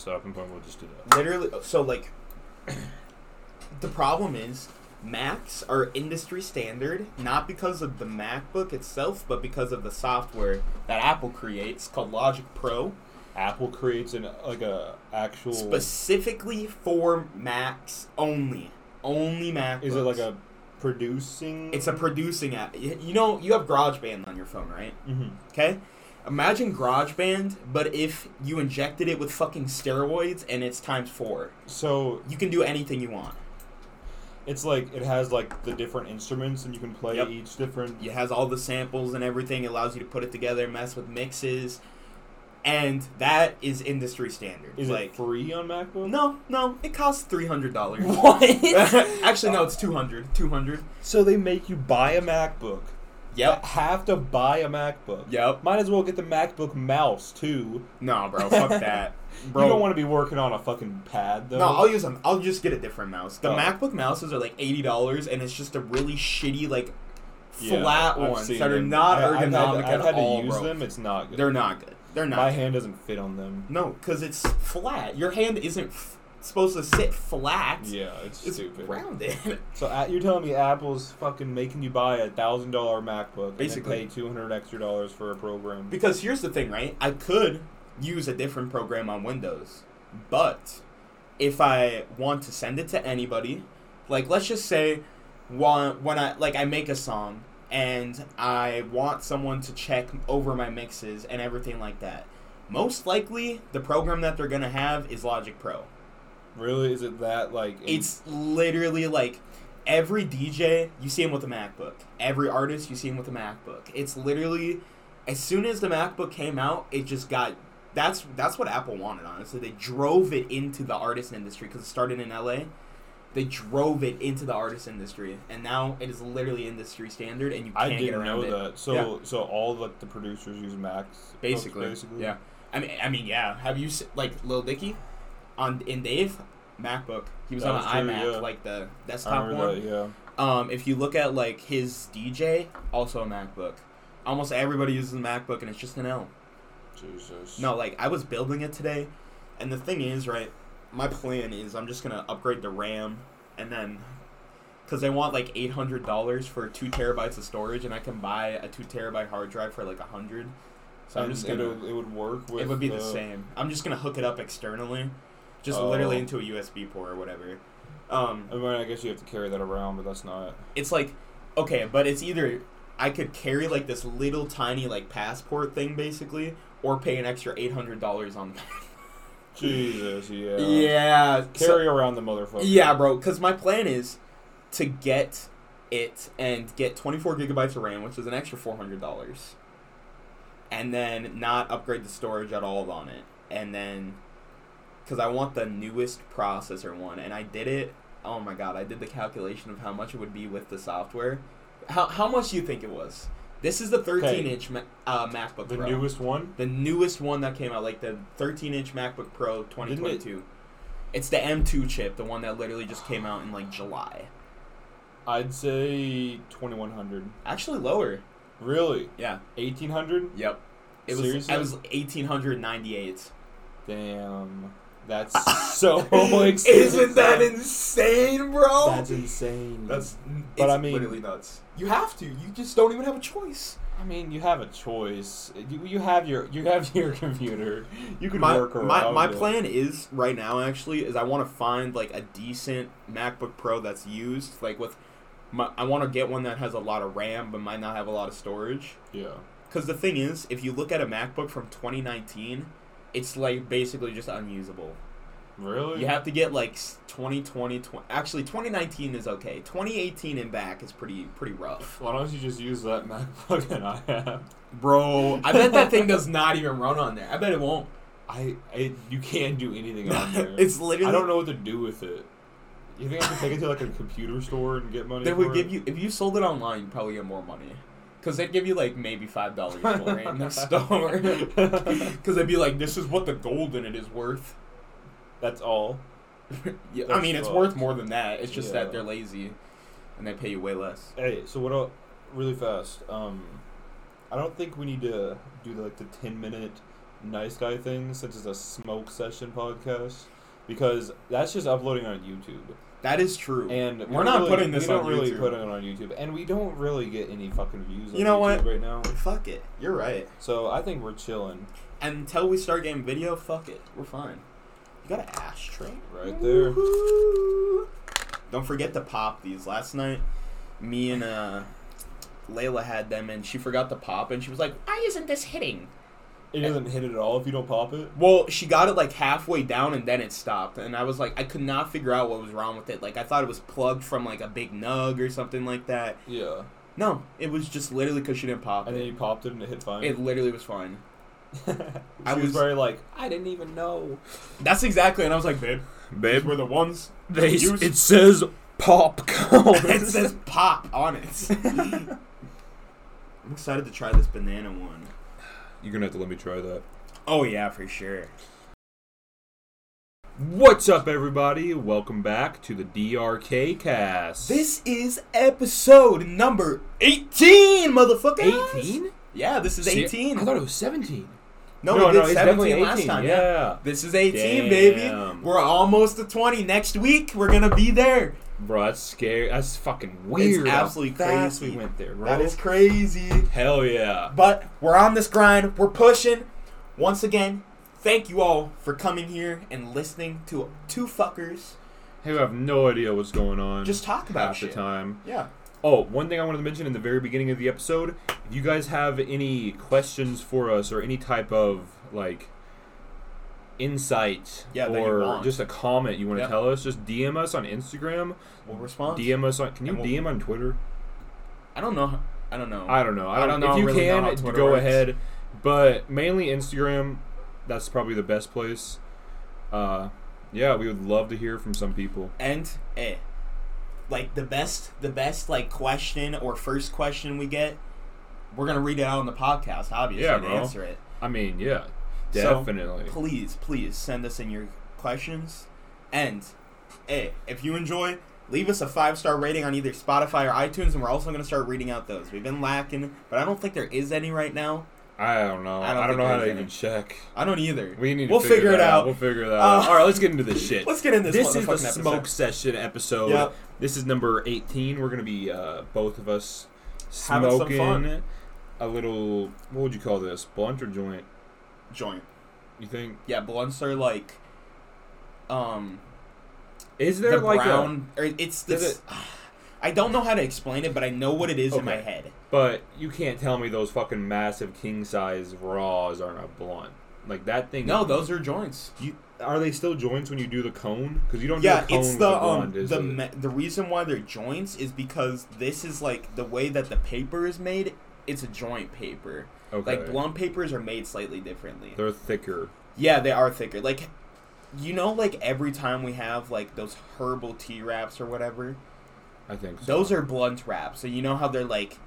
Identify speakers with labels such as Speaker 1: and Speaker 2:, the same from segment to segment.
Speaker 1: So at some point we'll just do that.
Speaker 2: Literally, so like, the problem is Macs are industry standard not because of the MacBook itself, but because of the software that Apple creates called Logic Pro,
Speaker 1: Apple creates an like a actual.
Speaker 2: specifically for Macs only. Only Mac.
Speaker 1: is it like a producing?
Speaker 2: It's a producing app. Y- You know, you have GarageBand on your phone, right?
Speaker 1: Mhm.
Speaker 2: Okay. Imagine GarageBand, but if you injected it with fucking steroids and it's times four,
Speaker 1: So
Speaker 2: you can do anything you want.
Speaker 1: it's like it has like the different instruments, and you can play
Speaker 2: Yep.
Speaker 1: each different.
Speaker 2: It has all the samples and everything. It allows you to put it together, mess with mixes, and that is industry standard.
Speaker 1: Is
Speaker 2: like
Speaker 1: it free on MacBook?
Speaker 2: no, no, it costs three hundred dollars.
Speaker 1: What?
Speaker 2: Actually, no, it's 200 200
Speaker 1: So they make you buy a MacBook.
Speaker 2: Yep.
Speaker 1: Have to buy a MacBook.
Speaker 2: Yep.
Speaker 1: Might as well get the MacBook mouse too.
Speaker 2: No, bro, fuck that, bro.
Speaker 1: You don't want to be working on a fucking pad though.
Speaker 2: No, I'll use them. I'll just get a different mouse. The
Speaker 1: Oh.
Speaker 2: MacBook mouses are like eighty dollars, and it's just a really shitty, like
Speaker 1: Yeah,
Speaker 2: flat
Speaker 1: I've
Speaker 2: ones
Speaker 1: seen
Speaker 2: that are
Speaker 1: them.
Speaker 2: not
Speaker 1: I- I've had to-
Speaker 2: ergonomic
Speaker 1: I've had,
Speaker 2: at all,
Speaker 1: to use
Speaker 2: bro.
Speaker 1: them. It's not good.
Speaker 2: They're not good. They're not.
Speaker 1: My
Speaker 2: good.
Speaker 1: hand doesn't fit on them.
Speaker 2: No, because it's flat. Your hand isn't f- supposed to sit flat.
Speaker 1: Yeah, it's,
Speaker 2: It's
Speaker 1: stupid.
Speaker 2: rounded.
Speaker 1: So uh, you're telling me Apple's fucking making you buy a thousand dollar MacBook
Speaker 2: Basically.
Speaker 1: and then pay two hundred extra dollars for a program?
Speaker 2: because here's the thing, right? I could use a different program on Windows, but if I want to send it to anybody, like let's just say one- when I like I make a song and I want someone to check over my mixes and everything like that. Most likely, the program that they're gonna have is Logic Pro.
Speaker 1: Really, is it that like? in-
Speaker 2: It's literally like every DJ you see him with a MacBook. Every artist you see him with a MacBook. It's literally as soon as the MacBook came out, it just got that's that's what Apple wanted honestly. They drove it into the artist industry cuz it started in LA. They drove it into the artist industry and now it is literally industry standard and you
Speaker 1: I
Speaker 2: can't get
Speaker 1: didn't
Speaker 2: around
Speaker 1: know
Speaker 2: it.
Speaker 1: that. So so all like the producers use Macs.
Speaker 2: Basically,
Speaker 1: basically.
Speaker 2: Yeah. I mean I mean yeah, have you se- like Lil Dicky on in Dave MacBook. He was
Speaker 1: That
Speaker 2: on
Speaker 1: was
Speaker 2: an
Speaker 1: true,
Speaker 2: iMac
Speaker 1: yeah.
Speaker 2: like the
Speaker 1: I
Speaker 2: desktop one.
Speaker 1: remember that. Yeah.
Speaker 2: Um, if you look at like his DJ, also a MacBook. Almost everybody uses a MacBook, and it's just an L.
Speaker 1: Jesus.
Speaker 2: No, like I was building it today, and the thing is, right? My plan is I'm just gonna upgrade the RAM, and then, cause they want like eight hundred dollars for two terabytes of storage, and I can buy a two terabyte hard drive for like a hundred. So I'm
Speaker 1: And
Speaker 2: just
Speaker 1: it
Speaker 2: gonna.
Speaker 1: would- It would work. With
Speaker 2: It would be
Speaker 1: uh,
Speaker 2: the same. I'm just gonna hook it up externally, just
Speaker 1: Oh.
Speaker 2: literally into a USB port or whatever. Um,
Speaker 1: I mean, I guess you have to carry that around, but that's not.
Speaker 2: it's like okay, but it's either I could carry like this little tiny like passport thing basically, or pay an extra eight hundred dollars on.
Speaker 1: Jesus. Yeah.
Speaker 2: yeah,
Speaker 1: Carry around the motherfucker.
Speaker 2: yeah, bro. Because my plan is to get it and get twenty four gigabytes of RAM, which is an extra four hundred dollars, and then not upgrade the storage at all on it, and then because I want the newest processor one, and I did it. Oh my god, I did the calculation of how much it would be with the software. How how much do you think it was? This is the thirteen inch ma- uh, MacBook
Speaker 1: The
Speaker 2: Pro.
Speaker 1: newest one.
Speaker 2: The newest one that came out, like the 13 inch MacBook Pro 2022. It's the M2 chip, the one that literally just came out in like July.
Speaker 1: I'd say twenty one hundred.
Speaker 2: Actually, lower.
Speaker 1: Really.
Speaker 2: Yeah.
Speaker 1: Eighteen hundred.
Speaker 2: Yep. It was.
Speaker 1: Seriously?
Speaker 2: I was 1898.
Speaker 1: Damn, that's so expensive.
Speaker 2: Isn't that insane, bro?
Speaker 1: Oh That's insane.
Speaker 2: That's.
Speaker 1: But
Speaker 2: it's
Speaker 1: I mean-
Speaker 2: literally nuts. You have to. You just don't even have a choice.
Speaker 1: I mean, you have a choice. You, you have your you have your computer. You can
Speaker 2: my,
Speaker 1: work around.
Speaker 2: my, my
Speaker 1: it.
Speaker 2: plan is right now actually is i want to find like a decent macbook pro that's used like with my, i want to get one that has a lot of ram but might not have a lot of storage
Speaker 1: Yeah.
Speaker 2: because the thing is if you look at a macbook from 2019 it's like basically just unusable
Speaker 1: Really?
Speaker 2: you have to get like s- 2020 tw- actually 2019 is okay 2018 and back is pretty pretty rough
Speaker 1: Why don't you just use that MacBook that I have?
Speaker 2: bro i bet that thing does not even run on there i bet it won't
Speaker 1: I, I you can't do anything on there.
Speaker 2: it's literally
Speaker 1: I don't know what to do with it. You think I could take it to like a computer store and get money?
Speaker 2: They would
Speaker 1: for
Speaker 2: give
Speaker 1: it?
Speaker 2: you if you sold it online, you'd probably get more money. Cause they'd give you like maybe five dollars for it in the store. Cause they'd be like, "This is what the gold in it is worth."
Speaker 1: That's all.
Speaker 2: Yeah, I
Speaker 1: That's
Speaker 2: mean, it's
Speaker 1: fucked.
Speaker 2: worth more than that. It's just
Speaker 1: Yeah.
Speaker 2: that they're lazy, and they pay you way less.
Speaker 1: Hey, so what? Else, really fast. Um, I don't think we need to do like the ten minute nice guy thing since it's a smoke session podcast because that's just uploading on YouTube.
Speaker 2: That is true.
Speaker 1: And
Speaker 2: We're not
Speaker 1: really-
Speaker 2: putting this
Speaker 1: we don't
Speaker 2: on
Speaker 1: really
Speaker 2: YouTube.
Speaker 1: put it on YouTube, and we don't really get any fucking views. On
Speaker 2: You know
Speaker 1: YouTube
Speaker 2: what?
Speaker 1: Right now,
Speaker 2: fuck it. You're right.
Speaker 1: so I think we're chilling
Speaker 2: Until we start getting video, fuck it. We're fine. You got an ashtray?
Speaker 1: right there.
Speaker 2: Woo-hoo. Don't forget to pop these. Last night, me and uh, Layla had them, and she forgot to pop, and she was like, "Why isn't this hitting?" Eh.
Speaker 1: It doesn't hit it at all if you don't pop it.
Speaker 2: Well, she got it like halfway down, and then it stopped, and I was like, I could not figure out what was wrong with it. Like I thought it was plugged from like a big nug or something like that.
Speaker 1: Yeah,
Speaker 2: No, it was just literally because she didn't pop
Speaker 1: and then
Speaker 2: it.
Speaker 1: you popped it and it hit fine.
Speaker 2: It literally was fine.
Speaker 1: she
Speaker 2: I
Speaker 1: was,
Speaker 2: was-
Speaker 1: very like, I didn't even know.
Speaker 2: That's exactly, and I was like, babe,
Speaker 1: Babe,
Speaker 2: we're the ones.
Speaker 1: they,
Speaker 2: use-
Speaker 1: it says pop
Speaker 2: it says pop on it. I'm excited to try this banana one.
Speaker 1: You're gonna have to let me try that.
Speaker 2: Oh yeah, for sure.
Speaker 1: What's up, everybody? Welcome back to the DRK cast.
Speaker 2: This is episode number 18, motherfucker.
Speaker 1: 18?
Speaker 2: Yeah, this is 18.
Speaker 1: I thought it was 17.
Speaker 2: no, we did
Speaker 1: it's
Speaker 2: 17
Speaker 1: definitely
Speaker 2: last time. Yeah.
Speaker 1: Yeah.
Speaker 2: This is 18,
Speaker 1: Damn.
Speaker 2: baby. We're almost to 20. Next week, we're gonna be there.
Speaker 1: Bro, that's scary. That's fucking weird. how
Speaker 2: absolutely
Speaker 1: fast
Speaker 2: crazy.
Speaker 1: We went there, bro.
Speaker 2: That is crazy.
Speaker 1: Hell yeah.
Speaker 2: But we're on this grind. We're pushing. Once again, thank you all for coming here and listening to two fuckers
Speaker 1: Hey, I have no idea what's going on.
Speaker 2: just talk about
Speaker 1: half
Speaker 2: shit.
Speaker 1: the time.
Speaker 2: Yeah.
Speaker 1: Oh, one thing I wanted to mention in the very beginning of the episode, if you guys have any questions for us or any type of like insight
Speaker 2: Yeah, that you
Speaker 1: or
Speaker 2: want.
Speaker 1: just a comment you want to
Speaker 2: Yep.
Speaker 1: tell us, just DM us on Instagram,
Speaker 2: We'll respond.
Speaker 1: DM us on Can you
Speaker 2: And we'll-
Speaker 1: DM on Twitter?
Speaker 2: I don't know. how- I don't know.
Speaker 1: I don't know. I
Speaker 2: I
Speaker 1: don't,
Speaker 2: don't know
Speaker 1: If you
Speaker 2: really
Speaker 1: can,
Speaker 2: how Twitter
Speaker 1: go
Speaker 2: works.
Speaker 1: ahead, but mainly Instagram, that's probably the best place. Uh yeah, we would love to hear from some people.
Speaker 2: and eh, like the best, the best like question or first question we get, we're gonna read it out on the podcast, obviously,
Speaker 1: Yeah,
Speaker 2: and
Speaker 1: bro.
Speaker 2: answer it.
Speaker 1: I mean, yeah,
Speaker 2: So,
Speaker 1: definitely.
Speaker 2: Please, please send us in your questions, and eh, if you enjoy, leave us a five star rating on either Spotify or iTunes, and we're also gonna start reading out those. We've been lacking, but I don't think there is any right now.
Speaker 1: I don't know. I
Speaker 2: I
Speaker 1: don't,
Speaker 2: don't think
Speaker 1: know how
Speaker 2: there's
Speaker 1: to
Speaker 2: any.
Speaker 1: even check.
Speaker 2: I don't either.
Speaker 1: We need to
Speaker 2: We'll
Speaker 1: figure,
Speaker 2: figure it
Speaker 1: that
Speaker 2: out.
Speaker 1: We'll figure that
Speaker 2: Uh,
Speaker 1: out. All right, let's get into this shit.
Speaker 2: Let's get in this.
Speaker 1: this is the
Speaker 2: motherfucking episode.
Speaker 1: smoke session episode.
Speaker 2: Yep.
Speaker 1: This is number 18. We're going to be uh, both of us
Speaker 2: Having some
Speaker 1: smoking
Speaker 2: fun.
Speaker 1: a little, what would you call this? Blunt or joint?
Speaker 2: joint.
Speaker 1: You think?
Speaker 2: Yeah, blunts are like, um,
Speaker 1: Is there
Speaker 2: the
Speaker 1: like a.
Speaker 2: brown, or it's
Speaker 1: Does
Speaker 2: this. I don't know how to explain it, but I know what it is in my
Speaker 1: Okay.
Speaker 2: head.
Speaker 1: But you can't tell me those fucking massive king size raws aren't a blunt. Like that thing.
Speaker 2: No, those are joints.
Speaker 1: You, are they still joints when you do the cone? Because you don't
Speaker 2: Yeah,
Speaker 1: do a cone
Speaker 2: it's
Speaker 1: with a
Speaker 2: the um
Speaker 1: blunt, is
Speaker 2: the
Speaker 1: it?
Speaker 2: me- the reason why they're joints is because this is like the way that the paper is made. It's a joint paper.
Speaker 1: okay.
Speaker 2: Like blunt papers are made slightly differently.
Speaker 1: They're thicker.
Speaker 2: Yeah, they are thicker. Like, you know, like every time we have like those herbal tea wraps or whatever,
Speaker 1: I think so.
Speaker 2: those are blunt wraps. So you know how they're like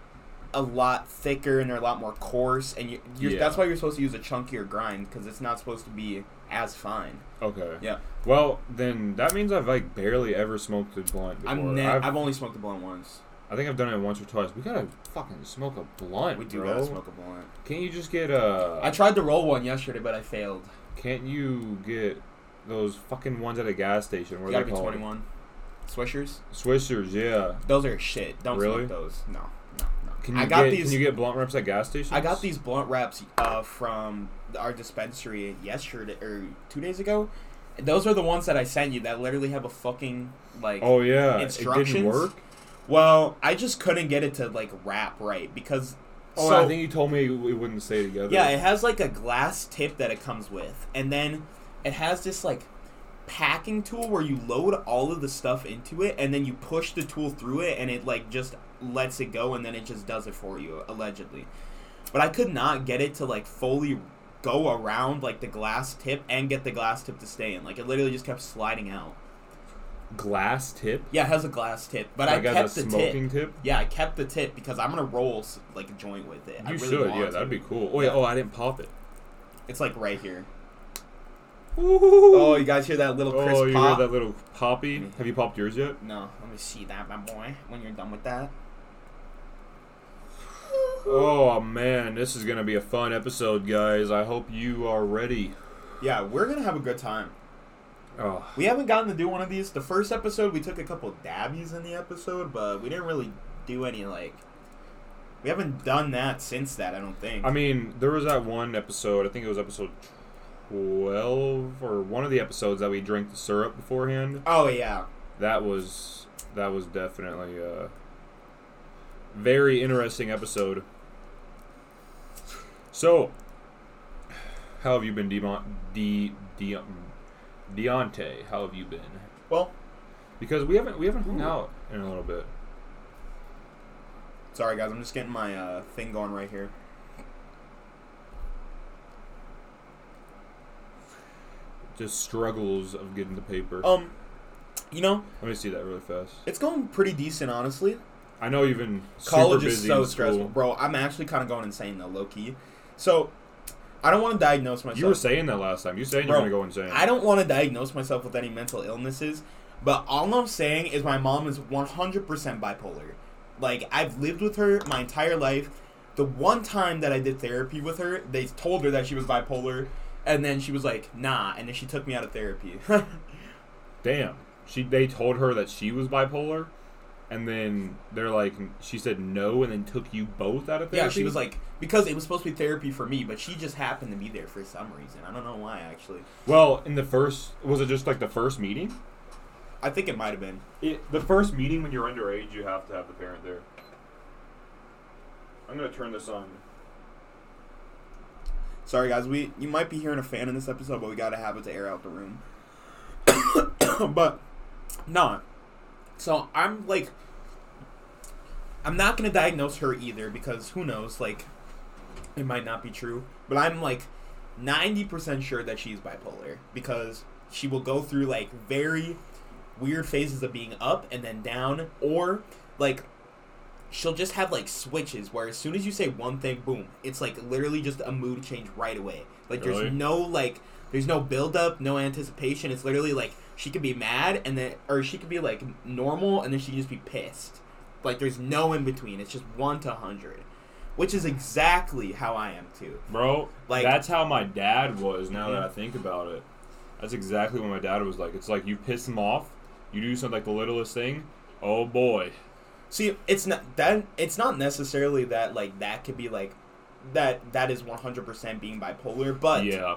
Speaker 2: a lot thicker and they're a lot more coarse, and you, you're,
Speaker 1: Yeah.
Speaker 2: that's why you're supposed to use a chunkier grind because it's not supposed to be as fine.
Speaker 1: Okay.
Speaker 2: Yeah.
Speaker 1: Well, then that means I've like barely ever smoked a blunt before.
Speaker 2: I'm ne-
Speaker 1: I've,
Speaker 2: I've only smoked a blunt once.
Speaker 1: I think I've done it once or twice. We gotta fucking smoke a blunt,
Speaker 2: We do
Speaker 1: bro.
Speaker 2: gotta smoke a blunt.
Speaker 1: Can't you just get uh?
Speaker 2: I tried to roll one yesterday, but I failed.
Speaker 1: can't you get those fucking ones at a gas station? What
Speaker 2: You
Speaker 1: are
Speaker 2: gotta
Speaker 1: they
Speaker 2: be
Speaker 1: called?
Speaker 2: 21. Swishers?
Speaker 1: Swishers, yeah.
Speaker 2: Those are shit. Don't
Speaker 1: Really?
Speaker 2: smoke those. No, no, no.
Speaker 1: Can you
Speaker 2: I got
Speaker 1: get,
Speaker 2: these.
Speaker 1: Can you get blunt wraps at gas stations?
Speaker 2: I got these blunt wraps uh, from our dispensary yesterday or two days ago. Those are the ones that I sent you that literally have a fucking like.
Speaker 1: Oh yeah. It
Speaker 2: Instructions?
Speaker 1: didn't work.
Speaker 2: Well, I just couldn't get it to like wrap right because.
Speaker 1: Oh,
Speaker 2: so,
Speaker 1: I think you told me we wouldn't stay together.
Speaker 2: yeah, it has like a glass tip that it comes with, and then it has this like packing tool where you load all of the stuff into it, and then you push the tool through it, and it like just lets it go, and then it just does it for you allegedly. But I could not get it to like fully go around like the glass tip and get the glass tip to stay in. Like it literally just kept sliding out.
Speaker 1: Glass tip.
Speaker 2: Yeah, it has a glass tip, but
Speaker 1: like
Speaker 2: I kept
Speaker 1: as
Speaker 2: the
Speaker 1: a
Speaker 2: tip.
Speaker 1: smoking tip.
Speaker 2: Yeah, I kept the tip because I'm gonna roll s- like a joint with it. I
Speaker 1: You
Speaker 2: really
Speaker 1: should.
Speaker 2: want
Speaker 1: Yeah,
Speaker 2: to.
Speaker 1: that'd be cool. Oh yeah. Oh, I didn't pop it.
Speaker 2: It's like right here.
Speaker 1: Oh,
Speaker 2: Oh, you guys hear that little crisp
Speaker 1: Oh, you
Speaker 2: pop?
Speaker 1: hear that little poppy? Have you popped yours yet?
Speaker 2: No, let me see that, my boy. When you're done with that.
Speaker 1: Oh man, this is gonna be a fun episode, guys. I hope you are ready.
Speaker 2: Yeah, we're gonna have a good time.
Speaker 1: Oh,
Speaker 2: We haven't gotten to do one of these. The first episode, we took a couple dabbies in the episode, but we didn't really do any like. We haven't done that since that. I don't think.
Speaker 1: I mean, there was that one episode. I think it was episode twelve or one of the episodes that we drank the syrup beforehand.
Speaker 2: oh yeah,
Speaker 1: That was that was definitely a very interesting episode. So, how have you been, Demont? De, De, Deontay, how have you been?
Speaker 2: Well,
Speaker 1: Because we haven't we haven't hung
Speaker 2: Ooh.
Speaker 1: out in a little bit.
Speaker 2: sorry guys, I'm just getting my uh, thing going right here.
Speaker 1: Just struggles of getting the paper.
Speaker 2: Um, you know,
Speaker 1: Let me see that really fast.
Speaker 2: it's going pretty decent, honestly.
Speaker 1: I know you've been
Speaker 2: College
Speaker 1: super
Speaker 2: is
Speaker 1: busy
Speaker 2: so
Speaker 1: in school.
Speaker 2: stressful, bro. I'm actually kind of going insane though, low key. So, I don't want to diagnose myself.
Speaker 1: You were saying that last time. You said
Speaker 2: Bro,
Speaker 1: you're gonna go insane.
Speaker 2: I don't want to diagnose myself with any mental illnesses, but all I'm saying is my mom is 100% bipolar. Like, I've lived with her my entire life. The one time that I did therapy with her, they told her that she was bipolar, and then she was like, nah, and then she took me out of therapy.
Speaker 1: Damn. She they told her that she was bipolar, and then they're like, she said no, and then took you both out of therapy.
Speaker 2: yeah, she was like, because it was supposed to be therapy for me, but she just happened to be there for some reason. I don't know why, actually.
Speaker 1: well, in the first, was it just like the first meeting?
Speaker 2: I think it might have been.
Speaker 1: It, the first meeting when you're underage, you have to have the parent there. I'm gonna turn this on.
Speaker 2: Sorry, guys. We you might be hearing a fan in this episode, but we gotta have it to air out the room. but no, so I'm like, I'm not gonna diagnose her either because who knows? Like, it might not be true. But I'm like ninety percent sure that she's bipolar because she will go through like very weird phases of being up and then down, or like she'll just have like switches where as soon as you say one thing, boom, it's like literally just a mood change right away. Like
Speaker 1: Really?
Speaker 2: there's no like there's no build up, no anticipation. It's literally like she could be mad and then or she could be like normal and then she could just be pissed. Like there's no in between. It's just one to hundred. Which is exactly how I am too.
Speaker 1: Bro, like
Speaker 2: Like-
Speaker 1: that's how my dad was. Now that
Speaker 2: Mhm.
Speaker 1: I think about it, that's exactly what my dad was like. It's like you piss him off, you do something like the littlest thing. Oh boy,
Speaker 2: See, it's not that it's not necessarily that like that could be like that that is 100% being bipolar, but
Speaker 1: yeah.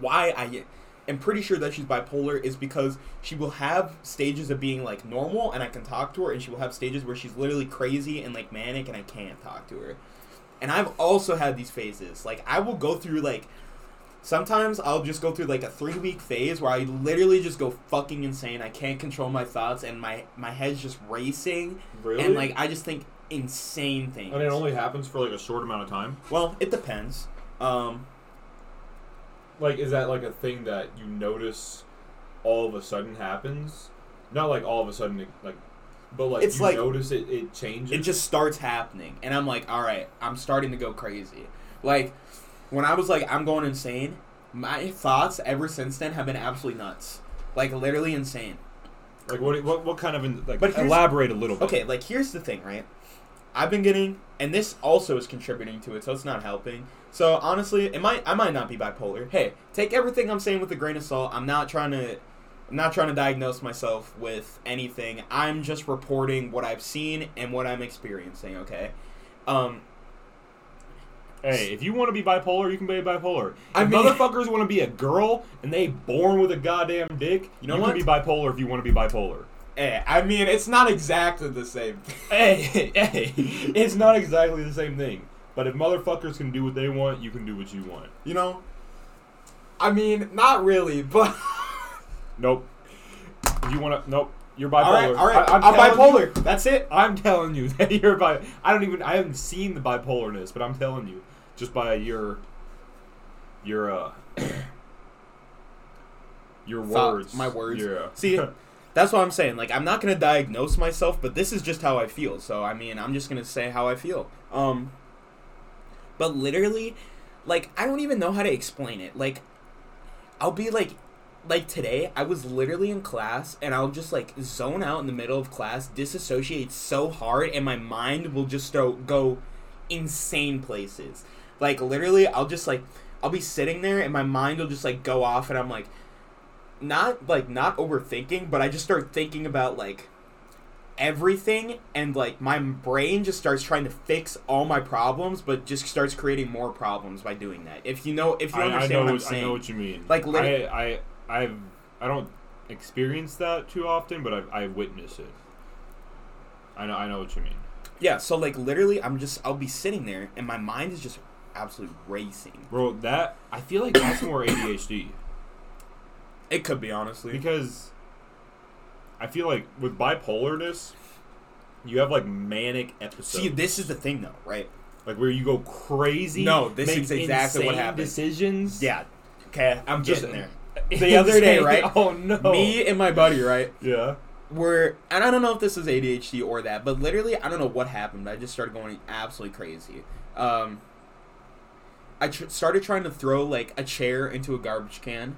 Speaker 2: why I am pretty sure that she's bipolar is because she will have stages of being like normal and I can talk to her and she will have stages where she's literally crazy and like manic and I can't talk to her. And I've also had these phases. Like I will go through like sometimes I'll just go through like a 3 week phase where I literally just go fucking insane. I can't control my thoughts and my my head's just racing
Speaker 1: Really?
Speaker 2: and like I just think insane things.
Speaker 1: and it only happens for like a short amount of time.
Speaker 2: well, it depends. Um
Speaker 1: Like, is that like a thing that you notice all of a sudden happens? Not like all of a sudden, like, but like
Speaker 2: It's
Speaker 1: you
Speaker 2: like-
Speaker 1: notice it, it changes.
Speaker 2: it just starts happening and i'm like all right i'm starting to go crazy like when i was like i'm going insane my thoughts ever since then have been absolutely nuts like literally insane
Speaker 1: like what, what, what kind of in, like
Speaker 2: But here's-
Speaker 1: elaborate a little bit.
Speaker 2: okay like here's the thing right i've been getting and this also is contributing to it so it's not helping so honestly it might i might not be bipolar hey take everything i'm saying with a grain of salt i'm not trying to I'm not trying to diagnose myself with anything. I'm just reporting what I've seen and what I'm experiencing, okay? Um,
Speaker 1: Hey, if you want to be bipolar, you can be bipolar.
Speaker 2: I
Speaker 1: if
Speaker 2: mean-
Speaker 1: motherfuckers want to be a girl and they born with a goddamn dick,
Speaker 2: You know
Speaker 1: you
Speaker 2: what?
Speaker 1: can be bipolar if you want to be bipolar.
Speaker 2: Eh, I mean, it's not exactly the same.
Speaker 1: Hey, hey, it's not exactly the same thing. But if motherfuckers can do what they want, you can do what you want.
Speaker 2: You know? I mean, not really, but.
Speaker 1: Nope. If you want to, nope. You're bipolar.
Speaker 2: all right, all right.
Speaker 1: I,
Speaker 2: I,
Speaker 1: I'm
Speaker 2: am
Speaker 1: telling you-
Speaker 2: bipolar. That's it.
Speaker 1: I'm telling you that you're bi. I don't even. I haven't seen the bipolarness, but I'm telling you, just by your, your, uh, your
Speaker 2: Thought-
Speaker 1: words.
Speaker 2: my words.
Speaker 1: Yeah.
Speaker 2: See, that's what I'm saying. Like, I'm not going to diagnose myself, but this is just how I feel. So, I mean, I'm just going to say how I feel. Um, but literally, like, I don't even know how to explain it. Like, I'll be like, like today, I was literally in class and I'll just like zone out in the middle of class, disassociate so hard, and my mind will just go, go insane places. Like literally, I'll just like I'll be sitting there and my mind will just like go off, and I'm like, not like not overthinking, but I just start thinking about like everything and like my brain just starts trying to fix all my problems but just starts creating more problems by doing that if you know if you
Speaker 1: I, I
Speaker 2: understand
Speaker 1: know
Speaker 2: what i'm
Speaker 1: what, I
Speaker 2: saying
Speaker 1: know what you mean.
Speaker 2: Like, lit-
Speaker 1: I, I, I've, I don't experience that too often, but I've, I've witnessed it. I know, I know what you mean.
Speaker 2: yeah so like literally i'm just i'll be sitting there and my mind is just absolutely racing
Speaker 1: Bro, that I feel like that's more ADHD
Speaker 2: it could be honestly
Speaker 1: because I feel like with bipolarness, you have like manic episodes.
Speaker 2: see this is the thing though right
Speaker 1: like where you go crazy.
Speaker 2: No, this
Speaker 1: make
Speaker 2: is exactly what
Speaker 1: insane
Speaker 2: happened.
Speaker 1: Decisions.
Speaker 2: yeah okay i'm
Speaker 1: Just-
Speaker 2: getting there
Speaker 1: The other day,
Speaker 2: Insane.
Speaker 1: right? Oh no.
Speaker 2: me and my buddy right
Speaker 1: Yeah.
Speaker 2: were and i don't know if this is adhd or that but literally i don't know what happened but i just started going absolutely crazy um i tr- started trying to throw like a chair into a garbage can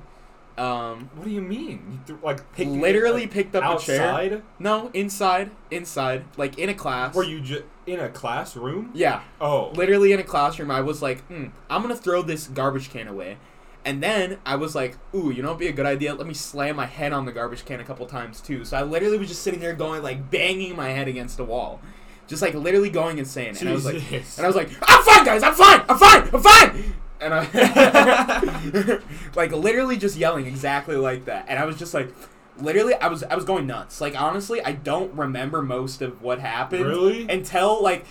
Speaker 2: um
Speaker 1: What do you mean? You threw, like picking it,
Speaker 2: literally
Speaker 1: like,
Speaker 2: picked up a chair
Speaker 1: outside?
Speaker 2: No, inside, inside, like in a class.
Speaker 1: Were you just in a classroom?
Speaker 2: Yeah,
Speaker 1: Oh,
Speaker 2: literally in a classroom. I was like, hmm, I'm gonna throw this garbage can away, and then I was like, ooh, you know, it'd be a good idea. Let me slam my head on the garbage can a couple times too. So I literally was just sitting there going like banging my head against the wall, just like literally going insane. And I was like,
Speaker 1: Jesus.
Speaker 2: and I was like, I'm fine, guys. I'm fine. I'm fine. I'm fine. And I, like, literally just yelling exactly like that. And I was just like, literally, I was I was going nuts. Like, honestly, I don't remember most of what happened
Speaker 1: Really?
Speaker 2: until like,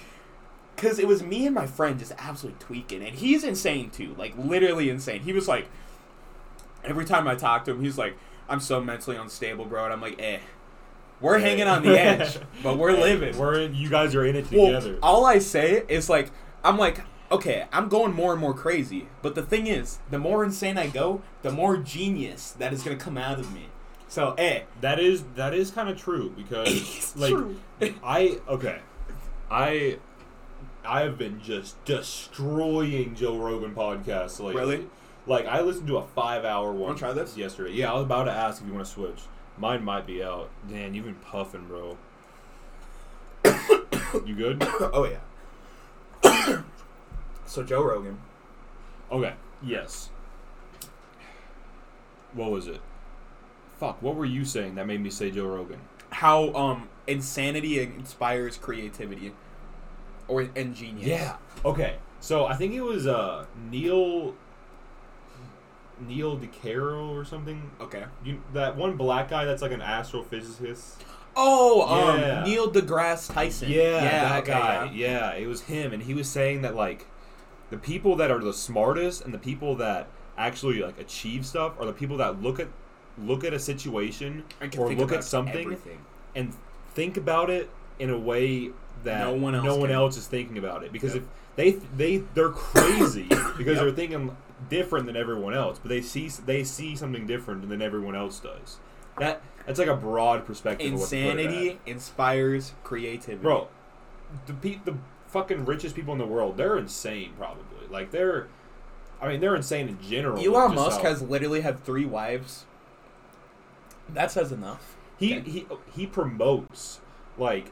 Speaker 2: cause it was me and my friend just absolutely tweaking, and he's insane too. Like, literally insane. He was like, every time I talk to him, he's like, I'm so mentally unstable, bro. And I'm like, eh. We're
Speaker 1: Yeah.
Speaker 2: hanging on the edge, but we're
Speaker 1: Hey,
Speaker 2: living.
Speaker 1: Eh, We're in, you guys are in it
Speaker 2: Well,
Speaker 1: together.
Speaker 2: all I say is like, I'm like, okay, I'm going more and more crazy. But the thing is, the more insane I go, the more genius that is gonna come out of me. So, eh,
Speaker 1: that is that is kind of true because
Speaker 2: it's
Speaker 1: like
Speaker 2: true.
Speaker 1: I okay, I I have been just destroying Joe Rogan podcasts lately.
Speaker 2: Really?
Speaker 1: Like I listened to a five hour one.
Speaker 2: Wanna try this?
Speaker 1: yesterday. Yeah, I was about to ask if you want to switch. Mine might be out. Dan, you've been puffing, bro. you good?
Speaker 2: oh yeah. so Joe Rogan.
Speaker 1: Okay. Yes. What was it? Fuck. What were you saying that made me say Joe Rogan?
Speaker 2: How um insanity inspires creativity, or and genius.
Speaker 1: Okay. So I think it was uh Neil Neil DeCaro or something.
Speaker 2: Okay.
Speaker 1: You, that one black guy that's like an astrophysicist.
Speaker 2: Oh,
Speaker 1: Yeah.
Speaker 2: um, Neil deGrasse Tyson.
Speaker 1: that
Speaker 2: okay,
Speaker 1: guy. Yeah.
Speaker 2: yeah.
Speaker 1: it was him, and he was saying that like the people that are the smartest and the people that actually like achieve stuff are the people that look at look at a situation
Speaker 2: I can
Speaker 1: or
Speaker 2: think
Speaker 1: look
Speaker 2: about
Speaker 1: at something
Speaker 2: everything.
Speaker 1: and think about it in a way that
Speaker 2: No one else can.
Speaker 1: is thinking about it because
Speaker 2: Yep.
Speaker 1: if they they they're crazy because
Speaker 2: Yep.
Speaker 1: they're thinking different than everyone else, but they see they see something different than everyone else does. That that's like a broad perspective. Of what to put it
Speaker 2: Insanity inspires creativity.
Speaker 1: at. bro. The pe- the fucking richest people in the world, they're insane. Probably like they're. I mean, they're insane in general.
Speaker 2: Elon
Speaker 1: just
Speaker 2: Musk
Speaker 1: how-
Speaker 2: has literally had three wives. That says enough.
Speaker 1: he he he promotes like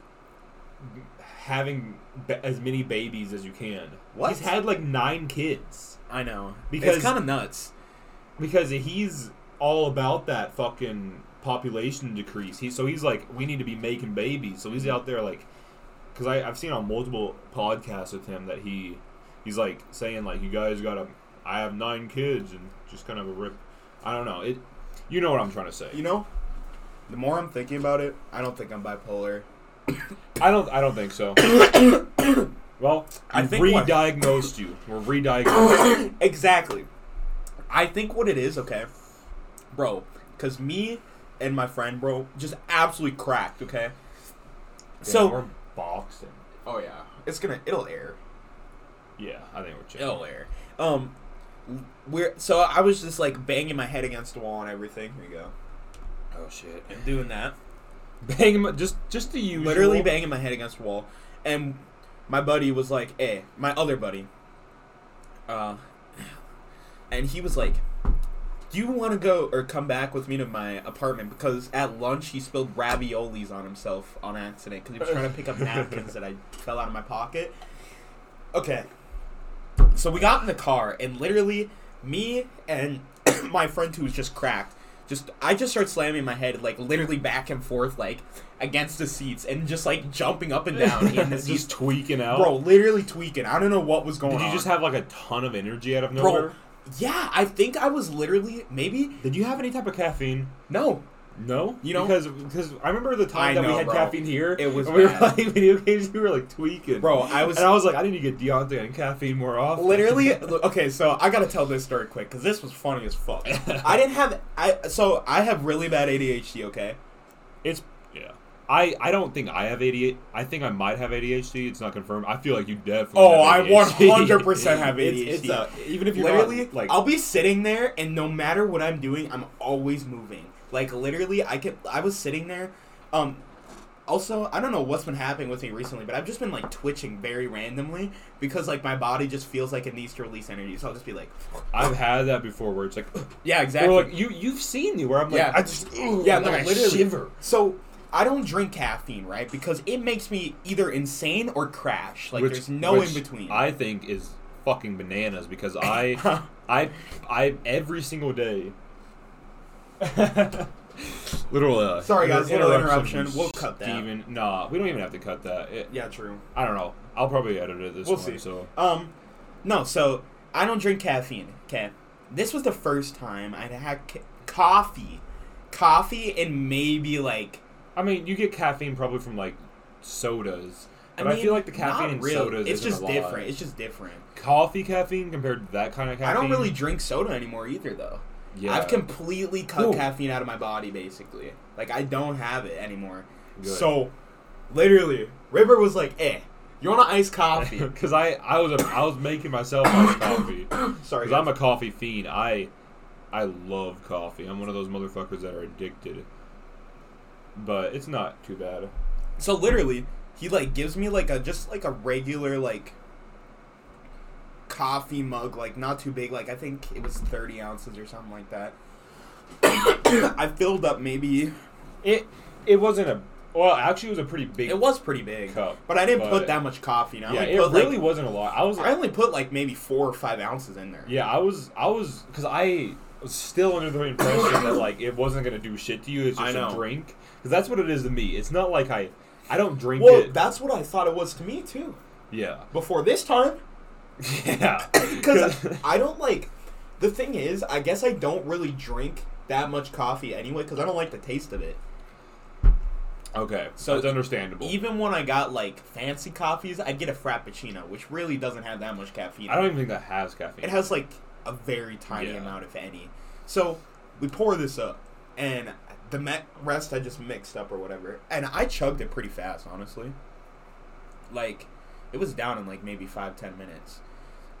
Speaker 1: having ba- as many babies as you can.
Speaker 2: What?
Speaker 1: He's had like nine kids
Speaker 2: I know because
Speaker 1: Because-
Speaker 2: it's kind of nuts.
Speaker 1: because he's all about that fucking population decrease. He so he's like we need to be making babies. So he's out there like because I I've seen on multiple podcasts with him that he he's like saying like you guys gotta I have nine kids and just kind of a rip. I don't know it. You know what I'm trying to say.
Speaker 2: know, the more I'm thinking about it, I don't think I'm bipolar.
Speaker 1: I don't. I don't think so. well,
Speaker 2: I
Speaker 1: I
Speaker 2: think what-
Speaker 1: re-diagnosed you. We're re-diagnosed.
Speaker 2: exactly. I think what it is, okay, bro, because me and my friend, bro, just absolutely cracked. Okay, so
Speaker 1: Damn, we're boxing.
Speaker 2: oh yeah, it's gonna it'll air.
Speaker 1: Yeah, I think we're chill.
Speaker 2: ill air. Um, we're so I was just like banging my head against the wall and everything. Here you go.
Speaker 1: Oh shit!
Speaker 2: And doing that,
Speaker 1: Bang him! Just, just the usual.
Speaker 2: literally banging my head against the wall, and my buddy was like, "Hey, my other buddy," uh, and he was like, "Do you want to go or come back with me to my apartment?" Because at lunch he spilled raviolis on himself on accident because he was trying to pick up napkins that I fell out of my pocket. Okay. So we got in the car, and literally, me and my friend who was just cracked, just I just started slamming my head like literally back and forth, like against the seats, and just like jumping up and down in the
Speaker 1: It's just
Speaker 2: seats.
Speaker 1: tweaking out.
Speaker 2: Bro, literally tweaking. I don't know what was going
Speaker 1: did
Speaker 2: on.
Speaker 1: you just have like a ton of energy out of
Speaker 2: Bro,
Speaker 1: nowhere?
Speaker 2: Yeah, I think I was literally maybe
Speaker 1: Did you have any type of caffeine?
Speaker 2: no.
Speaker 1: No,
Speaker 2: You know-
Speaker 1: because because I remember the time
Speaker 2: I
Speaker 1: that we
Speaker 2: know,
Speaker 1: had
Speaker 2: bro.
Speaker 1: caffeine here.
Speaker 2: It was
Speaker 1: and we were
Speaker 2: bad.
Speaker 1: playing video games. We were like tweaking,
Speaker 2: Bro, I was-
Speaker 1: and I was like, I need to get Deontay and caffeine more often.
Speaker 2: Literally, okay, so I gotta tell this story quick because this was funny as fuck. I didn't have I so I have really bad ADHD. Okay,
Speaker 1: it's yeah. I, I don't think I have ADHD. I think I might have ADHD. It's not confirmed. I feel like you definitely.
Speaker 2: Oh, I
Speaker 1: have ADHD.
Speaker 2: 100% have
Speaker 1: It's, it's, uh, even if you're not,
Speaker 2: literally,
Speaker 1: like,
Speaker 2: I'll be sitting there, and no matter what I'm doing, I'm always moving. Like literally, I could. I was sitting there. Um, also, I don't know what's been happening with me recently, but I've just been like twitching very randomly because like my body just feels like it needs to release energy. So I'll just be like,
Speaker 1: I've had that before, where it's like,
Speaker 2: yeah,
Speaker 1: or
Speaker 2: exactly.
Speaker 1: like you you've seen me, where I'm like,
Speaker 2: Yeah.
Speaker 1: I just, ooh,
Speaker 2: Yeah,
Speaker 1: and,
Speaker 2: no,
Speaker 1: like, I
Speaker 2: literally.
Speaker 1: shiver.
Speaker 2: So I don't drink caffeine, right? Because it makes me either insane or crash. Like
Speaker 1: Which-
Speaker 2: there's no
Speaker 1: which
Speaker 2: in between.
Speaker 1: I think is fucking bananas because I, I, I every single day. little uh,
Speaker 2: Sorry, guys,
Speaker 1: inter-
Speaker 2: little
Speaker 1: from
Speaker 2: interruption. We'll cut that.
Speaker 1: Steven. Nah, we don't even have to cut that. It-
Speaker 2: yeah, true.
Speaker 1: I don't know. I'll probably edit it this
Speaker 2: We'll
Speaker 1: one.
Speaker 2: see.
Speaker 1: So
Speaker 2: Um, no. So I don't drink caffeine. Okay, this was the first time I'd had ca- coffee, coffee, and maybe like
Speaker 1: I mean, you get caffeine probably from like sodas,
Speaker 2: I
Speaker 1: but I,
Speaker 2: mean,
Speaker 1: feel like the
Speaker 2: not
Speaker 1: caffeine in
Speaker 2: really.
Speaker 1: sodas
Speaker 2: It's
Speaker 1: isn't
Speaker 2: just
Speaker 1: a lot.
Speaker 2: different. It's just different.
Speaker 1: Coffee caffeine compared to that kind of
Speaker 2: I
Speaker 1: caffeine.
Speaker 2: don't really drink soda anymore either, though.
Speaker 1: Yeah,
Speaker 2: I've completely cut
Speaker 1: Ooh.
Speaker 2: caffeine out of my body, basically. Like, I don't have it anymore.
Speaker 1: Good.
Speaker 2: So, literally, River was like, eh, you want an iced coffee?
Speaker 1: because I I was a, I was making myself iced coffee.
Speaker 2: Sorry.
Speaker 1: Because I'm
Speaker 2: guys.
Speaker 1: a coffee fiend. I I love coffee. I'm one of those motherfuckers that are addicted. But it's not too bad.
Speaker 2: so, literally, he, like, gives me, like, a just, like, a regular, like, coffee mug, like, not too big. Like, I think it was 30 ounces or something like that. I filled up maybe.
Speaker 1: It it wasn't a well, actually it was a pretty big
Speaker 2: It was pretty big.
Speaker 1: Cup,
Speaker 2: but I didn't
Speaker 1: but-
Speaker 2: put that much coffee in. I
Speaker 1: Yeah,
Speaker 2: only
Speaker 1: it
Speaker 2: put,
Speaker 1: really
Speaker 2: like,
Speaker 1: wasn't a lot. I was
Speaker 2: I only put, like, maybe four or five ounces in there.
Speaker 1: Yeah, I was I was cuz I was still under the impression that like it wasn't going to do shit to you. It's
Speaker 2: I
Speaker 1: just a
Speaker 2: know.
Speaker 1: drink. Cuz that's what it is to me. It's not like I I don't drink
Speaker 2: Well,
Speaker 1: it.
Speaker 2: that's what I thought it was to me too.
Speaker 1: yeah.
Speaker 2: Before this time,
Speaker 1: Yeah.
Speaker 2: because I don't like. The thing is, I guess I don't really drink that much coffee anyway because I don't like the taste of it.
Speaker 1: okay. So
Speaker 2: So
Speaker 1: it's understandable.
Speaker 2: Even when I got like fancy coffees, I'd get a frappuccino, which really doesn't have that much caffeine.
Speaker 1: I don't even think that has caffeine.
Speaker 2: It has like a very tiny
Speaker 1: Yeah.
Speaker 2: amount, if any. So we pour this up, and the me- rest I just mixed up or whatever, and I chugged it pretty fast, honestly. Like, it was down in like maybe five ten minutes,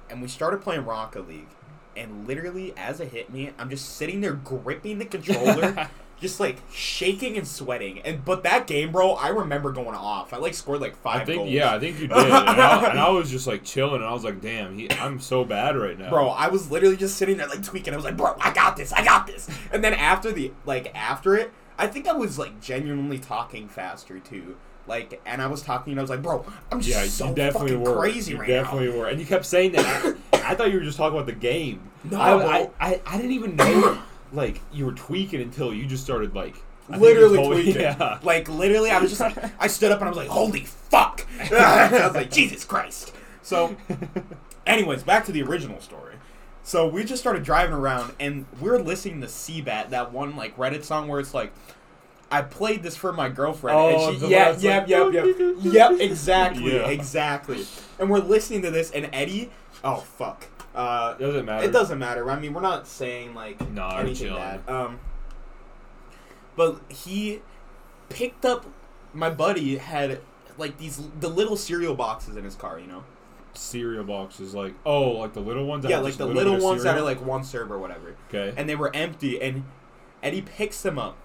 Speaker 2: and we started playing Rocket League, and literally as it hit me, I'm just sitting there gripping the controller. Just like shaking and sweating, and but that game, bro, I remember going off. I like scored like five.
Speaker 1: I think
Speaker 2: goals.
Speaker 1: yeah, I think you did. And I, and I was just like chilling, and I was like, "Damn, he, I'm so bad right now,
Speaker 2: Bro, I was literally just sitting there like tweaking. I was like, bro, I got this, I got this. And then after the like after it, I think I was like genuinely talking faster too. Like, and I was talking, and I was like, bro, I'm just
Speaker 1: Yeah,
Speaker 2: so
Speaker 1: you definitely
Speaker 2: fucking
Speaker 1: were
Speaker 2: crazy
Speaker 1: you
Speaker 2: right
Speaker 1: definitely were, and you kept saying that. I, I thought you were just talking about the game.
Speaker 2: No,
Speaker 1: I, I,
Speaker 2: bro.
Speaker 1: I, I didn't even know like you were tweaking until you just started like I
Speaker 2: now.
Speaker 1: think you
Speaker 2: Literally
Speaker 1: told-
Speaker 2: tweaking.
Speaker 1: Yeah.
Speaker 2: Like, literally, I was just like, I stood up and I was like, holy fuck. I was like, Jesus Christ. So, anyways, back to the original story. So we just started driving around, and we are listening to Seabat, that one like Reddit song where it's like, "I played this for my girlfriend."
Speaker 1: Oh,
Speaker 2: and
Speaker 1: the
Speaker 2: she, yeah,
Speaker 1: last,
Speaker 2: yep,
Speaker 1: like,
Speaker 2: yep, yep, yep, exactly,
Speaker 1: Yeah.
Speaker 2: exactly. And we're listening to this, and Eddie, oh fuck, uh,
Speaker 1: It doesn't matter.
Speaker 2: it doesn't matter. I mean, we're not saying like
Speaker 1: No, we're
Speaker 2: anything
Speaker 1: chilling.
Speaker 2: bad. Um, but he picked up my buddy had like these the little cereal boxes in his car, you know.
Speaker 1: Cereal boxes, like oh, like the little ones. that
Speaker 2: yeah,
Speaker 1: have
Speaker 2: like
Speaker 1: just
Speaker 2: the
Speaker 1: a
Speaker 2: little
Speaker 1: bit of
Speaker 2: ones that are
Speaker 1: cereal?
Speaker 2: like one serve or whatever,
Speaker 1: okay.
Speaker 2: and they were empty. And Eddie picks them up,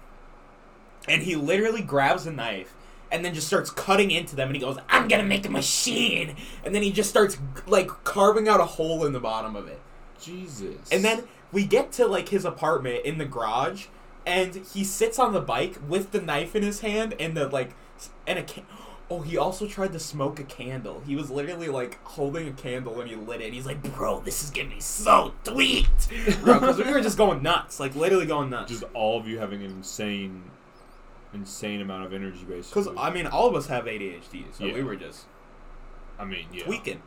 Speaker 2: and he literally grabs a knife. And then just starts cutting into them, and he goes, "I'm gonna make a machine." And then he just starts like carving out a hole in the bottom of it.
Speaker 1: Jesus.
Speaker 2: And then we get to like his apartment in the garage, and he sits on the bike with the knife in his hand and the like, s- and a can- Oh, he also tried to smoke a candle. He was literally like holding a candle and he lit it. He's like, "Bro, this is getting me so tweaked, bro." Because we were just going nuts, like literally going nuts.
Speaker 1: Just all of you having an insane, insane amount of energy, basically.
Speaker 2: Because I mean, all of us have ADHD, so
Speaker 1: Yeah.
Speaker 2: we were just
Speaker 1: I mean, yeah,
Speaker 2: tweaking.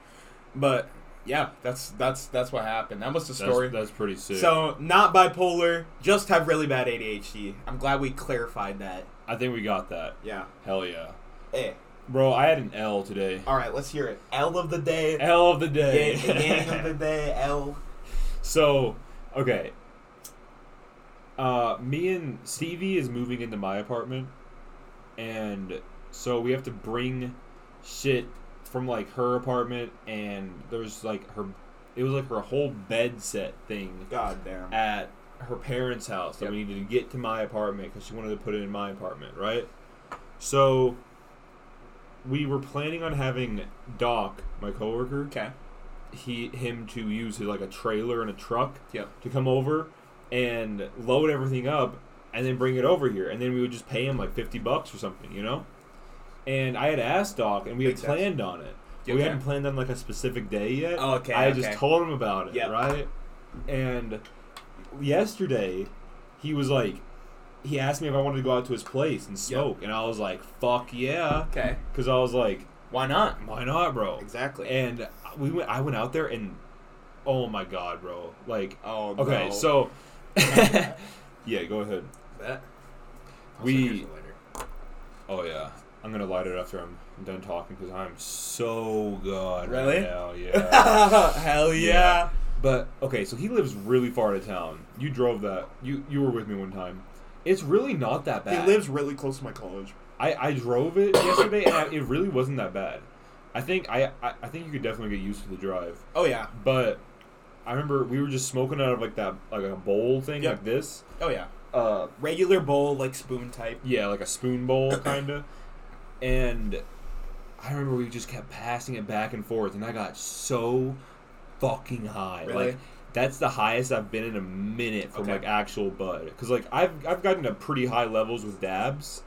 Speaker 2: But yeah, that's that's that's what happened. That was the
Speaker 1: that's,
Speaker 2: story.
Speaker 1: that's pretty sick.
Speaker 2: so not bipolar, just have really bad ADHD. I'm glad we clarified that.
Speaker 1: I think we got that.
Speaker 2: Yeah.
Speaker 1: Hell yeah,
Speaker 2: Eh.
Speaker 1: bro! I had an L today.
Speaker 2: All right, let's hear it. L of the day.
Speaker 1: L of the day.
Speaker 2: Gang, gang of the day. L.
Speaker 1: So, okay. Uh, me and Stevie is moving into my apartment, and so we have to bring shit from like her apartment, and there's like her, it was like her whole bed set thing
Speaker 2: God damn.
Speaker 1: at her parents' house that
Speaker 2: Yep.
Speaker 1: we needed to get to my apartment because she wanted to put it in my apartment, right? So, we were planning on having Doc, my coworker,
Speaker 2: Okay.
Speaker 1: he him to use his, like a trailer and a truck
Speaker 2: Yep.
Speaker 1: to come over and load everything up and then bring it over here and then we would just pay him like 50 bucks or something you know and i had asked doc and we had
Speaker 2: Makes sense.
Speaker 1: planned on it but we
Speaker 2: Okay.
Speaker 1: hadn't planned on like a specific day yet
Speaker 2: Oh, okay,
Speaker 1: i had just
Speaker 2: okay.
Speaker 1: told him about it
Speaker 2: Yep.
Speaker 1: right and yesterday he was like he asked me if i wanted to go out to his place and smoke and i was like fuck yeah
Speaker 2: Okay.
Speaker 1: because i was like
Speaker 2: Why not? Eh.
Speaker 1: why not bro
Speaker 2: Exactly.
Speaker 1: and we went. I went out there, and oh my god, bro! Like,
Speaker 2: oh.
Speaker 1: okay,
Speaker 2: no.
Speaker 1: so yeah, go ahead.
Speaker 2: That- I'll
Speaker 1: We-
Speaker 2: send you some later.
Speaker 1: Oh yeah, I'm gonna light it after I'm done talking because I'm so good.
Speaker 2: Really?
Speaker 1: Right now, yeah.
Speaker 2: Hell yeah.
Speaker 1: Yeah. but okay, so he lives really far out of town. You drove that. You you were with me one time. It's really not that bad.
Speaker 2: He lives really close to my college.
Speaker 1: I, I drove it yesterday, and I, it really wasn't that bad. I think I, I I think you could definitely get used to the drive.
Speaker 2: Oh yeah.
Speaker 1: But I remember we were just smoking out of like that like a bowl thing
Speaker 2: Yep.
Speaker 1: like this.
Speaker 2: Oh yeah.
Speaker 1: Uh
Speaker 2: Regular bowl, like spoon type.
Speaker 1: yeah, like a spoon bowl kinda. and I remember we just kept passing it back and forth and I got so fucking high.
Speaker 2: Really?
Speaker 1: Like that's the highest I've been in a minute from
Speaker 2: Okay.
Speaker 1: like actual bud. Cuz like I've I've gotten to pretty high levels with dabs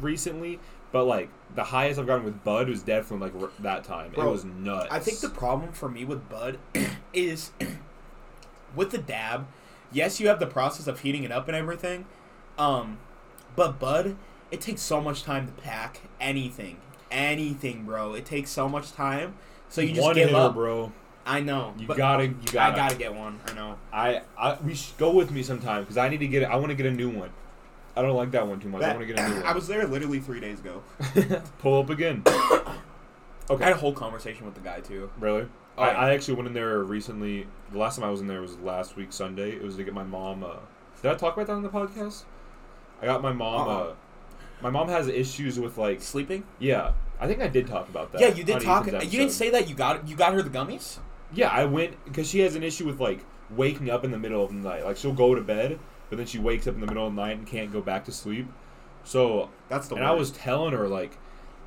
Speaker 1: recently, but like the highest I've gotten with bud was definitely like r- that time.
Speaker 2: Bro,
Speaker 1: it was nuts.
Speaker 2: I think the problem for me with Bud is with the dab. Yes, you have the process of heating it up and everything, um, but Bud, it takes so much time to pack anything, anything, bro. It takes so much time, so you just
Speaker 1: one
Speaker 2: give
Speaker 1: hitter,
Speaker 2: up.
Speaker 1: bro.
Speaker 2: I know.
Speaker 1: You
Speaker 2: but
Speaker 1: gotta, you gotta,
Speaker 2: I gotta get one. I know.
Speaker 1: I, I we should go with me sometime because I need to get. I want to get a new one. I don't like that one too much. I want to get a new one.
Speaker 2: I was there literally three days ago.
Speaker 1: pull up again.
Speaker 2: I had a whole conversation with the guy too.
Speaker 1: Really?
Speaker 2: Oh,
Speaker 1: I,
Speaker 2: yeah.
Speaker 1: I actually went in there recently. The last time I was in there was last week Sunday. It was to get my mom. Uh, did I talk about that on the podcast? I got my mom.
Speaker 2: Uh-uh.
Speaker 1: Uh, my mom has issues with like.
Speaker 2: Sleeping?
Speaker 1: Yeah, I think I did talk about that.
Speaker 2: yeah, you did
Speaker 1: on
Speaker 2: talk.
Speaker 1: Ethan's
Speaker 2: You didn't
Speaker 1: episode.
Speaker 2: say that you got you got her the gummies.
Speaker 1: Yeah, I went because she has an issue with like waking up in the middle of the night. Like she'll go to bed, but then she wakes up in the middle of the night and can't go back to sleep. So
Speaker 2: That's the
Speaker 1: and I was telling her like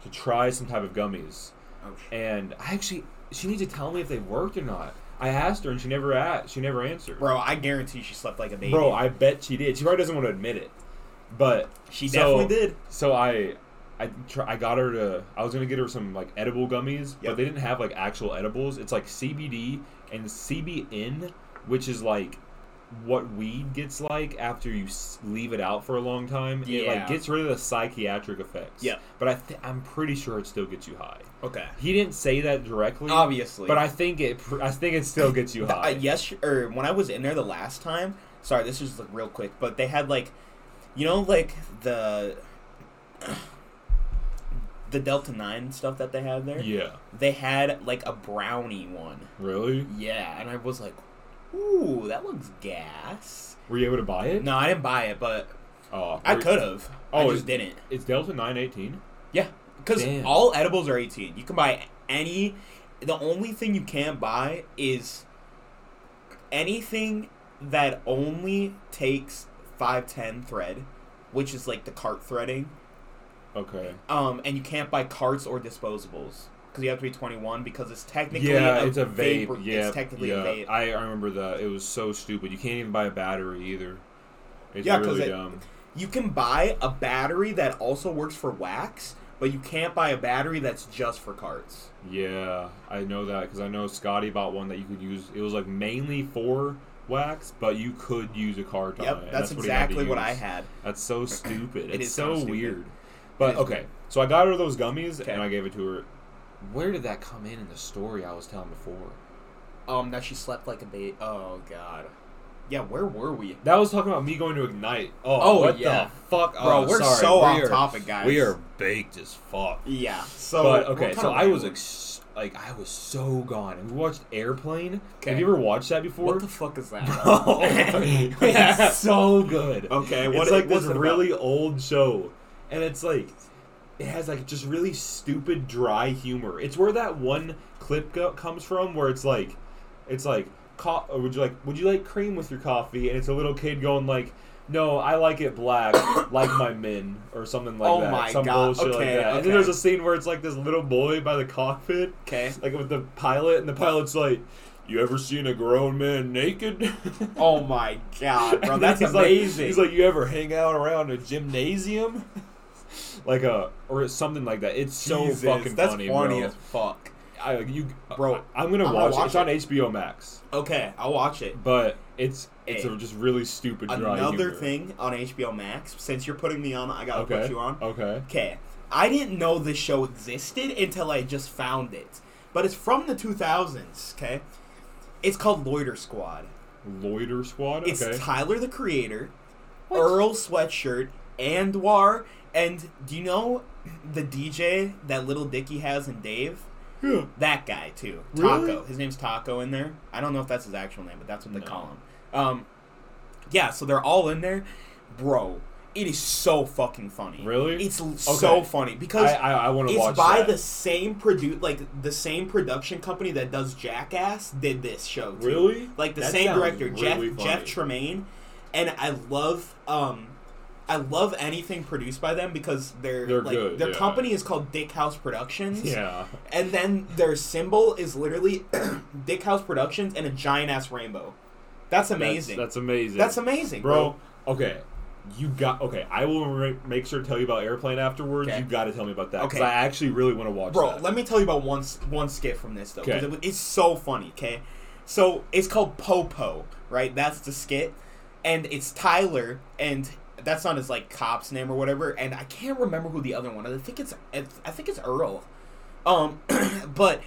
Speaker 1: to try some type of gummies,
Speaker 2: Oh, shit.
Speaker 1: and I actually she needs to tell me if they worked or not. I asked her and she never asked. She never answered.
Speaker 2: Bro, I guarantee she slept like a baby.
Speaker 1: Bro, I bet she did. She probably doesn't want to admit it, but
Speaker 2: she
Speaker 1: so-
Speaker 2: definitely did.
Speaker 1: so I. I, try, I got her to. I was gonna get her some like edible gummies,
Speaker 2: Yep.
Speaker 1: but they didn't have like actual edibles. It's like CBD and CBN, which is like what weed gets like after you s- leave it out for a long time. It
Speaker 2: Yeah.
Speaker 1: like gets rid of the psychiatric effects.
Speaker 2: Yep.
Speaker 1: But I th- I'm pretty sure it still gets you high.
Speaker 2: Okay.
Speaker 1: He didn't say that directly,
Speaker 2: Obviously.
Speaker 1: but I think it. pr- I think it still gets you
Speaker 2: The- uh,
Speaker 1: high.
Speaker 2: yes, or when I was in there the last time. Sorry, this is like real quick, but they had like, you know, like the the Delta Nine stuff that they had there.
Speaker 1: Yeah.
Speaker 2: They had like a brownie one.
Speaker 1: Really?
Speaker 2: Yeah, and I was like, ooh, that looks gas.
Speaker 1: Were you able to buy it?
Speaker 2: No, I didn't buy it, but
Speaker 1: Oh,
Speaker 2: I
Speaker 1: were-
Speaker 2: could have. I
Speaker 1: Oh,
Speaker 2: just didn't.
Speaker 1: It's Delta nine eighteen.
Speaker 2: Yeah, because
Speaker 1: Damn.
Speaker 2: all edibles are 18. You can buy any. The only thing you can't buy is anything that only takes 510 thread, which is like the cart threading.
Speaker 1: Okay.
Speaker 2: Um, and you can't buy carts or disposables because you have to be 21 because it's technically
Speaker 1: yeah,
Speaker 2: a
Speaker 1: it's a vape.
Speaker 2: vapor-
Speaker 1: yeah,
Speaker 2: it's technically
Speaker 1: yeah.
Speaker 2: a vape.
Speaker 1: I I remember that. It was so stupid. You can't even buy a battery either. It's
Speaker 2: Yeah, 'cause
Speaker 1: really
Speaker 2: it-
Speaker 1: dumb.
Speaker 2: You can buy a battery that also works for wax, but you can't buy a battery that's just for carts.
Speaker 1: Yeah, I know that because I know Scotty bought one that you could use. It was like mainly for wax, but you could use a card on it.
Speaker 2: Yep,
Speaker 1: and
Speaker 2: that's,
Speaker 1: he had to
Speaker 2: exactly what I
Speaker 1: use.
Speaker 2: had.
Speaker 1: That's so stupid.
Speaker 2: It
Speaker 1: it's
Speaker 2: is
Speaker 1: so
Speaker 2: kinda stupid.
Speaker 1: weird.
Speaker 2: It
Speaker 1: But
Speaker 2: is
Speaker 1: okay, so I got her those gummies
Speaker 2: Okay.
Speaker 1: and I gave it to her. Where did that come in in the story I was telling before?
Speaker 2: Um, that she slept like a baby. Oh God. Yeah, where were we?
Speaker 1: That was talking about me going to ignite. Oh,
Speaker 2: Oh,
Speaker 1: what
Speaker 2: yeah.
Speaker 1: the fuck,
Speaker 2: Bro,
Speaker 1: Oh,
Speaker 2: we're
Speaker 1: sorry.
Speaker 2: so
Speaker 1: we
Speaker 2: off
Speaker 1: are,
Speaker 2: topic, guys.
Speaker 1: We are baked as fuck.
Speaker 2: Yeah. So
Speaker 1: but
Speaker 2: what
Speaker 1: okay,
Speaker 2: kind
Speaker 1: so
Speaker 2: of
Speaker 1: I was
Speaker 2: random-
Speaker 1: ex- like, I was so gone. And we watched Airplane. Have
Speaker 2: Okay.
Speaker 1: you ever watched that before?
Speaker 2: What the Oh, fuck is that?
Speaker 1: Bro, it's so good.
Speaker 2: Okay,
Speaker 1: It's
Speaker 2: what
Speaker 1: like
Speaker 2: what's
Speaker 1: this
Speaker 2: it about?
Speaker 1: really old show, and it's like it has like just really stupid, dry humor. It's where that one clip go- comes from, where it's like, it's like, co- or would you like, would you like cream with your coffee? And it's a little kid going like. No, I like it black, like my men, or something like
Speaker 2: Oh
Speaker 1: that.
Speaker 2: my
Speaker 1: Some
Speaker 2: God,
Speaker 1: bullshit like
Speaker 2: okay,
Speaker 1: that. And then
Speaker 2: okay.
Speaker 1: there's a scene where it's like this little boy by the cockpit,
Speaker 2: okay.
Speaker 1: like with the pilot, and the pilot's like, "You ever seen a grown man naked?"
Speaker 2: Oh my god, bro,
Speaker 1: And
Speaker 2: that's
Speaker 1: he's
Speaker 2: amazing.
Speaker 1: Like, he's like, you ever hang out around a gymnasium? like a or something like that. It's so
Speaker 2: Jesus,
Speaker 1: fucking
Speaker 2: that's
Speaker 1: funny,
Speaker 2: funny
Speaker 1: bro. Uh,
Speaker 2: as fuck.
Speaker 1: I, you,
Speaker 2: Bro,
Speaker 1: bro, I'm gonna
Speaker 2: I'm gonna
Speaker 1: watch,
Speaker 2: watch
Speaker 1: it. It's on HBO Max,
Speaker 2: Okay, I'll watch it.
Speaker 1: but it's it's
Speaker 2: Hey.
Speaker 1: a just really stupid. dry
Speaker 2: Another
Speaker 1: humor.
Speaker 2: thing on HBO Max. Since you're putting me on, I gotta
Speaker 1: Okay.
Speaker 2: put you on.
Speaker 1: Okay.
Speaker 2: Okay, I didn't know this show existed until I just found it. But it's from the 2000s. Okay, it's called Loiter Squad.
Speaker 1: Loiter Squad. Okay.
Speaker 2: It's Tyler the Creator,
Speaker 1: What?
Speaker 2: Earl Sweatshirt, Andwar, and do you know the DJ that Little Dicky has in Dave?
Speaker 1: Yeah.
Speaker 2: That guy too, Taco.
Speaker 1: Really?
Speaker 2: His name's Taco in there. I don't know if that's his actual name, but that's what they
Speaker 1: No.
Speaker 2: call him. Um, yeah, so they're all in there, bro. It is so fucking funny.
Speaker 1: Really?
Speaker 2: It's l- so
Speaker 1: Okay.
Speaker 2: funny
Speaker 1: I
Speaker 2: because
Speaker 1: I, I want to watch
Speaker 2: it's by
Speaker 1: that.
Speaker 2: the same produ like the same production company that does Jackass did this show. Too.
Speaker 1: Really?
Speaker 2: Like the
Speaker 1: That
Speaker 2: same
Speaker 1: sounds
Speaker 2: director, Jeff
Speaker 1: really
Speaker 2: Jeff
Speaker 1: funny.
Speaker 2: Tremaine, and I love um, I love anything produced by them because they're,
Speaker 1: They're
Speaker 2: like
Speaker 1: good,
Speaker 2: their
Speaker 1: yeah.
Speaker 2: company is called Dick House Productions.
Speaker 1: Yeah.
Speaker 2: And then their symbol is literally Dick House Productions and a giant ass rainbow. That's amazing. That's,
Speaker 1: That's, that's amazing.
Speaker 2: amazing,
Speaker 1: bro.
Speaker 2: bro.
Speaker 1: Okay, you got okay. I will re- make sure to tell you about airplane afterwards.
Speaker 2: Okay.
Speaker 1: You got to tell me about that because
Speaker 2: Okay.
Speaker 1: I actually really want to watch.
Speaker 2: Bro,
Speaker 1: that.
Speaker 2: let me tell you about one s- one skit from this though, 'cause
Speaker 1: Okay.
Speaker 2: it, was- it's so funny. Okay, so it's called Popo, right? That's the skit, and it's Tyler, and that's not his like cop's name or whatever, and I can't remember who the other one. is. I think it's I think it's Earl, um, but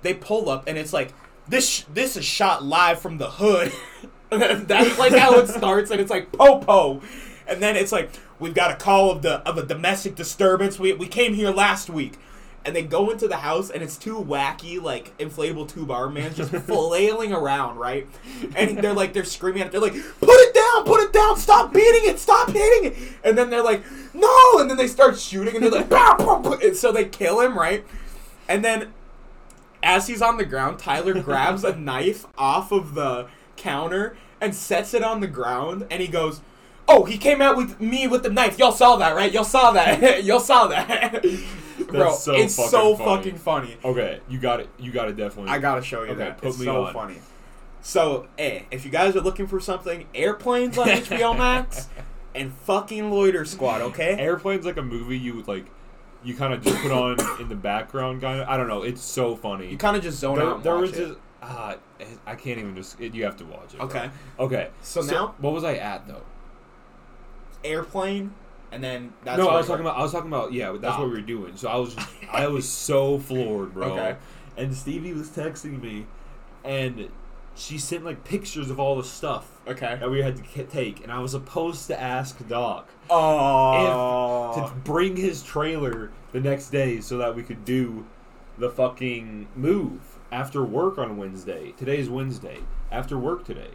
Speaker 2: they pull up and it's like this sh- this is shot live from the hood. That's like how it starts and it's like popo. And then it's like we've got a call of the of a domestic disturbance. We we came here last week. And they go into the house and it's two wacky like inflatable tube arm mans just flailing around, right? And they're like they're screaming at it. They're like, "Put it down! Put it down! Stop beating it! Stop hitting it!" And then they're like, "No!" And then they start shooting and they're like, "Pow, pow, pow." And so they kill him, right? And then as he's on the ground, Tyler grabs a knife off of the counter and sets it on the ground, and he goes, "Oh, he came out with me with the knife. Y'all saw that, right? Y'all saw that. Y'all saw that." Bro,
Speaker 1: That's so
Speaker 2: it's
Speaker 1: fucking
Speaker 2: so
Speaker 1: funny.
Speaker 2: fucking funny.
Speaker 1: Okay, you got it. You got to definitely.
Speaker 2: I gotta show you
Speaker 1: Okay,
Speaker 2: that.
Speaker 1: put
Speaker 2: it's
Speaker 1: me
Speaker 2: so
Speaker 1: on.
Speaker 2: funny. So, hey, if you guys are looking for something, airplanes on HBO Max and fucking Loiter Squad, okay?
Speaker 1: Airplane's like a movie you would like. You kind of just put on in the background, kind of. I don't know. It's so funny.
Speaker 2: You kind of just zone
Speaker 1: there,
Speaker 2: out. And
Speaker 1: there
Speaker 2: watch
Speaker 1: was
Speaker 2: it.
Speaker 1: just ah, I can't even just. It, you have to watch it. bro.
Speaker 2: okay.
Speaker 1: Okay.
Speaker 2: So now-
Speaker 1: what was I at though?
Speaker 2: Airplane, and then that's
Speaker 1: no,
Speaker 2: where
Speaker 1: I was
Speaker 2: you're-
Speaker 1: talking about. I was talking about. Yeah, that's
Speaker 2: Ah.
Speaker 1: what we were doing. So I was, I was so floored, bro.
Speaker 2: Okay.
Speaker 1: And Stevie was texting me, and she sent like pictures of all the stuff
Speaker 2: Okay.
Speaker 1: that we had to ca- take, and I was supposed to ask Doc
Speaker 2: Oh.
Speaker 1: to bring his trailer the next day so that we could do the fucking move after work on Wednesday. Today's Wednesday. After work today.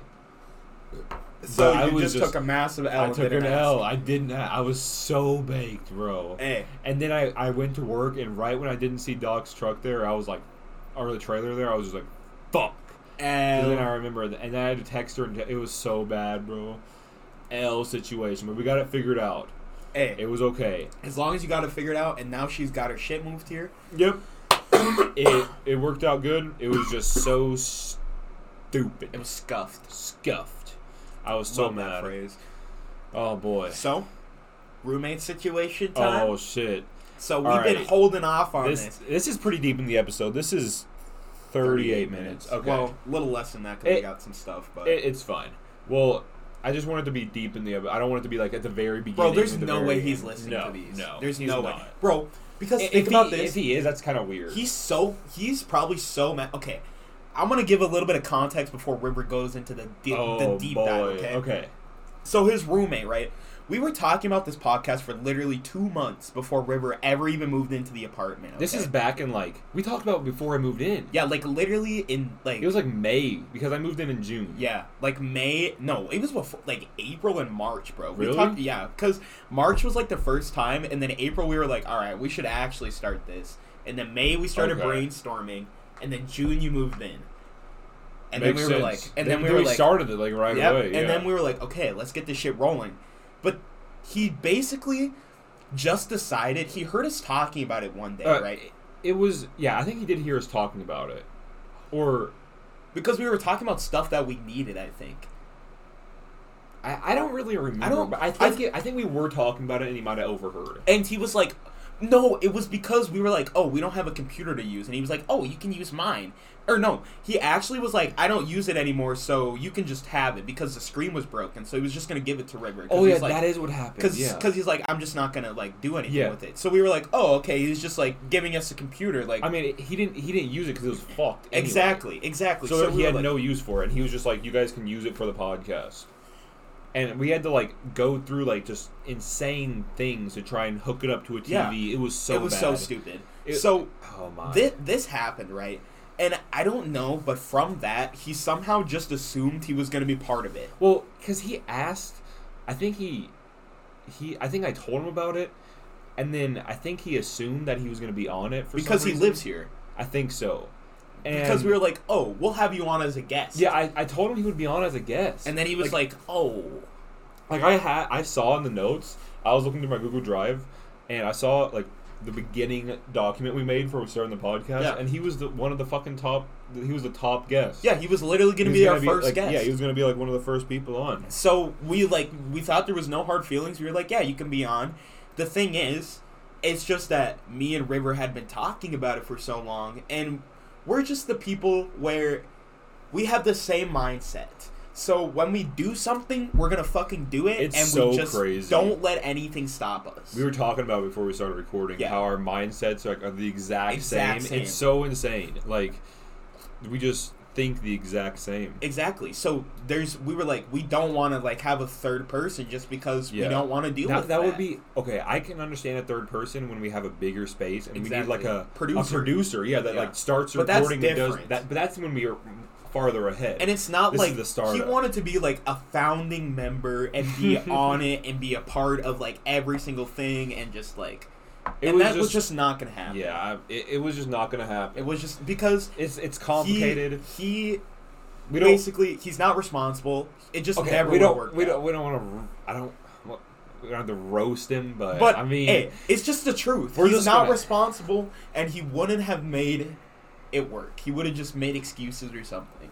Speaker 2: so
Speaker 1: but I
Speaker 2: you
Speaker 1: was
Speaker 2: just,
Speaker 1: just-
Speaker 2: took a massive L.
Speaker 1: I
Speaker 2: and
Speaker 1: took
Speaker 2: didn't
Speaker 1: an
Speaker 2: ask.
Speaker 1: L. I didn't. ha- I was so baked, bro.
Speaker 2: Hey,
Speaker 1: And then I, I went to work, and right when I didn't see Doc's truck there, I was like, or the trailer there, I was just like, fuck. And then I
Speaker 2: L.
Speaker 1: remember, th- and then I had to text her, and t- it was so bad, bro. L situation, but we got it figured out. It
Speaker 2: Hey,
Speaker 1: was okay.
Speaker 2: eh, as long as you got it figured out, and now she's got her shit moved here.
Speaker 1: Yep. it it worked out good. It was just so stupid,
Speaker 2: It was scuffed.
Speaker 1: scuffed. I was so
Speaker 2: Love that
Speaker 1: mad.
Speaker 2: phrase.
Speaker 1: Oh boy.
Speaker 2: So, roommate situation time.
Speaker 1: Oh shit.
Speaker 2: So we've
Speaker 1: All
Speaker 2: been
Speaker 1: right.
Speaker 2: holding off on this.
Speaker 1: This this is pretty deep in the episode. This is 38 minutes. Okay.
Speaker 2: Well, a little less than that because we
Speaker 1: It-
Speaker 2: got some stuff, but
Speaker 1: It, it's fine. Well, I just want it to be deep in the. ep- I don't want it to be like at the very beginning.
Speaker 2: bro, there's
Speaker 1: and the
Speaker 2: no
Speaker 1: very
Speaker 2: way
Speaker 1: end.
Speaker 2: he's listening
Speaker 1: No,
Speaker 2: to these.
Speaker 1: No,
Speaker 2: there's
Speaker 1: he's
Speaker 2: no way,
Speaker 1: not.
Speaker 2: bro. Because
Speaker 1: If
Speaker 2: think
Speaker 1: he-
Speaker 2: about this.
Speaker 1: If he is, that's kind of weird.
Speaker 2: He's so he's probably so mad. Okay, I'm gonna give a little bit of context before River goes into the di-
Speaker 1: oh
Speaker 2: the deep
Speaker 1: boy.
Speaker 2: dive. Okay? So his roommate, right? We were talking about this podcast for literally two months before River ever even moved into the apartment.
Speaker 1: This
Speaker 2: okay?
Speaker 1: is back in like we talked about before I moved in.
Speaker 2: yeah, like literally in like
Speaker 1: It was like May because I moved in in June.
Speaker 2: yeah, like May. No, it was before like April and March, bro. We
Speaker 1: Really?
Speaker 2: talked yeah, because March was like the first time, and then April we were like, all right, we should actually start this, and then May we started
Speaker 1: Okay.
Speaker 2: brainstorming, and then June you moved in. And
Speaker 1: Makes
Speaker 2: then we were
Speaker 1: sense.
Speaker 2: like, and
Speaker 1: They-
Speaker 2: then we
Speaker 1: they
Speaker 2: were like,
Speaker 1: started it like right
Speaker 2: Yep,
Speaker 1: away. yeah.
Speaker 2: And then we were like, okay, let's get this shit rolling. But he basically just decided he heard us talking about it one day,
Speaker 1: Uh,
Speaker 2: right?
Speaker 1: It was yeah. I think he did hear us talking about it, or
Speaker 2: Because we were talking about stuff that we needed, I think.
Speaker 1: I, I don't really remember.
Speaker 2: I don't-
Speaker 1: But I think it, I think we were talking about it, and he might have overheard.
Speaker 2: And he was like, no, it was because we were like, oh, we don't have a computer to use. And he was like, oh, you can use mine. Or no, he actually was like, I don't use it anymore, so you can just have it because the screen was broken. So he was just going to give it to River. 'cause
Speaker 1: Oh
Speaker 2: he
Speaker 1: yeah,
Speaker 2: was like,
Speaker 1: that is what happened.
Speaker 2: because
Speaker 1: yeah.
Speaker 2: he's like, I'm just not going to like do anything
Speaker 1: Yeah.
Speaker 2: with it. So we were like, oh, okay, he's just like giving us a computer. Like,
Speaker 1: I mean, he didn't he didn't use it because it was fucked. anyway.
Speaker 2: Exactly, exactly.
Speaker 1: So,
Speaker 2: we
Speaker 1: he
Speaker 2: were
Speaker 1: had
Speaker 2: like-
Speaker 1: no use for it, and he was just like, "You guys can use it for the podcast." And we had to like go through like just insane things to try and hook it up to a TV.
Speaker 2: Yeah.
Speaker 1: It was so
Speaker 2: it was
Speaker 1: bad.
Speaker 2: so stupid.
Speaker 1: It-
Speaker 2: so
Speaker 1: Oh my.
Speaker 2: this this happened right, and I don't know, but from that he somehow just assumed he was going to be part of it.
Speaker 1: Well, because he asked, I think he, he, I think I told him about it, and then I think he assumed that he was going to be on it for some
Speaker 2: Because he
Speaker 1: reason.
Speaker 2: lives here.
Speaker 1: I think so. And
Speaker 2: Because we were like, oh, we'll have you on as a guest.
Speaker 1: yeah, I, I told him he would be on as a guest,
Speaker 2: And then he was like, oh.
Speaker 1: like I had, I saw in the notes, I was looking through my Google Drive, and I saw like the beginning document we made for starting the podcast,
Speaker 2: Yeah.
Speaker 1: and he was the one of the fucking top, he was the top guest.
Speaker 2: Yeah, he was literally going
Speaker 1: He
Speaker 2: to
Speaker 1: was gonna
Speaker 2: be our first
Speaker 1: like,
Speaker 2: guest.
Speaker 1: Yeah, he was going to be like one of the first people on.
Speaker 2: So we like we thought there was no hard feelings. We were like, yeah, you can be on. The thing is, it's just that me and River had been talking about it for so long, and we're just the people where we have the same mindset. So when we do something, we're gonna fucking do it,
Speaker 1: It's
Speaker 2: and
Speaker 1: so
Speaker 2: we just
Speaker 1: crazy.
Speaker 2: don't let anything stop us.
Speaker 1: We were talking about before we started recording
Speaker 2: Yeah.
Speaker 1: how our mindsets like are the exact,
Speaker 2: Exact
Speaker 1: same.
Speaker 2: same.
Speaker 1: It's so insane. Like we just think the exact same.
Speaker 2: exactly. So there's we were like, we don't want to like have a third person just because we
Speaker 1: Yeah.
Speaker 2: don't want to deal
Speaker 1: Now,
Speaker 2: with
Speaker 1: that, would be okay. I can understand a third person when we have a bigger space and we need like a
Speaker 2: Exactly. Producer.
Speaker 1: a producer. Yeah, that
Speaker 2: Yeah.
Speaker 1: like starts
Speaker 2: But that's
Speaker 1: recording and does
Speaker 2: different.
Speaker 1: that. But that's when we are farther ahead.
Speaker 2: And it's not
Speaker 1: This is
Speaker 2: like
Speaker 1: the startup.
Speaker 2: he wanted to be like a founding member and be on it and be a part of like every single thing and just like
Speaker 1: It
Speaker 2: and
Speaker 1: was
Speaker 2: that was
Speaker 1: just-
Speaker 2: just not gonna happen.
Speaker 1: yeah, I- it, it was just not gonna happen.
Speaker 2: It was just because
Speaker 1: It's it's
Speaker 2: he-
Speaker 1: complicated.
Speaker 2: He,
Speaker 1: we don't
Speaker 2: basically he's not responsible. It just
Speaker 1: okay.
Speaker 2: never
Speaker 1: We don't,
Speaker 2: worked
Speaker 1: we
Speaker 2: out.
Speaker 1: don't we don't want to. I don't. We don't have to roast him, but,
Speaker 2: But
Speaker 1: I mean,
Speaker 2: hey, it's just the truth.
Speaker 1: we're
Speaker 2: He's
Speaker 1: just
Speaker 2: not
Speaker 1: gonna-
Speaker 2: responsible and he wouldn't have made it work. He would have just made excuses or something.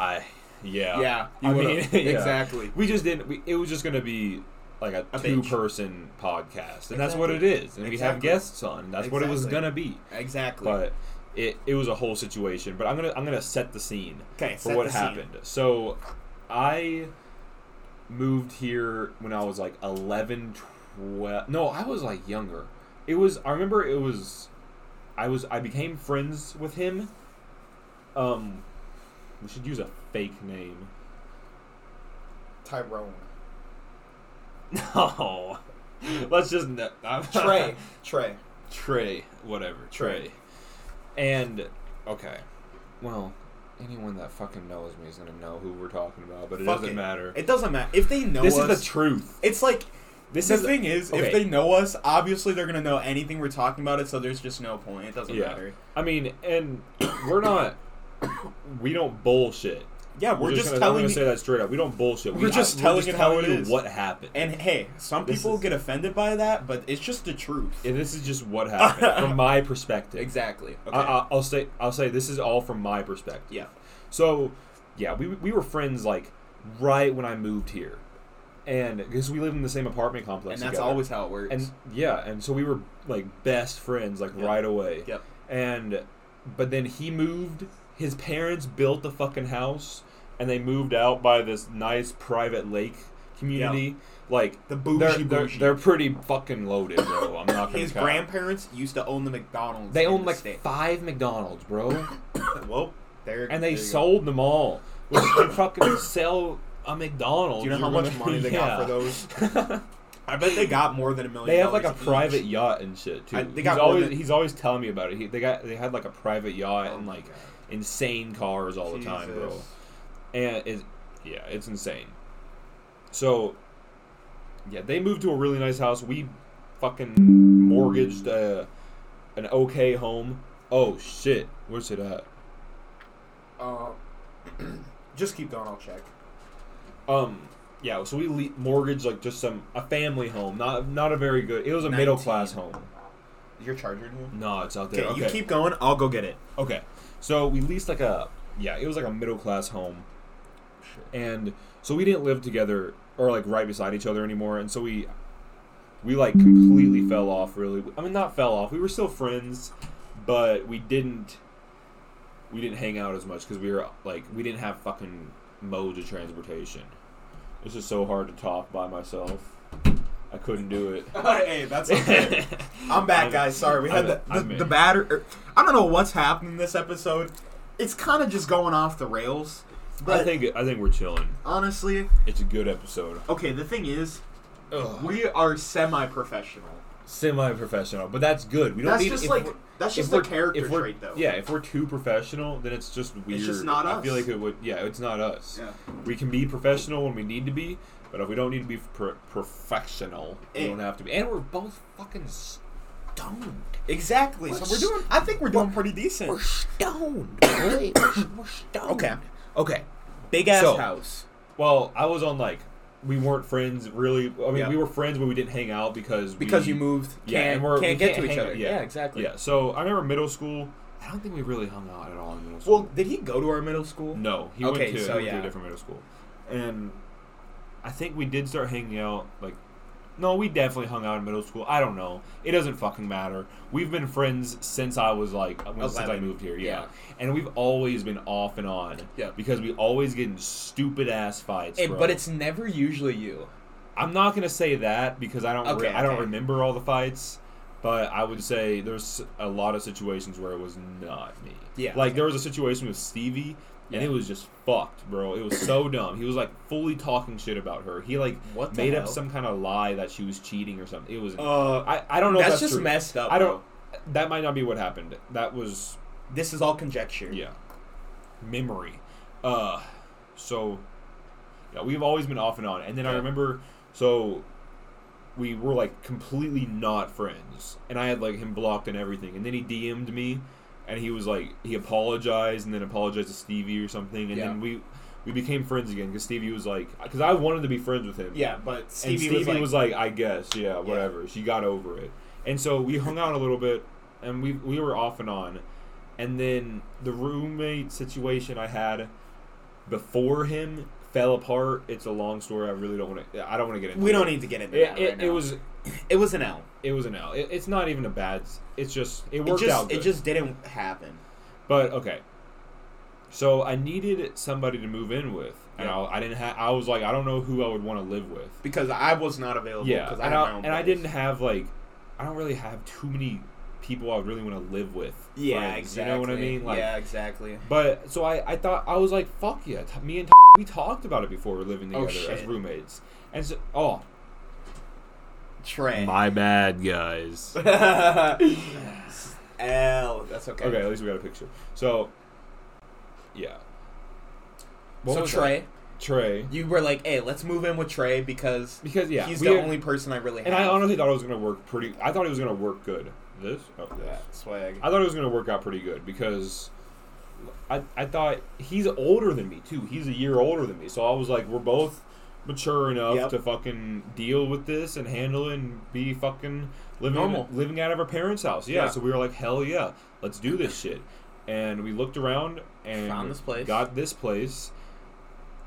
Speaker 1: I yeah
Speaker 2: Yeah.
Speaker 1: I
Speaker 2: you
Speaker 1: mean
Speaker 2: would've.
Speaker 1: yeah.
Speaker 2: Exactly.
Speaker 1: We just didn't. We, it was just gonna be like a,
Speaker 2: A
Speaker 1: two
Speaker 2: bitch.
Speaker 1: person podcast, and that's what it
Speaker 2: Exactly.
Speaker 1: is. And we have
Speaker 2: Exactly.
Speaker 1: guests on. That's what it was
Speaker 2: Exactly.
Speaker 1: gonna be.
Speaker 2: Exactly.
Speaker 1: But it it was a whole situation. But I'm gonna I'm gonna set the scene
Speaker 2: okay,
Speaker 1: for
Speaker 2: set
Speaker 1: what
Speaker 2: the scene.
Speaker 1: happened. So I moved here when I was like 11, 12. No, I was like younger. It was I remember it was I was I became friends with him. Um we should use a fake name.
Speaker 2: Tyrone.
Speaker 1: No. Let's just no, I'm-
Speaker 2: Trey. Trey.
Speaker 1: Trey, whatever. Trey. And okay. Well, anyone that fucking knows me is going to know who we're talking about, but it
Speaker 2: Fuck
Speaker 1: doesn't
Speaker 2: it.
Speaker 1: matter.
Speaker 2: It doesn't matter if they know
Speaker 1: this
Speaker 2: us.
Speaker 1: is the truth.
Speaker 2: it's like
Speaker 1: This
Speaker 2: the
Speaker 1: is
Speaker 2: thing is,
Speaker 1: okay.
Speaker 2: if they know us, obviously they're gonna know anything we're talking about. It so there's just no point. It doesn't
Speaker 1: Yeah.
Speaker 2: matter.
Speaker 1: I mean, and we're not we don't bullshit.
Speaker 2: Yeah, we're, just,
Speaker 1: gonna, I'm
Speaker 2: telling.
Speaker 1: going to say
Speaker 2: you
Speaker 1: that straight up. We don't bullshit. We,
Speaker 2: We're just
Speaker 1: I-
Speaker 2: telling
Speaker 1: we're
Speaker 2: it
Speaker 1: just
Speaker 2: how
Speaker 1: telling
Speaker 2: it
Speaker 1: you
Speaker 2: is.
Speaker 1: what happened.
Speaker 2: And hey, some
Speaker 1: This
Speaker 2: people
Speaker 1: is-
Speaker 2: get offended by that, but it's just the truth.
Speaker 1: And this is just what happened from my perspective.
Speaker 2: exactly. Okay.
Speaker 1: I, I, I'll say I'll say this is all from my perspective.
Speaker 2: yeah.
Speaker 1: So, yeah, we, we were friends like right when I moved here, and because we lived in the same apartment complex,
Speaker 2: and that's
Speaker 1: together.
Speaker 2: always how it works.
Speaker 1: and yeah, and so we were like best friends like
Speaker 2: Yep.
Speaker 1: right away.
Speaker 2: Yep.
Speaker 1: And but then he moved. His parents built the fucking house, and they moved out by this nice private lake community. Like
Speaker 2: the
Speaker 1: they're,
Speaker 2: bougie
Speaker 1: they're,
Speaker 2: bougie.
Speaker 1: they're pretty fucking loaded, bro. I'm not gonna.
Speaker 2: His
Speaker 1: count.
Speaker 2: grandparents used to own the McDonald's.
Speaker 1: They
Speaker 2: in
Speaker 1: owned
Speaker 2: the
Speaker 1: like
Speaker 2: state.
Speaker 1: five McDonald's, bro,
Speaker 2: well, there
Speaker 1: and they
Speaker 2: there you go.
Speaker 1: sold them all. Which they fucking sell a McDonald's.
Speaker 2: Do you know how much money they got for those?
Speaker 1: those?
Speaker 2: I bet they got more than a million.
Speaker 1: They have like a
Speaker 2: dollars
Speaker 1: private
Speaker 2: each.
Speaker 1: yacht and shit too.
Speaker 2: I- they
Speaker 1: he's
Speaker 2: got more
Speaker 1: always
Speaker 2: than-
Speaker 1: he's always telling me about it. He, they got they had like a private yacht
Speaker 2: Oh
Speaker 1: and
Speaker 2: my
Speaker 1: like
Speaker 2: God.
Speaker 1: insane cars all the time, bro.
Speaker 2: Jesus.
Speaker 1: And it, yeah, it's insane. So, yeah, they moved to a really nice house. We fucking mortgaged uh, an okay home. Oh shit, where's it at?
Speaker 2: Uh, just keep going. I'll check.
Speaker 1: Um, yeah, so we le- mortgaged like just some a family home, not not a very good. It was a middle class home.
Speaker 2: Is your charger new?
Speaker 1: No, it's out there.
Speaker 2: Okay,
Speaker 1: Okay,
Speaker 2: you keep going. I'll go get it.
Speaker 1: Okay, so we leased like a yeah, it was like a middle class home, and so we didn't live together or like right beside each other anymore, and so we we like completely fell off. Really, I mean not fell off. We were still friends, but we didn't we didn't hang out as much because we were like we didn't have fucking modes of transportation. This is so hard to talk by myself. I couldn't do it.
Speaker 2: hey, that's okay. I'm back, guys. Sorry, we
Speaker 1: I'm-
Speaker 2: had the the,
Speaker 1: I'm in.
Speaker 2: the batter. er, I don't know what's happening this episode. It's kind of just going off the rails. But
Speaker 1: I think I think we're chilling.
Speaker 2: honestly,
Speaker 1: It's a good episode.
Speaker 2: okay. The thing is, we are semi-professional.
Speaker 1: semi-professional, but that's good. We don't
Speaker 2: That's
Speaker 1: need.
Speaker 2: just
Speaker 1: if
Speaker 2: like
Speaker 1: we're-
Speaker 2: that's
Speaker 1: if
Speaker 2: just
Speaker 1: we're-
Speaker 2: a character
Speaker 1: if we're-
Speaker 2: trait, though.
Speaker 1: Yeah, if we're too professional, then it's just weird.
Speaker 2: just not
Speaker 1: I feel
Speaker 2: us.
Speaker 1: like it would. Yeah, it's not us.
Speaker 2: Yeah.
Speaker 1: We can be professional when we need to be, but if we don't need to be pro- professional, we
Speaker 2: Eh.
Speaker 1: don't have to be. And we're both fucking stoned.
Speaker 2: Exactly.
Speaker 1: We're s-
Speaker 2: I think we're
Speaker 1: we're-
Speaker 2: pretty decent.
Speaker 1: We're stoned. Really? we're stoned.
Speaker 2: Okay. Okay. Big ass
Speaker 1: So-
Speaker 2: house.
Speaker 1: Well, I was on like we weren't friends really. I mean,
Speaker 2: Yeah.
Speaker 1: we were friends, but we didn't hang out because
Speaker 2: Because
Speaker 1: we,
Speaker 2: you moved, can't,
Speaker 1: Yeah, and we're, we
Speaker 2: can't get to each
Speaker 1: hang out-
Speaker 2: other. Yeah, exactly.
Speaker 1: Yeah. So I remember middle school. I don't think we really hung out at all in middle school.
Speaker 2: Well, did he go to our middle school?
Speaker 1: No, he
Speaker 2: Okay,
Speaker 1: went to,
Speaker 2: so
Speaker 1: he went to
Speaker 2: yeah.
Speaker 1: a different middle school, and I think we did start hanging out. Like, no, we definitely hung out in middle school. I don't know. It doesn't fucking matter. We've been friends since I was like when- since I
Speaker 2: Eleven.
Speaker 1: moved here. Yeah.
Speaker 2: Yeah.
Speaker 1: and we've always been off and on.
Speaker 2: Yeah.
Speaker 1: because we always get in stupid ass fights.
Speaker 2: Eh,
Speaker 1: bro.
Speaker 2: but it's never usually you.
Speaker 1: I'm not gonna say that because I don't re-
Speaker 2: Okay,
Speaker 1: I don't
Speaker 2: okay.
Speaker 1: remember all the fights, but I would say there's a lot of situations where it was not me.
Speaker 2: Yeah,
Speaker 1: like
Speaker 2: okay.
Speaker 1: there was a situation with Stevie, and
Speaker 2: Yeah.
Speaker 1: it was just fucked, bro. It was so dumb. He was like fully talking shit about her. He like
Speaker 2: What the
Speaker 1: made up
Speaker 2: hell?
Speaker 1: some kind of lie that she was cheating or something. It was
Speaker 2: Uh,
Speaker 1: I I don't know. if
Speaker 2: that's,
Speaker 1: that's
Speaker 2: just
Speaker 1: true.
Speaker 2: messed up.
Speaker 1: I don't. That might not be what happened. That was
Speaker 2: bro. This is all conjecture.
Speaker 1: yeah. Memory. Uh so yeah, we've always been off and on. And then I
Speaker 2: Yeah.
Speaker 1: remember so we were like completely not friends. And I had like him blocked and everything. And then he DM'd me and he was like he apologized and then apologized to Stevie or something and
Speaker 2: Yeah.
Speaker 1: then we we became friends again cuz Stevie was like cuz I wanted to be friends with him.
Speaker 2: Yeah, but Stevie,
Speaker 1: And Stevie
Speaker 2: was like,
Speaker 1: I guess, yeah, whatever. She got over it. And so we hung out a little bit and we we were off and on. And then the roommate situation I had before him fell apart. It's a long story. I really don't want to I don't want to get into
Speaker 2: we
Speaker 1: it.
Speaker 2: don't need to get into
Speaker 1: it,
Speaker 2: that
Speaker 1: it,
Speaker 2: right now.
Speaker 1: it was
Speaker 2: it was an L.
Speaker 1: it was an L. It, it's not even a bad. s- It's just it
Speaker 2: It
Speaker 1: worked
Speaker 2: just
Speaker 1: out. Good.
Speaker 2: it just didn't happen.
Speaker 1: But okay. So I needed somebody to move in with, and
Speaker 2: Yeah.
Speaker 1: I, I didn't have. I was like, I don't know who I would want to live with.
Speaker 2: Because I was not available.
Speaker 1: Yeah,
Speaker 2: because
Speaker 1: and,
Speaker 2: I,
Speaker 1: I,
Speaker 2: had my own
Speaker 1: and I
Speaker 2: place.
Speaker 1: didn't have like, I don't really have too many people I would really want to live with.
Speaker 2: Yeah,
Speaker 1: friends,
Speaker 2: exactly.
Speaker 1: You know what I mean? Like,
Speaker 2: yeah, exactly.
Speaker 1: But so I, I thought I was like, fuck yeah. t- Me and t- we talked about it before we were living
Speaker 2: Oh,
Speaker 1: together as
Speaker 2: shit.
Speaker 1: roommates, and so oh,
Speaker 2: Trey.
Speaker 1: bad, guys.
Speaker 2: L. That's okay.
Speaker 1: okay, at least we got a picture. So, yeah. What
Speaker 2: So
Speaker 1: was
Speaker 2: Trey,
Speaker 1: that? Trey,
Speaker 2: you were like, "Hey, let's move in with Trey because
Speaker 1: because yeah,
Speaker 2: he's
Speaker 1: we
Speaker 2: the
Speaker 1: had-
Speaker 2: only person I really
Speaker 1: And I
Speaker 2: have."
Speaker 1: honestly thought it was gonna work pretty. I thought it was gonna work good. This, oh,
Speaker 2: yeah, swag.
Speaker 1: I thought it was going to work out pretty good because I, I thought he's older than me too. He's a year older than me, so I was like, we're both mature enough
Speaker 2: Yep.
Speaker 1: to fucking deal with this and handle it and be fucking living
Speaker 2: Normal.
Speaker 1: living out of our parents' house. Yeah,
Speaker 2: Yeah.
Speaker 1: So we were like, hell yeah, let's do this shit. And we looked around and
Speaker 2: Found this place.
Speaker 1: got this place.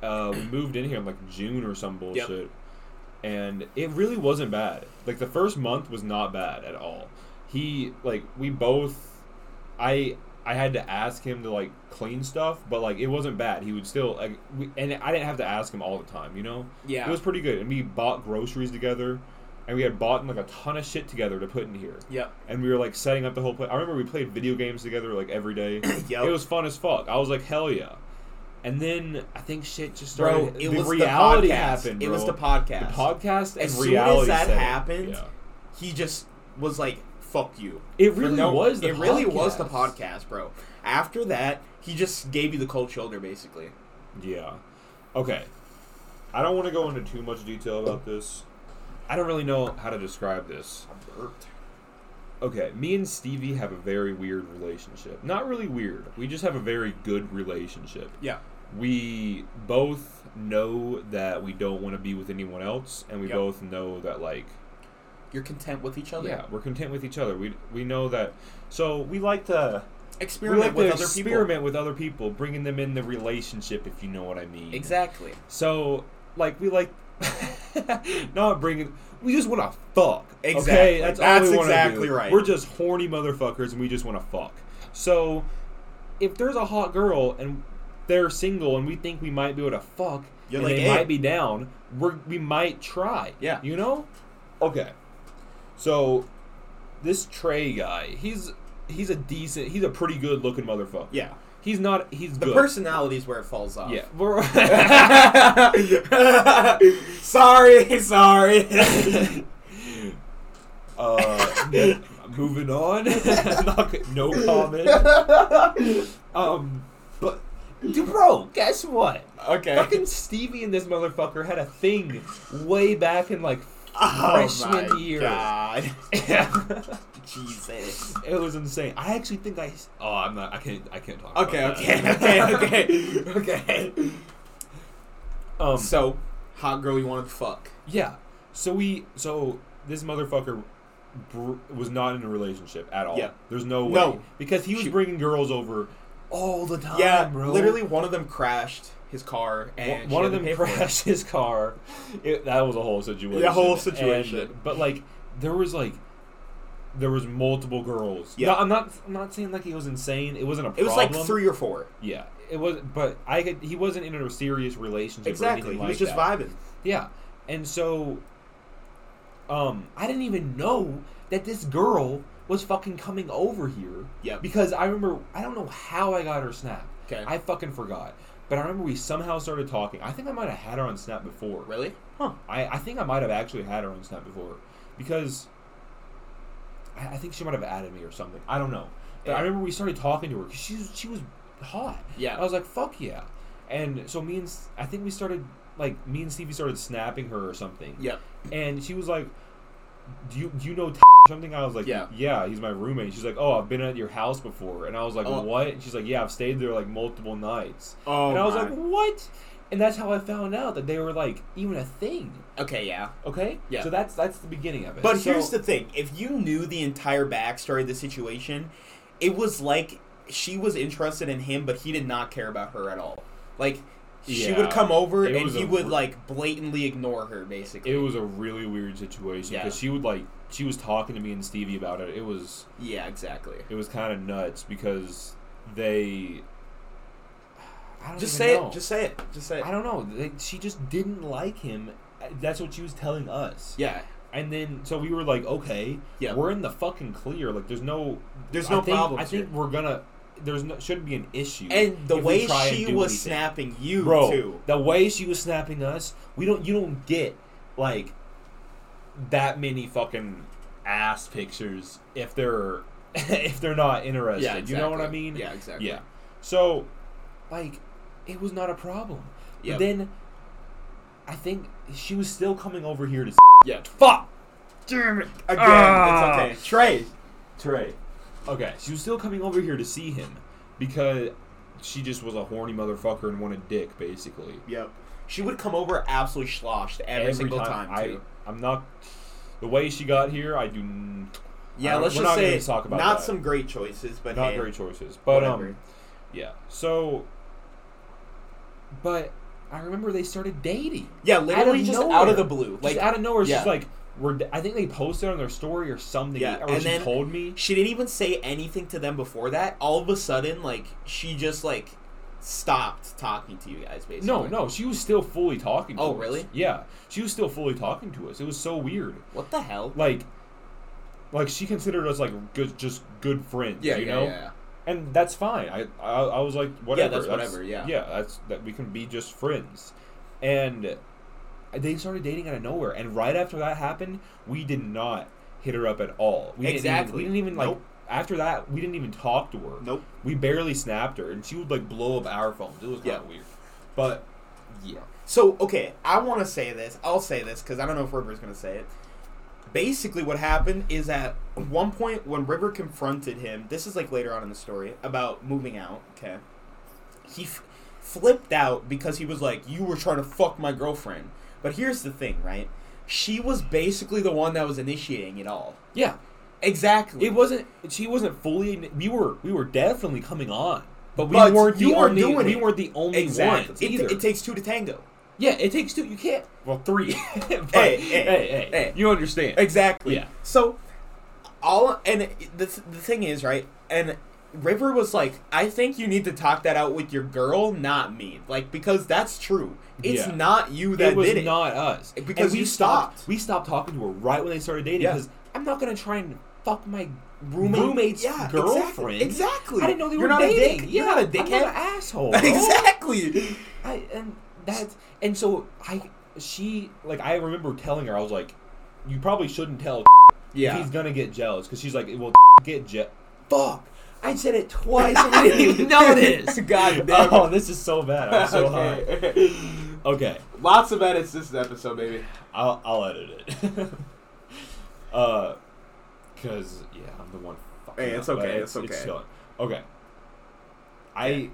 Speaker 1: Uh, we moved in here in like June or some
Speaker 2: Yep.
Speaker 1: bullshit, and it really wasn't bad. Like the first month was not bad at all. He like we both, I I had to ask him to like clean stuff, but like it wasn't bad. He would still like, we, and I didn't have to ask him all the time, you know.
Speaker 2: Yeah.
Speaker 1: It was pretty good, and we bought groceries together, and we had bought like a ton of shit together to put in here,
Speaker 2: yep.
Speaker 1: and we were like setting up the whole place. I remember we played video games together like every day.
Speaker 2: Yep.
Speaker 1: It was fun as fuck. I was like, hell yeah. And then I think shit just
Speaker 2: bro,
Speaker 1: started.
Speaker 2: it
Speaker 1: the
Speaker 2: was
Speaker 1: reality
Speaker 2: the podcast.
Speaker 1: happened.
Speaker 2: It was
Speaker 1: bro.
Speaker 2: the podcast.
Speaker 1: The podcast and
Speaker 2: As soon as
Speaker 1: reality
Speaker 2: that
Speaker 1: set in.
Speaker 2: happened,
Speaker 1: Yeah.
Speaker 2: he just was like, "Fuck you."
Speaker 1: it
Speaker 2: For
Speaker 1: really
Speaker 2: no-
Speaker 1: was. The
Speaker 2: it really was the
Speaker 1: podcast.
Speaker 2: podcast, bro. After that, he just gave you the cold shoulder, basically.
Speaker 1: Yeah. Okay. I don't want to go into too much detail about this. I don't really know how to describe this.
Speaker 2: I burped.
Speaker 1: Okay, me and Stevie have a very weird relationship. Not really weird. We just have a very good relationship.
Speaker 2: Yeah.
Speaker 1: We both know that we don't want to be with anyone else and we
Speaker 2: Yep.
Speaker 1: both know that like
Speaker 2: You're content with each other.
Speaker 1: yeah, we're content with each other. We we know that so we like to we
Speaker 2: Experiment
Speaker 1: like
Speaker 2: with
Speaker 1: to
Speaker 2: other
Speaker 1: experiment with other people, bringing them in the relationship if you know what I mean.
Speaker 2: people. Exactly.
Speaker 1: So, like, we like not bringing. We just want to fuck.
Speaker 2: Exactly.
Speaker 1: Okay, that's,
Speaker 2: That's
Speaker 1: all we wanna
Speaker 2: exactly
Speaker 1: do.
Speaker 2: right.
Speaker 1: We're just horny motherfuckers, and we just want to fuck. So, if there's a hot girl and they're single, and we think we might be able to fuck,
Speaker 2: You're
Speaker 1: and
Speaker 2: like,
Speaker 1: they
Speaker 2: "Hey."
Speaker 1: might be down, we're, we might try.
Speaker 2: Yeah.
Speaker 1: You know? Okay. So, this Trey guy, he's he's a decent, he's a pretty good looking motherfucker.
Speaker 2: Yeah.
Speaker 1: He's not. He's
Speaker 2: The
Speaker 1: good.
Speaker 2: personality is where it falls off.
Speaker 1: Yeah. We're-
Speaker 2: sorry, sorry.
Speaker 1: Uh, yeah, moving on. Not- no comment. Um, but dude, bro, guess what?
Speaker 2: okay.
Speaker 1: Fucking Stevie and this motherfucker had a thing way back in like
Speaker 2: oh
Speaker 1: freshman
Speaker 2: my
Speaker 1: year.
Speaker 2: God.
Speaker 1: it
Speaker 2: Jesus.
Speaker 1: was insane. I actually think I. Oh, I'm not. I can't. I can't talk.
Speaker 2: Okay,
Speaker 1: about
Speaker 2: okay,
Speaker 1: that.
Speaker 2: okay, okay, okay.
Speaker 1: Um.
Speaker 2: So, hot girl you wanted to fuck.
Speaker 1: Yeah. So we. So this motherfucker br- was not in a relationship at all.
Speaker 2: Yeah.
Speaker 1: There's no way.
Speaker 2: No.
Speaker 1: Because he was
Speaker 2: She-
Speaker 1: bringing girls over all the time.
Speaker 2: Yeah,
Speaker 1: bro.
Speaker 2: literally one of them crashed his car
Speaker 1: One-
Speaker 2: and
Speaker 1: one of them
Speaker 2: crashed.
Speaker 1: crashed his car. It, that was a whole situation.
Speaker 2: The whole
Speaker 1: And-
Speaker 2: situation.
Speaker 1: but like, there was like, there was multiple girls.
Speaker 2: Yeah.
Speaker 1: No, I'm not. I'm not saying like he was insane. It wasn't a
Speaker 2: It
Speaker 1: problem.
Speaker 2: was like three or four.
Speaker 1: Yeah. It was. But I could. He wasn't in a serious relationship. Or
Speaker 2: Exactly.
Speaker 1: anything
Speaker 2: He was
Speaker 1: like
Speaker 2: just
Speaker 1: that.
Speaker 2: vibing.
Speaker 1: Yeah. And so, um, I didn't even know that this girl was fucking coming over here.
Speaker 2: Yep.
Speaker 1: Because I remember. I don't know how I got her snap.
Speaker 2: Okay.
Speaker 1: I fucking forgot. But I remember we somehow started talking. I think I might have had her on Snap before.
Speaker 2: really?
Speaker 1: Huh. I, I think I might have actually had her on Snap before. Because I, I think she might have added me or something. I don't know. But I
Speaker 2: Yeah.
Speaker 1: remember we started talking to her because she, was- she was hot.
Speaker 2: Yeah.
Speaker 1: I was like, fuck yeah. And so me and S- I think we started, like, me and Stevie started snapping her or something.
Speaker 2: Yep.
Speaker 1: And she was like, do you, do you know something? I was like,
Speaker 2: Yeah.
Speaker 1: yeah, he's my roommate. She's like, oh, I've been at your house before. And I was like,
Speaker 2: Oh.
Speaker 1: what? And she's like, yeah, I've stayed there like multiple nights.
Speaker 2: Oh.
Speaker 1: and I was like, what? And that's how I found out that they were like even a thing.
Speaker 2: okay, yeah.
Speaker 1: Okay.
Speaker 2: Yeah.
Speaker 1: So that's that's the beginning of it.
Speaker 2: But
Speaker 1: So-
Speaker 2: here's the thing: if you knew the entire backstory of the situation, it was like she was interested in him, but he did not care about her at all. Like she
Speaker 1: Yeah.
Speaker 2: would come over
Speaker 1: It
Speaker 2: and
Speaker 1: was
Speaker 2: he
Speaker 1: a
Speaker 2: would
Speaker 1: re-
Speaker 2: like blatantly ignore her, basically.
Speaker 1: it was a really weird situation
Speaker 2: Yeah.
Speaker 1: because she would like she was talking to me and Stevie about it. It was
Speaker 2: yeah, exactly.
Speaker 1: it was kind of nuts because they. I don't
Speaker 2: Just
Speaker 1: even
Speaker 2: say
Speaker 1: know.
Speaker 2: it. Just say it. Just say it.
Speaker 1: I don't know. They, she just didn't like him. Uh, That's what she was telling us.
Speaker 2: yeah.
Speaker 1: And then so we were like, okay,
Speaker 2: Yeah.
Speaker 1: we're in the fucking clear. Like, there's no,
Speaker 2: There's
Speaker 1: I
Speaker 2: no
Speaker 1: think,
Speaker 2: problems
Speaker 1: I think
Speaker 2: here.
Speaker 1: we're gonna. There's no shouldn't be an issue.
Speaker 2: And the
Speaker 1: if we
Speaker 2: way
Speaker 1: try and
Speaker 2: she
Speaker 1: do
Speaker 2: was
Speaker 1: anything.
Speaker 2: snapping you
Speaker 1: bro.
Speaker 2: too.
Speaker 1: The way she was snapping us, we don't. You don't get like that many fucking ass pictures if they're if they're not interested. You know what I
Speaker 2: exactly.
Speaker 1: mean?
Speaker 2: Yeah, exactly.
Speaker 1: Yeah. So, like, it was not a problem.
Speaker 2: Yep.
Speaker 1: But then, I think she was still coming over here to
Speaker 2: Yeah.
Speaker 1: fuck
Speaker 2: Damn it. Again,
Speaker 1: Ah.
Speaker 2: it's okay. Trey.
Speaker 1: Trey. Okay, she was still coming over here to see him because she just was a horny motherfucker and wanted dick, basically.
Speaker 2: Yep. She would come over absolutely sloshed every, single time, too.
Speaker 1: I, I'm not. The way she got here, I do. n- I
Speaker 2: Yeah,
Speaker 1: don't-
Speaker 2: let's
Speaker 1: we're not
Speaker 2: just say
Speaker 1: gonna talk about
Speaker 2: not
Speaker 1: that.
Speaker 2: some great choices, but
Speaker 1: not
Speaker 2: hey,
Speaker 1: um,
Speaker 2: um,
Speaker 1: great choices, but
Speaker 2: whatever.
Speaker 1: um, yeah. So, but I remember they started dating.
Speaker 2: Yeah, literally
Speaker 1: of
Speaker 2: just
Speaker 1: nowhere.
Speaker 2: out of the blue.
Speaker 1: Like
Speaker 2: Like
Speaker 1: out of nowhere, it's just
Speaker 2: yeah.
Speaker 1: like we're. I think they posted on their story or something.
Speaker 2: Yeah,
Speaker 1: or
Speaker 2: and
Speaker 1: she
Speaker 2: then-
Speaker 1: told me.
Speaker 2: she didn't even say anything to them before that. All of a sudden, like she just like stopped talking to you guys basically.
Speaker 1: No, no, she was still fully talking. to
Speaker 2: Oh,
Speaker 1: us.
Speaker 2: really?
Speaker 1: Yeah, she was still fully talking to us. It was so weird.
Speaker 2: What the hell?
Speaker 1: Like, like she considered us like good, just good friends. you know,
Speaker 2: yeah.
Speaker 1: and that's fine. I, I, I was like, whatever.
Speaker 2: that's whatever, yeah.
Speaker 1: yeah. That's that we can be just friends, and they started dating out of nowhere. And right after that happened, we did not hit her up at all. We
Speaker 2: Exactly.
Speaker 1: Didn't even, we didn't even like.
Speaker 2: Nope.
Speaker 1: After that, we didn't even talk to her.
Speaker 2: Nope.
Speaker 1: We barely snapped her, and she would like blow up our phones. It was kind
Speaker 2: Yeah.
Speaker 1: of weird, but yeah.
Speaker 2: So okay, I want to say this. I'll say this because I don't know if River's gonna say it. Basically, what happened is at one point when River confronted him, this is like later on in the story about moving out. Okay, he f- flipped out because he was like, "You were trying to fuck my girlfriend." But here's the thing, right? She was basically the one that was initiating it all.
Speaker 1: Yeah,
Speaker 2: Exactly.
Speaker 1: it wasn't. She wasn't fully. We were. We were definitely coming on, but we
Speaker 2: But
Speaker 1: weren't
Speaker 2: you
Speaker 1: the
Speaker 2: weren't
Speaker 1: only.
Speaker 2: doing
Speaker 1: we
Speaker 2: it.
Speaker 1: weren't the only
Speaker 2: exactly.
Speaker 1: ones
Speaker 2: It,
Speaker 1: either.
Speaker 2: it takes two to tango.
Speaker 1: Yeah, it takes two. You can't. Well, three. But-
Speaker 2: Hey, hey,
Speaker 1: hey,
Speaker 2: hey.
Speaker 1: You understand?
Speaker 2: Exactly.
Speaker 1: Yeah.
Speaker 2: So, all and the th- the thing is right, and River was like, I think you need to talk that out with your girl, not me, like because that's true. It's
Speaker 1: Yeah.
Speaker 2: not you that
Speaker 1: it was
Speaker 2: did it.
Speaker 1: not us
Speaker 2: Because
Speaker 1: And we
Speaker 2: you
Speaker 1: stopped.
Speaker 2: stopped.
Speaker 1: We stopped talking to her right when they started dating.
Speaker 2: Yeah.
Speaker 1: Because I'm not gonna try and fuck my roommate,
Speaker 2: Roommate-
Speaker 1: roommate's
Speaker 2: yeah, exactly-
Speaker 1: girlfriend.
Speaker 2: exactly.
Speaker 1: I didn't know they
Speaker 2: You're
Speaker 1: were
Speaker 2: not a
Speaker 1: dating.
Speaker 2: dick.
Speaker 1: Yeah,
Speaker 2: You're not a
Speaker 1: I'm
Speaker 2: dickhead.
Speaker 1: not an asshole. bro.
Speaker 2: exactly.
Speaker 1: I and that and so I she like I remember telling her I was like, you probably shouldn't tell.
Speaker 2: Yeah.
Speaker 1: He's gonna get jealous because she's like, well, get je- Fuck. I said it twice. and I didn't even notice.
Speaker 2: God damn it.
Speaker 1: Oh, this is so bad. I'm so high. Okay,
Speaker 2: Lots of edits this episode, baby.
Speaker 1: I'll, I'll edit it. uh, cause yeah, I'm the one. Fucking
Speaker 2: Hey,
Speaker 1: up,
Speaker 2: it's
Speaker 1: but
Speaker 2: okay, it's okay.
Speaker 1: chilling. okay. I.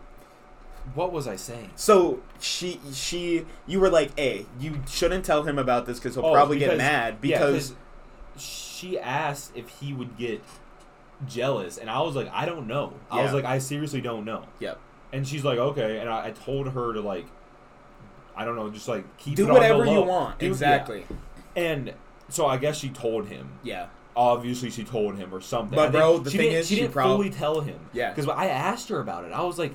Speaker 1: What was I saying?
Speaker 2: So she she you were like, hey, you shouldn't tell him about this because he'll
Speaker 1: Oh,
Speaker 2: probably get
Speaker 1: because-
Speaker 2: mad
Speaker 1: yeah,
Speaker 2: because
Speaker 1: she asked if he would get jealous, and I was like, I don't know. I was
Speaker 2: Yeah.
Speaker 1: like, I seriously don't know.
Speaker 2: Yep.
Speaker 1: And she's like, okay. And I, I told her to like, I don't know, just like keep
Speaker 2: do
Speaker 1: it on the
Speaker 2: whatever you
Speaker 1: low.
Speaker 2: want.
Speaker 1: Do- yeah.
Speaker 2: exactly.
Speaker 1: And so I guess she told him.
Speaker 2: Yeah.
Speaker 1: Obviously, she told him or something.
Speaker 2: But,
Speaker 1: I think-
Speaker 2: bro, the
Speaker 1: she
Speaker 2: thing
Speaker 1: didn't,
Speaker 2: is,
Speaker 1: she,
Speaker 2: she
Speaker 1: didn't
Speaker 2: prob-
Speaker 1: fully tell him.
Speaker 2: Yeah.
Speaker 1: Because I asked her about it. I was like,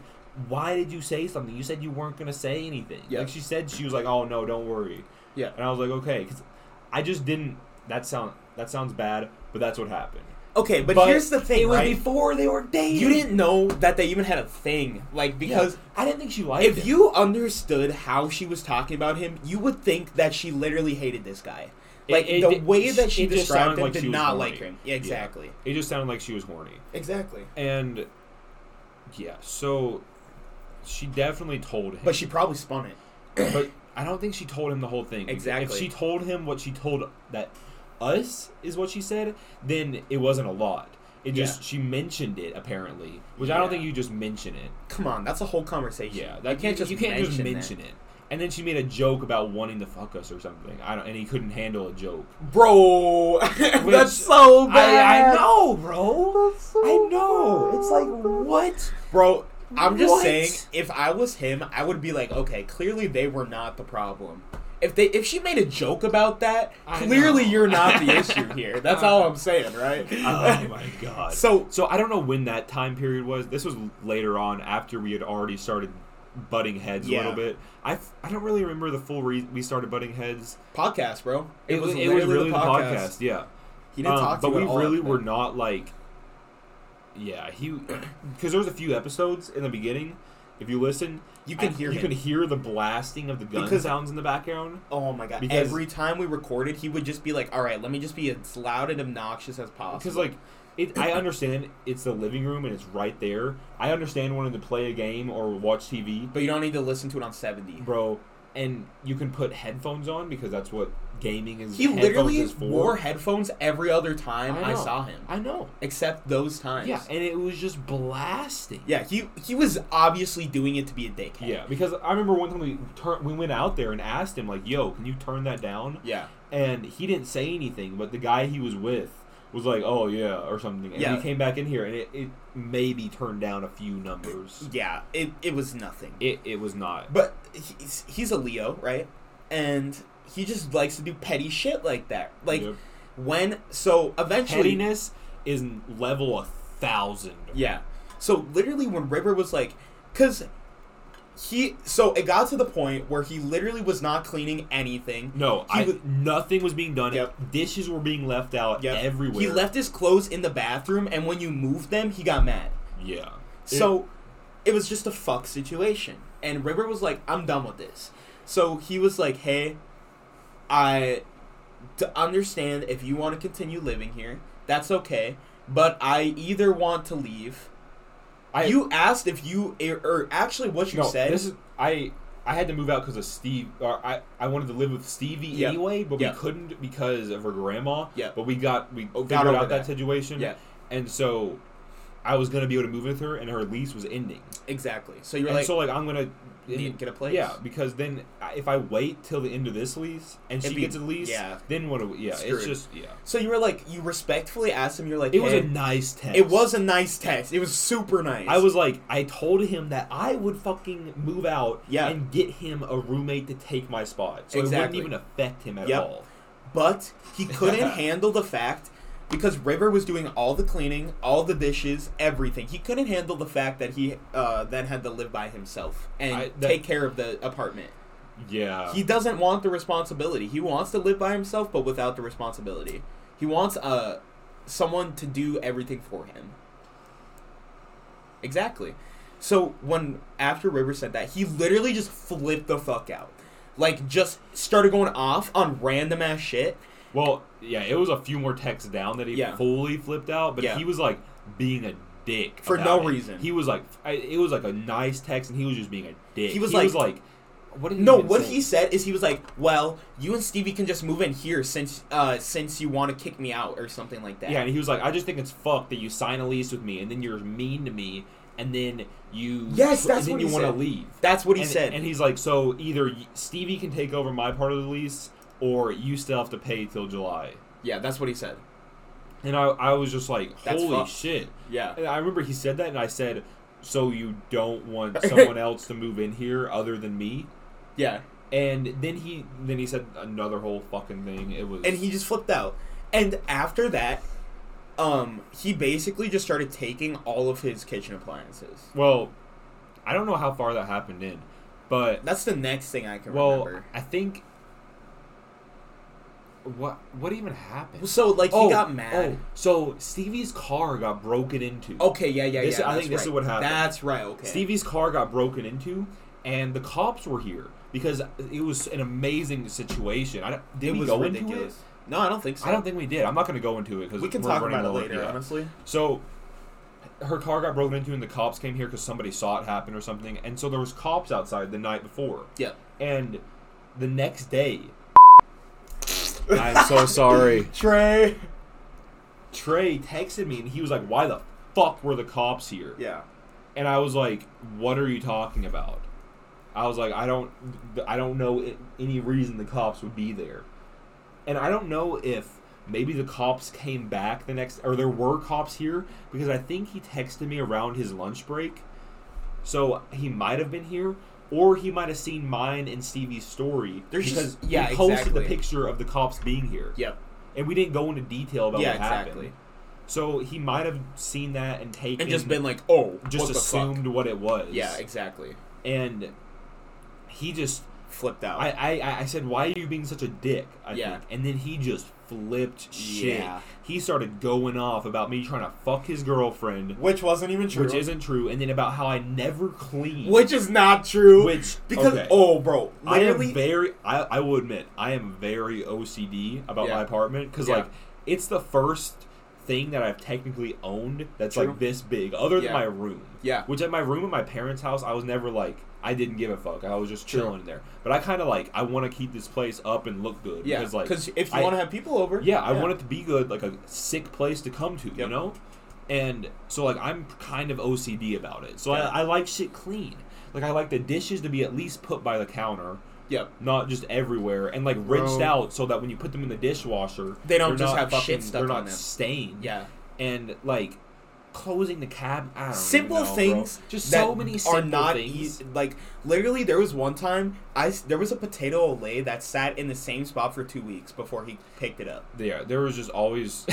Speaker 1: why did you say something? You said you weren't gonna say anything.
Speaker 2: Yeah.
Speaker 1: Like she said, she was like, oh no, don't worry.
Speaker 2: Yeah.
Speaker 1: And I was like, okay, because I just didn't. That sound that sounds bad, but that's what happened.
Speaker 2: Okay, but, here's the thing,
Speaker 1: It was
Speaker 2: right?
Speaker 1: before they were dating.
Speaker 2: you didn't know that they even had a thing, like because
Speaker 1: because I didn't think she liked
Speaker 2: if
Speaker 1: him.
Speaker 2: you understood how she was talking about him, you would think that she literally hated this guy.
Speaker 1: It-
Speaker 2: Like
Speaker 1: it-
Speaker 2: the
Speaker 1: it-
Speaker 2: way that she
Speaker 1: it just sounded
Speaker 2: described him
Speaker 1: like she
Speaker 2: did
Speaker 1: was
Speaker 2: not
Speaker 1: horny.
Speaker 2: like him. Yeah, exactly,
Speaker 1: it just sounded like she was horny.
Speaker 2: exactly.
Speaker 1: And yeah, so she definitely told him.
Speaker 2: But she probably spun it.
Speaker 1: but I don't think she told him the whole thing.
Speaker 2: Exactly.
Speaker 1: If she told him what she told that us is what she said, then it wasn't a lot. It just she mentioned it apparently, which I don't
Speaker 2: Yeah.
Speaker 1: think you just mention it.
Speaker 2: Come on, that's a whole conversation.
Speaker 1: Yeah,
Speaker 2: that
Speaker 1: that
Speaker 2: you can't just
Speaker 1: you can't
Speaker 2: mention
Speaker 1: just mention it. And then she made a joke about wanting to fuck us or something. I don't, and he couldn't handle a joke.
Speaker 2: it. bro. that's
Speaker 1: Which-
Speaker 2: so
Speaker 1: I,
Speaker 2: bad.
Speaker 1: I know, bro. I know. It's like what?
Speaker 2: Bro, I'm just
Speaker 1: What?
Speaker 2: saying, if I was him, I would be like, okay, clearly they were not the problem. If they if she made a joke about that,
Speaker 1: I
Speaker 2: clearly
Speaker 1: know.
Speaker 2: you're not the issue here. That's all I'm saying, right?
Speaker 1: Oh my god.
Speaker 2: so
Speaker 1: So I don't know when that time period was. This was later on after we had already started butting heads
Speaker 2: Yeah.
Speaker 1: a little bit. I, f- I don't really remember the full reason we started butting heads.
Speaker 2: podcast, bro. It, was
Speaker 1: it
Speaker 2: literally
Speaker 1: was really
Speaker 2: the podcast.
Speaker 1: yeah.
Speaker 2: He didn't
Speaker 1: Um,
Speaker 2: talk to
Speaker 1: but
Speaker 2: you
Speaker 1: we
Speaker 2: at all
Speaker 1: really
Speaker 2: after
Speaker 1: were
Speaker 2: that.
Speaker 1: not like yeah he because there was a few episodes in the beginning if you listen
Speaker 2: You can
Speaker 1: I-
Speaker 2: hear
Speaker 1: you
Speaker 2: him.
Speaker 1: can hear the blasting of the gun
Speaker 2: Because-
Speaker 1: sounds in the background
Speaker 2: Oh my god!
Speaker 1: Because-
Speaker 2: Every time we recorded, he would just be like, "All right, let me just be as loud and obnoxious as possible."
Speaker 1: because like it, I understand it's the living room and it's right there I understand wanting to play a game or watch TV
Speaker 2: but you don't need to listen to it on seventy.
Speaker 1: bro and you can put headphones on because that's what gaming is
Speaker 2: He
Speaker 1: headphones
Speaker 2: literally
Speaker 1: is for.
Speaker 2: wore headphones every other time I,
Speaker 1: know.
Speaker 2: saw him,
Speaker 1: I know
Speaker 2: except those times.
Speaker 1: yeah and it was just blasting
Speaker 2: Yeah, he he was obviously doing it to be a dickhead.
Speaker 1: Yeah, because I remember one time we tur- we went out there and asked him like, "Yo, can you turn that down?"
Speaker 2: Yeah.
Speaker 1: And he didn't say anything, but the guy he was with was like, "Oh yeah," or something. And
Speaker 2: Yeah.
Speaker 1: we came back in here, and it, it maybe turned down a few numbers.
Speaker 2: Yeah, it, it was nothing.
Speaker 1: It it was not.
Speaker 2: But he's he's a Leo, right? And he just likes to do petty shit like that. Like
Speaker 1: Yep.
Speaker 2: when so eventually
Speaker 1: pettiness is level a thousand.
Speaker 2: Yeah. So literally when River was like cuz he so it got to the point where he literally was not cleaning anything.
Speaker 1: No,
Speaker 2: He
Speaker 1: I,
Speaker 2: was-
Speaker 1: nothing was being done.
Speaker 2: Yep.
Speaker 1: Dishes were being left out
Speaker 2: Yep.
Speaker 1: everywhere.
Speaker 2: He left his clothes in the bathroom and when you moved them, he got mad.
Speaker 1: Yeah.
Speaker 2: So it was just a fuck situation. And River was like, I'm done with this. So he was like, hey, I to understand if you want to continue living here, that's okay. But I either want to leave.
Speaker 1: I-
Speaker 2: you asked if you or, or actually what you
Speaker 1: no,
Speaker 2: said.
Speaker 1: this is I. I had to move out because of Steve. Or I, I wanted to live with Stevie
Speaker 2: Yep.
Speaker 1: anyway, but
Speaker 2: Yep.
Speaker 1: we couldn't because of her grandma.
Speaker 2: Yep.
Speaker 1: But we got we
Speaker 2: Oh,
Speaker 1: figured
Speaker 2: got
Speaker 1: out
Speaker 2: over
Speaker 1: that,
Speaker 2: that.
Speaker 1: situation.
Speaker 2: yeah,
Speaker 1: And so, I was gonna be able to move with her, and her lease was ending.
Speaker 2: exactly. So you're
Speaker 1: and
Speaker 2: like,
Speaker 1: so like I'm gonna
Speaker 2: need to get a place.
Speaker 1: Yeah, because then I- if I wait till the end of this lease and she
Speaker 2: It'd be-
Speaker 1: gets a lease,
Speaker 2: yeah.
Speaker 1: then what? Do we, yeah,
Speaker 2: Screwed.
Speaker 1: it's just yeah.
Speaker 2: So you were like, you respectfully asked him. You're like,
Speaker 1: It was
Speaker 2: "Hey,"
Speaker 1: a nice text.
Speaker 2: it was a nice text. It was super nice.
Speaker 1: I was like, I told him that I would fucking move out
Speaker 2: Yeah.
Speaker 1: and get him a roommate to take my spot, so
Speaker 2: Exactly.
Speaker 1: it wouldn't even affect him at
Speaker 2: Yep.
Speaker 1: all.
Speaker 2: but he couldn't handle the fact because River was doing all the cleaning, all the dishes, everything. He couldn't handle the fact that he uh, then had to live by himself and
Speaker 1: I- that- Oh.
Speaker 2: take care of the apartment.
Speaker 1: Yeah,
Speaker 2: He doesn't want the responsibility. He wants to live by himself, but without the responsibility. He wants uh, someone to do everything for him. Exactly. So when after River said that, he literally just flipped the fuck out, like just started going off on random ass shit.
Speaker 1: Well, yeah, it was a few more texts down that he
Speaker 2: Yeah.
Speaker 1: fully flipped out, but
Speaker 2: Yeah.
Speaker 1: he was like being a dick
Speaker 2: For
Speaker 1: about
Speaker 2: no
Speaker 1: it.
Speaker 2: reason.
Speaker 1: He was like, I, it was like a nice text, and he was just being a dick.
Speaker 2: He was like-
Speaker 1: like, what? Did he
Speaker 2: No,
Speaker 1: even
Speaker 2: what
Speaker 1: say?
Speaker 2: he said is he was like, "Well, you and Stevie can just move in here since uh since you want to kick me out or something like that."
Speaker 1: Yeah, and he was like, I just think it's fucked that you sign a lease with me, and then you're mean to me, and then you
Speaker 2: Yes, that's
Speaker 1: and then
Speaker 2: what
Speaker 1: you
Speaker 2: he
Speaker 1: wanna
Speaker 2: said.
Speaker 1: leave.
Speaker 2: that's what he
Speaker 1: and,
Speaker 2: said.
Speaker 1: And he's like, so either y- Stevie can take over my part of the lease, or you still have to pay till July.
Speaker 2: yeah, that's what he said.
Speaker 1: And I, I was just like,
Speaker 2: That's
Speaker 1: holy
Speaker 2: fucked.
Speaker 1: shit.
Speaker 2: Yeah.
Speaker 1: And I remember he said that, and I said, so you don't want someone else to move in here other than me.
Speaker 2: Yeah.
Speaker 1: And then he then he said another whole fucking thing. It was
Speaker 2: And he just flipped out. And after that, um he basically just started taking all of his kitchen appliances.
Speaker 1: well, I don't know how far that happened in, but
Speaker 2: That's the next thing I can
Speaker 1: Well,
Speaker 2: remember.
Speaker 1: I think what what even happened?
Speaker 2: So like he got mad.
Speaker 1: oh, so Stevie's car got broken into.
Speaker 2: Okay, yeah, yeah,
Speaker 1: oh. This-
Speaker 2: yeah.
Speaker 1: I
Speaker 2: that's
Speaker 1: think this is
Speaker 2: right.
Speaker 1: what happened.
Speaker 2: That's right. Okay.
Speaker 1: Stevie's car got broken into, and the cops were here because it was an amazing situation. I don't, did
Speaker 2: it
Speaker 1: we
Speaker 2: was
Speaker 1: go into it?
Speaker 2: ridiculous. No, I don't think so.
Speaker 1: I don't think we did. I'm not going to go into it because
Speaker 2: we can
Speaker 1: we're
Speaker 2: talk
Speaker 1: running
Speaker 2: about it
Speaker 1: low.
Speaker 2: later,
Speaker 1: Yeah.
Speaker 2: honestly.
Speaker 1: So her car got broken into, and the cops came here because somebody saw it happen or something. And so there was cops outside the night before.
Speaker 2: Yeah.
Speaker 1: and the next day i'm so sorry
Speaker 2: Trey.
Speaker 1: trey texted me and he was like why the fuck were the cops here
Speaker 2: Yeah.
Speaker 1: and i was like what are you talking about i was like i don't i don't know i- any reason the cops would be there and i don't know if maybe the cops came back the next or there were cops here because i think he texted me around his lunch break so he might have been here or he might have seen mine and stevie's story
Speaker 2: There's
Speaker 1: because
Speaker 2: just- yeah,
Speaker 1: we posted
Speaker 2: exactly.
Speaker 1: the picture of the cops being here
Speaker 2: Yep.
Speaker 1: and we didn't go into detail about
Speaker 2: Yeah,
Speaker 1: what
Speaker 2: exactly.
Speaker 1: happened so he might have seen that and taken
Speaker 2: And just been like, oh,
Speaker 1: just
Speaker 2: what the fuck?
Speaker 1: assumed what it was
Speaker 2: Yeah, exactly.
Speaker 1: and he just
Speaker 2: Flipped out.
Speaker 1: I, I I said why are you being such a dick I
Speaker 2: Yeah.
Speaker 1: think and then he just flipped shit
Speaker 2: Yeah.
Speaker 1: he started going off about me trying to fuck his girlfriend
Speaker 2: which wasn't even
Speaker 1: which isn't true and then about how I never clean
Speaker 2: which is not true.
Speaker 1: Which-
Speaker 2: because
Speaker 1: okay.
Speaker 2: oh, bro,
Speaker 1: I am
Speaker 2: literally,
Speaker 1: very I, I will admit I am very OCD about
Speaker 2: Yeah.
Speaker 1: my apartment because
Speaker 2: Yeah.
Speaker 1: like it's the first thing that I've technically owned that's
Speaker 2: True.
Speaker 1: like this big other than
Speaker 2: Yeah.
Speaker 1: my room
Speaker 2: yeah,
Speaker 1: Which at my room at my parents' house, I was never like I didn't give a fuck. I was just
Speaker 2: Sure.
Speaker 1: chilling in there. But I kind of like I want to keep this place up and look good
Speaker 2: yeah.
Speaker 1: because like
Speaker 2: Because if you
Speaker 1: I-
Speaker 2: want to have people over,
Speaker 1: yeah, I want it to be good, like a sick place to come to, you
Speaker 2: Yep.
Speaker 1: know? And so, like, I'm kind of OCD about it. So,
Speaker 2: Yeah.
Speaker 1: I, I like shit clean. Like, I like the dishes to be at least put by the counter.
Speaker 3: Yep.
Speaker 1: not just everywhere, and like
Speaker 3: Bro.
Speaker 1: rinsed out so that when you put them in the dishwasher,
Speaker 2: They don't
Speaker 1: they're
Speaker 2: just
Speaker 1: not
Speaker 2: have shit stuck
Speaker 1: They're
Speaker 2: on
Speaker 1: not
Speaker 2: them.
Speaker 1: stained.
Speaker 2: Yeah.
Speaker 1: and like closing the cab. I don't even
Speaker 2: Simple
Speaker 1: know, bro.
Speaker 2: things
Speaker 1: Just
Speaker 2: that
Speaker 1: so many
Speaker 2: are
Speaker 1: simple
Speaker 2: not
Speaker 1: things.
Speaker 2: easy. Like literally, there was one time I s- there was a potato olay that sat in the same spot for two weeks before he picked it up.
Speaker 1: Yeah, there was just always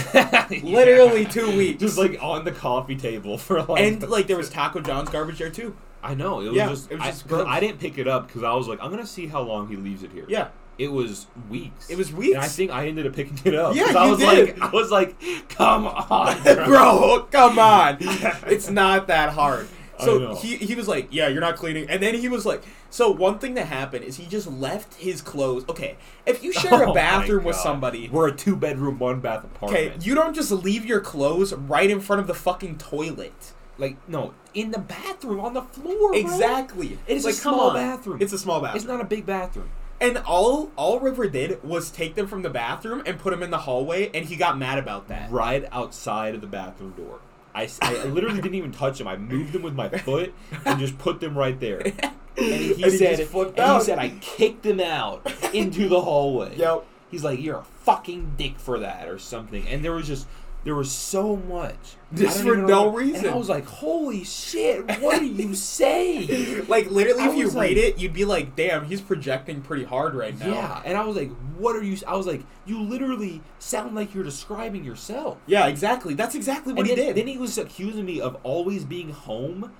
Speaker 2: Literally two weeks.
Speaker 1: just like on the coffee table for like.
Speaker 2: and like there was Taco John's garbage there too.
Speaker 1: I know it was
Speaker 2: Yeah,
Speaker 1: just.
Speaker 2: it was
Speaker 1: I-
Speaker 2: just
Speaker 1: 'cause
Speaker 2: gross.
Speaker 1: I, didn't pick it up because I was like, I'm gonna see how long he leaves it here.
Speaker 2: Yeah,
Speaker 1: it was weeks.
Speaker 2: it was
Speaker 1: And I
Speaker 2: weeks.
Speaker 1: think I ended up picking it up.
Speaker 2: Yeah,
Speaker 1: 'cause I
Speaker 2: you
Speaker 1: was
Speaker 2: did.
Speaker 1: like, I was like, come on,
Speaker 2: Bro, come on, it's not that hard.
Speaker 1: I
Speaker 2: So
Speaker 1: know.
Speaker 2: he, he was like, yeah, you're not cleaning. And then he was like, so one thing that happened is he just left his clothes. Okay, if you share
Speaker 1: Oh
Speaker 2: a
Speaker 1: my
Speaker 2: bathroom with
Speaker 1: God.
Speaker 2: somebody,
Speaker 1: We're a two bedroom, one bath apartment.
Speaker 2: Okay, you don't just leave your clothes right in front of the fucking toilet.
Speaker 1: like no in the bathroom on the floor. bro.
Speaker 2: Exactly.
Speaker 1: It is a
Speaker 2: Like, come
Speaker 1: small
Speaker 2: on.
Speaker 1: bathroom.
Speaker 2: It's a small bathroom.
Speaker 1: It's not a big bathroom.
Speaker 2: and all all River did was take them from the bathroom and put them in the hallway, and he got mad about that.
Speaker 1: Right outside of the bathroom door. I, s- I literally didn't even touch him. I moved them with my foot and just put them right there. And he,
Speaker 2: And he
Speaker 1: said,
Speaker 2: just flipped
Speaker 1: and he
Speaker 2: out.
Speaker 1: said, I kicked them out into the hallway.
Speaker 2: Yep.
Speaker 1: He's like, you're a fucking dick for that or something. And there was just, there was so much. I
Speaker 2: Just
Speaker 1: don't
Speaker 2: for
Speaker 1: even
Speaker 2: no
Speaker 1: know-
Speaker 2: reason.
Speaker 1: And I was like, holy shit, what are you saying?
Speaker 2: Like literally,
Speaker 1: I
Speaker 2: if you
Speaker 1: was
Speaker 2: read
Speaker 1: like-
Speaker 2: it, you'd be like, "Damn, he's projecting pretty hard right now."
Speaker 1: Yeah, and I was like, "What are you?" I was like, "You literally sound like you're describing yourself."
Speaker 2: Yeah, exactly. That's exactly what
Speaker 1: and
Speaker 2: he
Speaker 1: then,
Speaker 2: did.
Speaker 1: then he was accusing me of always being home,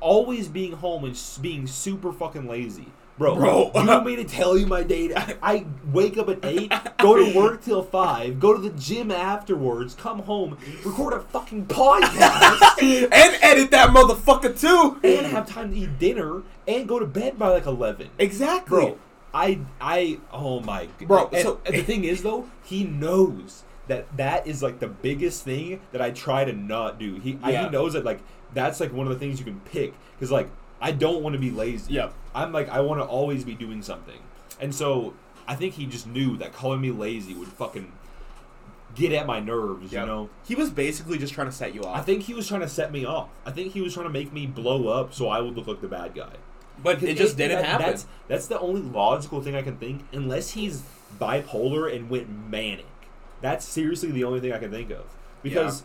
Speaker 1: always being home and s- being super fucking lazy, bro.
Speaker 2: Bro.
Speaker 1: you want me to tell you my day? I wake up at eight, go to work till five, go to the gym afterwards, come home, record a fucking podcast,
Speaker 2: and edit that motherfucker too.
Speaker 1: and have time to eat dinner, and go to bed by like eleven.
Speaker 2: Exactly.
Speaker 1: bro. I I oh my god,
Speaker 2: Bro,
Speaker 1: And-
Speaker 2: so-
Speaker 1: and the thing is though, he knows that that is like the biggest thing that I try to not do. He I,
Speaker 2: Yeah.
Speaker 1: he knows that like that's like one of the things you can pick because like I don't want to be lazy.
Speaker 2: Yep.
Speaker 1: I'm like I want to always be doing something, and so I think he just knew that calling me lazy would fucking get at my nerves.
Speaker 2: Yep.
Speaker 1: You know.
Speaker 2: He was basically just trying to set you
Speaker 1: I
Speaker 2: off.
Speaker 1: think he was trying to set me off. I think he was trying to make me blow up so I would look like the bad guy.
Speaker 2: but it just didn't
Speaker 1: that-
Speaker 2: happen.
Speaker 1: That's that's the only logical thing I can think, unless he's bipolar and went manic. That's seriously the only thing I can think of because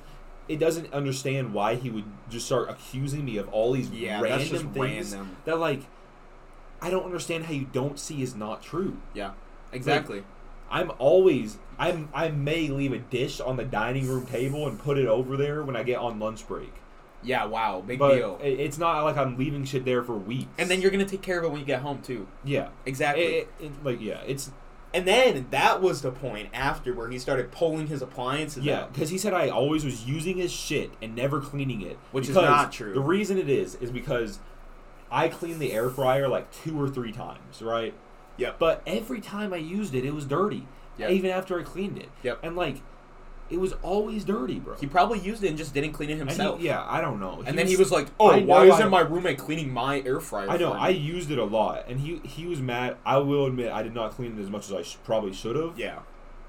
Speaker 1: it doesn't understand why he would just start accusing me of all these
Speaker 2: Yeah,
Speaker 1: random
Speaker 2: that's just
Speaker 1: things
Speaker 2: random.
Speaker 1: that like I don't understand how you don't see is not true.
Speaker 2: yeah, exactly.
Speaker 1: I'm always I'm I may leave a dish on the dining room table and put it over there when I get on lunch break,
Speaker 2: yeah. Wow. Big
Speaker 1: but
Speaker 2: deal.
Speaker 1: it- it's not like I'm leaving shit there for weeks.
Speaker 2: And then you're gonna take care of it when you get home too.
Speaker 1: yeah.
Speaker 2: Exactly.
Speaker 1: It- it- it- like yeah, it's
Speaker 2: and then that was the point after where he started pulling his appliances.
Speaker 1: Yeah,
Speaker 2: out.
Speaker 1: because he said I always was using his shit and never cleaning it,
Speaker 2: Which is
Speaker 1: because
Speaker 2: not true.
Speaker 1: The reason it is is because I cleaned the air fryer like two or three times, right?
Speaker 2: Yep.
Speaker 1: But every time I used it, it was dirty.
Speaker 2: Yep.
Speaker 1: Even after I cleaned it.
Speaker 2: Yep.
Speaker 1: And like, it was always dirty, bro.
Speaker 2: He probably used it and just didn't clean it
Speaker 1: And he-
Speaker 2: himself.
Speaker 1: yeah, I don't know.
Speaker 2: And then he was like, "Oh,
Speaker 1: I
Speaker 2: why
Speaker 1: know
Speaker 2: isn't
Speaker 1: I-
Speaker 2: my roommate cleaning my air fryer?"
Speaker 1: I know.
Speaker 2: for
Speaker 1: I
Speaker 2: me?
Speaker 1: used it a lot, and he he was mad. I will admit, I did not clean it as much as I sh- probably should have.
Speaker 2: Yeah.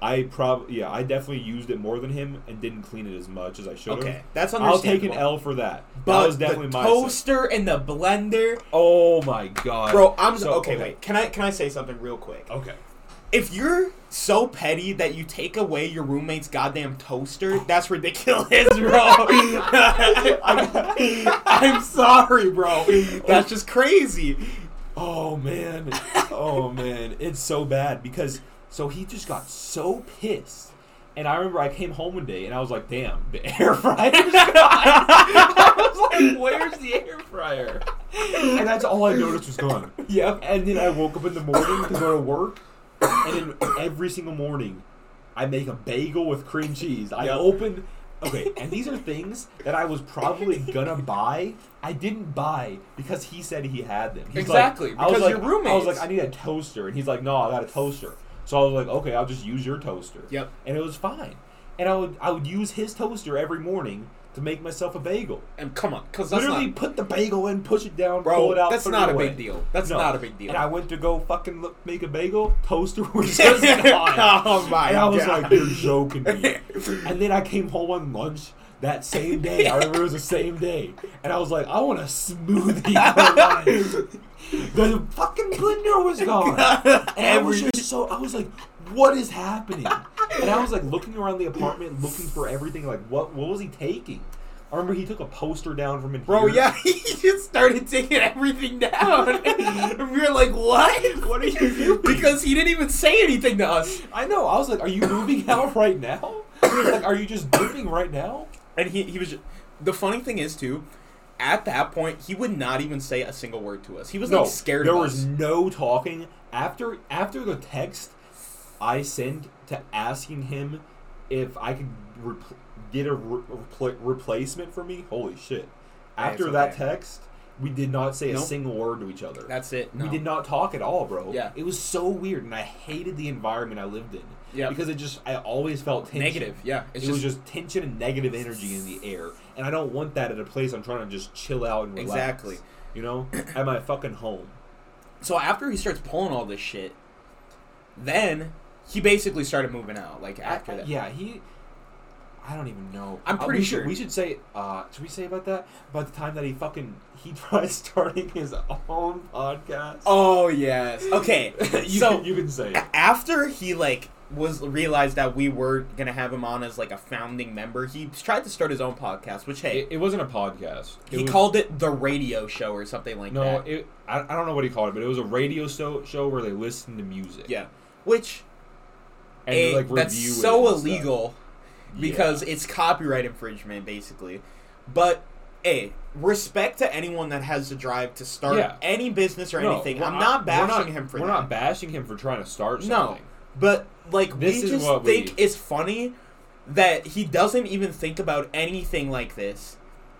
Speaker 1: I probably yeah, I definitely used it more than him, and didn't clean it as much as I should have.
Speaker 2: Okay, that's
Speaker 1: I'll take
Speaker 2: understandable.
Speaker 1: an L for that.
Speaker 2: But
Speaker 1: that was definitely
Speaker 2: the
Speaker 1: my sin.
Speaker 2: toaster and the blender,
Speaker 1: Oh my god,
Speaker 2: bro. I'm
Speaker 1: So-
Speaker 2: okay. Wait, can I can I say something real quick?
Speaker 1: Okay,
Speaker 2: If you're so petty that you take away your roommate's goddamn toaster, that's ridiculous, bro. I'm sorry, bro. That's just crazy.
Speaker 1: Oh man, oh man, it's so bad because so he just got so pissed, and I remember I came home one day and I was like, damn, the air fryer. I was like, where's the air fryer? And that's all I noticed was gone.
Speaker 2: Yep.
Speaker 1: And then I woke up in the morning to go to work, and then every single morning, I make a bagel with cream cheese. I open. Okay, and these are things that I was probably gonna buy. I didn't buy because he said he had them. He's like-
Speaker 2: Exactly,
Speaker 1: I was
Speaker 2: because
Speaker 1: like,
Speaker 2: you're
Speaker 1: I was
Speaker 2: roommates.
Speaker 1: like, I need a toaster, and he's like, No, I got a toaster. So I was like, Okay, I'll just use your toaster.
Speaker 2: Yep.
Speaker 1: And it was fine. And I would I would use his toaster every morning to make myself a bagel.
Speaker 2: And come on, because that's
Speaker 1: Literally
Speaker 2: not,
Speaker 1: put the bagel in, push it down,
Speaker 2: Bro,
Speaker 1: pull it out.
Speaker 2: that's
Speaker 1: put it
Speaker 2: not a
Speaker 1: away.
Speaker 2: big deal. That's not a big deal.
Speaker 1: And I went to go fucking look, make a bagel. Toaster was just gone.
Speaker 2: Oh my
Speaker 1: And I was
Speaker 2: God.
Speaker 1: like, they're joking me. and then I came home on lunch. that same day. I remember it was the same day, and I was like, I want a smoothie for lunch. the fucking blender was gone, and I was just so I was like, what is happening? And I was like looking around the apartment, looking for everything. Like, what what was he taking? I remember he took a poster down from in
Speaker 4: Bro,
Speaker 1: here.
Speaker 4: yeah, he just started taking everything down. and we were like, what?
Speaker 1: What are you doing?
Speaker 4: Because he didn't even say anything to us.
Speaker 1: I know. I was like, "Are you moving out right now? like, are you just moving right now?"
Speaker 4: And he, he was. Just,
Speaker 2: The funny thing is too, at that point he would not even say a single word to us. He was
Speaker 1: No,
Speaker 2: like scared
Speaker 1: There
Speaker 2: of
Speaker 1: was
Speaker 2: us.
Speaker 1: no talking after after the text I sent to asking him if I could repl- get a re- repl- replacement for me. Holy shit! After
Speaker 4: it's
Speaker 1: that
Speaker 4: okay.
Speaker 1: text, we did not say
Speaker 2: Nope.
Speaker 1: a single word to each other.
Speaker 2: That's it.
Speaker 1: we
Speaker 2: no.
Speaker 1: did not talk at all, bro.
Speaker 2: Yeah.
Speaker 1: it was so weird, and I hated the environment I lived in.
Speaker 2: Yep.
Speaker 1: because it just I always felt tension.
Speaker 2: negative. Yeah, it's
Speaker 1: it
Speaker 2: just,
Speaker 1: was just tension and negative energy in the air, and I don't want that at a place I'm trying to just chill out and relax.
Speaker 2: Exactly.
Speaker 1: You know, at my fucking home.
Speaker 2: so after he starts pulling all this shit, then he basically started moving out. Like after
Speaker 1: I-
Speaker 2: that,
Speaker 1: yeah, he. I don't even know.
Speaker 2: I'm
Speaker 1: Uh,
Speaker 2: pretty
Speaker 1: we
Speaker 2: sure.
Speaker 1: Should, we should say. uh Should we say about that? About the time that he fucking he tried starting his own podcast.
Speaker 2: Oh yes. Okay.
Speaker 1: you,
Speaker 2: so
Speaker 1: can, you can say it.
Speaker 2: a- after he like was realized that we were gonna have him on as like a founding member, he tried to start his own podcast. Which hey,
Speaker 1: It, it wasn't a podcast. It
Speaker 2: he
Speaker 1: was-
Speaker 2: called it the radio show or something like
Speaker 1: No,
Speaker 2: that.
Speaker 1: it, I, I don't know what he called it, but it was a radio show, show where they listened to music.
Speaker 2: yeah. Which
Speaker 1: and
Speaker 2: eh,
Speaker 1: like review.
Speaker 2: that's
Speaker 1: it
Speaker 2: so
Speaker 1: and stuff.
Speaker 2: illegal
Speaker 1: Yeah.
Speaker 2: because it's copyright infringement basically. But hey, respect to anyone that has the drive to start
Speaker 1: Yeah.
Speaker 2: any business or
Speaker 1: No,
Speaker 2: anything.
Speaker 1: we're
Speaker 2: I'm not
Speaker 1: we're
Speaker 2: bashing
Speaker 1: not-
Speaker 2: him for
Speaker 1: We're
Speaker 2: that.
Speaker 1: not bashing him for trying to start
Speaker 2: No.
Speaker 1: something.
Speaker 2: But like
Speaker 1: This
Speaker 2: we
Speaker 1: is
Speaker 2: just
Speaker 1: what we-
Speaker 2: think it's funny that he doesn't even think about anything like this.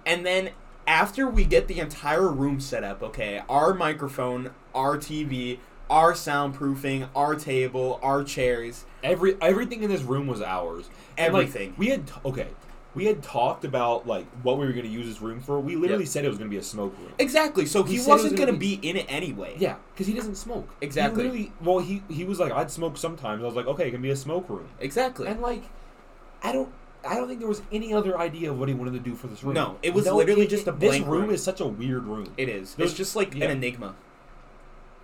Speaker 2: And then after we get the entire room set up, okay, our microphone, our TV, our soundproofing, our table, our chairs,
Speaker 1: Every everything in this room was ours. And, like,
Speaker 2: everything.
Speaker 1: we had okay. We had talked about like what we were going to use this room for. We literally said it was going to be a smoke room.
Speaker 2: exactly. So
Speaker 1: He
Speaker 2: he,
Speaker 1: said it
Speaker 2: wasn't
Speaker 1: was
Speaker 2: going
Speaker 1: gonna
Speaker 2: to be in it anyway.
Speaker 1: Yeah, because he doesn't smoke. He
Speaker 2: Exactly.
Speaker 1: literally- well, he he was like, I'd smoke sometimes. I was like, okay, it can be a smoke room.
Speaker 2: Exactly.
Speaker 1: And like, I don't. I don't think there was any other idea of what he wanted to do for this room.
Speaker 2: No, it was literally just a
Speaker 1: This
Speaker 2: blank
Speaker 1: room,
Speaker 2: room.
Speaker 1: is such a weird room.
Speaker 2: it is.
Speaker 1: Those-
Speaker 2: It's just like
Speaker 1: yeah.
Speaker 2: an enigma.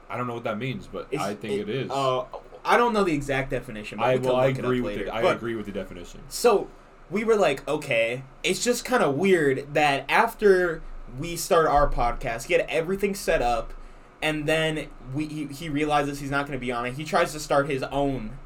Speaker 1: I don't know what that means, but
Speaker 2: It's-
Speaker 1: I think it is.
Speaker 2: Uh, I don't know the exact definition. But
Speaker 1: I
Speaker 2: we can
Speaker 1: well, I
Speaker 2: look it up
Speaker 1: agree with
Speaker 2: later.
Speaker 1: it. I
Speaker 2: But-
Speaker 1: agree with the definition.
Speaker 2: So we were like, okay, it's just kind of weird that after we start our podcast, get everything set up, and then we he, he realizes he's not going to be on it. He tries to start his own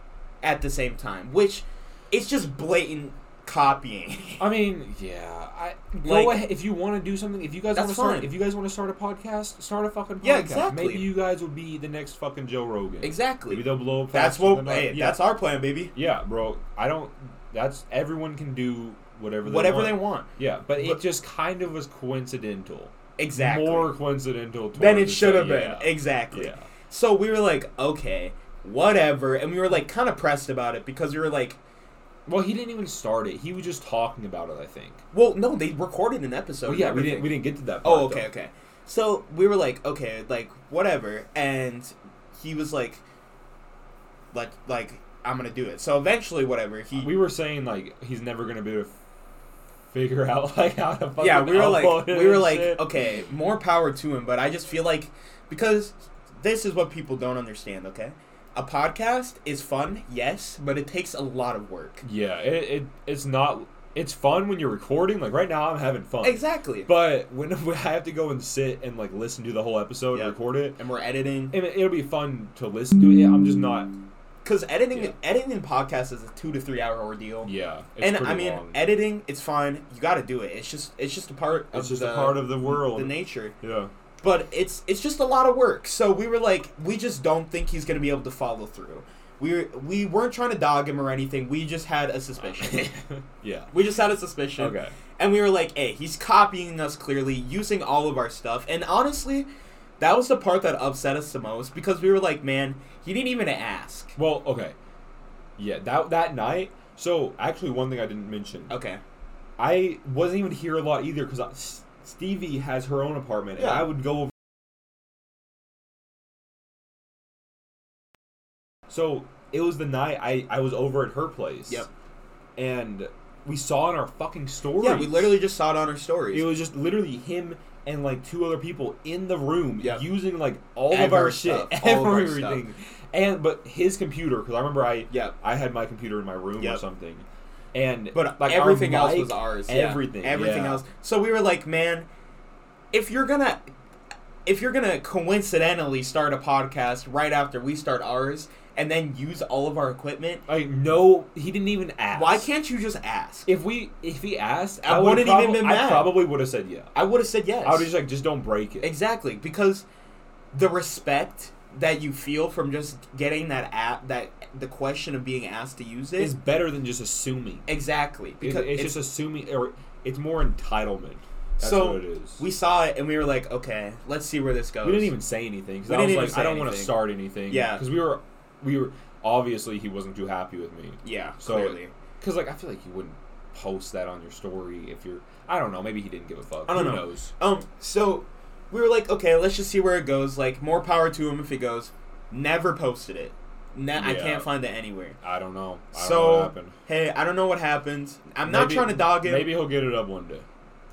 Speaker 2: at the same time, which it's just blatant copying.
Speaker 1: I mean, yeah. I go
Speaker 2: Like-
Speaker 1: ahead if you want to do something. If you guys
Speaker 2: That's
Speaker 1: want to start,
Speaker 2: fine.
Speaker 1: if you guys want to start a podcast, start a fucking podcast.
Speaker 2: Yeah, exactly.
Speaker 1: Maybe you guys will be the next fucking Joe Rogan. Maybe
Speaker 2: exactly.
Speaker 1: they'll blow up.
Speaker 2: That's
Speaker 1: faster
Speaker 2: what.
Speaker 1: than us.
Speaker 2: Hey,
Speaker 1: yeah.
Speaker 2: that's our plan, baby.
Speaker 1: yeah, bro. I don't. That's everyone can do whatever they
Speaker 2: Whatever
Speaker 1: want.
Speaker 2: they want.
Speaker 1: Yeah, but it
Speaker 2: But-
Speaker 1: just kind of was coincidental.
Speaker 2: Exactly.
Speaker 1: More coincidental
Speaker 2: than
Speaker 1: towards
Speaker 2: it
Speaker 1: the-
Speaker 2: should have been.
Speaker 1: yeah.
Speaker 2: Exactly.
Speaker 1: Yeah.
Speaker 2: So we were like, okay, whatever, and we were like kind of pressed about it because we were like,
Speaker 1: Well, he didn't even start it. He was just talking about it. I think.
Speaker 2: Well, no, they recorded an episode.
Speaker 1: Oh
Speaker 2: and
Speaker 1: yeah, we
Speaker 2: everything.
Speaker 1: didn't. We didn't get to that. Part,
Speaker 2: oh, okay, okay. So we were like, okay, like whatever, and he was like, like, like I'm gonna do it. So eventually, whatever he.
Speaker 1: though. We were saying like he's never gonna be able to f- figure out like how to. Fucking
Speaker 2: yeah, we were like,
Speaker 1: upload it
Speaker 2: we were
Speaker 1: and
Speaker 2: like,
Speaker 1: shit.
Speaker 2: okay, more power to him. But I just feel like because this is what people don't understand. Okay, a podcast is fun, yes, but it takes a lot of work.
Speaker 1: Yeah, it, it it's not. It's fun when you're recording. Like right now, I'm having fun.
Speaker 2: Exactly.
Speaker 1: But when I have to go and sit and like listen to the whole episode
Speaker 2: Yeah.
Speaker 1: and record it,
Speaker 2: and we're editing
Speaker 1: and it, will be fun to listen to it. I'm just not.
Speaker 2: because editing
Speaker 1: Yeah.
Speaker 2: editing podcasts is a two to three hour ordeal.
Speaker 1: Yeah, it's
Speaker 2: and
Speaker 1: pretty
Speaker 2: I mean,
Speaker 1: long.
Speaker 2: editing, it's fine. You got to do it. It's just, it's just a part.
Speaker 1: it's
Speaker 2: of
Speaker 1: just
Speaker 2: the,
Speaker 1: a part of the world.
Speaker 2: the nature.
Speaker 1: yeah,
Speaker 2: But it's, it's just a lot of work. So we were like, we just don't think he's gonna be able to follow through. We were, we weren't trying to dog him or anything. We just had a suspicion.
Speaker 1: yeah.
Speaker 2: we just had a suspicion.
Speaker 1: Okay.
Speaker 2: And we were like, hey, he's copying us clearly, using all of our stuff. And honestly, that was the part that upset us the most because we were like, man, he didn't even ask.
Speaker 1: Well, okay. Yeah, that that night. So actually, one thing I didn't mention.
Speaker 2: Okay.
Speaker 1: I wasn't even here a lot either because Stevie has her own apartment, and
Speaker 2: Yeah.
Speaker 1: I would go over. So it was the night I, I was over at her place.
Speaker 2: Yep.
Speaker 1: And we saw in our fucking story.
Speaker 5: Yeah, we literally just saw it on our stories.
Speaker 1: It was just literally him and like two other people in the room
Speaker 5: Yep.
Speaker 1: using like all of
Speaker 5: Every
Speaker 1: our
Speaker 5: stuff,
Speaker 1: shit,
Speaker 5: all of our stuff.
Speaker 1: everything. And but his computer, because I remember I
Speaker 5: yeah,
Speaker 1: I had my computer in my room or
Speaker 5: Yep.
Speaker 1: something, and
Speaker 5: but
Speaker 1: like our
Speaker 5: everything else
Speaker 1: mic-
Speaker 5: was ours. yeah.
Speaker 1: everything,
Speaker 5: everything
Speaker 1: yeah.
Speaker 5: else.
Speaker 2: So we were like, man, if you're gonna if you're gonna coincidentally start a podcast right after we start ours and then use all of our equipment,
Speaker 1: Like no, he didn't even ask.
Speaker 2: why can't you just ask?
Speaker 1: if we if he asked,
Speaker 2: I
Speaker 1: I, would
Speaker 2: wouldn't
Speaker 1: have
Speaker 2: even been
Speaker 1: I
Speaker 2: mad.
Speaker 1: probably would have said yeah.
Speaker 2: I would have said yes.
Speaker 1: I would just like just don't break it.
Speaker 2: Exactly, because the respect that you feel from just getting that app that the question of being asked to use it
Speaker 1: It's better than just assuming.
Speaker 2: exactly
Speaker 1: It-
Speaker 2: because
Speaker 1: it's,
Speaker 2: it's-
Speaker 1: just assuming, or it's more entitlement. That's
Speaker 2: So,
Speaker 1: what it is.
Speaker 2: we saw it and we were like, okay, let's see where this goes.
Speaker 1: We didn't even say anything because
Speaker 2: We
Speaker 1: I
Speaker 2: didn't
Speaker 1: was
Speaker 2: even
Speaker 1: like,
Speaker 2: say
Speaker 1: I don't want to
Speaker 2: anything.
Speaker 1: start anything.
Speaker 2: Yeah.
Speaker 1: because we were, we were obviously he wasn't too happy with me.
Speaker 2: yeah
Speaker 1: So-
Speaker 2: clearly
Speaker 1: Because like I feel like you wouldn't post that on your story if you're. I don't know. Maybe he didn't give a fuck.
Speaker 2: I don't
Speaker 1: Who
Speaker 2: know.
Speaker 1: knows?
Speaker 2: um so we were like, okay, let's just see where it goes. Like more power to him if it goes. Never posted it. Ne- I
Speaker 1: Yeah.
Speaker 2: can't find it anywhere.
Speaker 1: I don't know. I don't know
Speaker 2: So,
Speaker 1: what happened.
Speaker 2: Hey, I don't know what happened. I'm not
Speaker 1: Maybe-
Speaker 2: trying to dog him.
Speaker 1: Maybe he'll get it up one day. Maybe.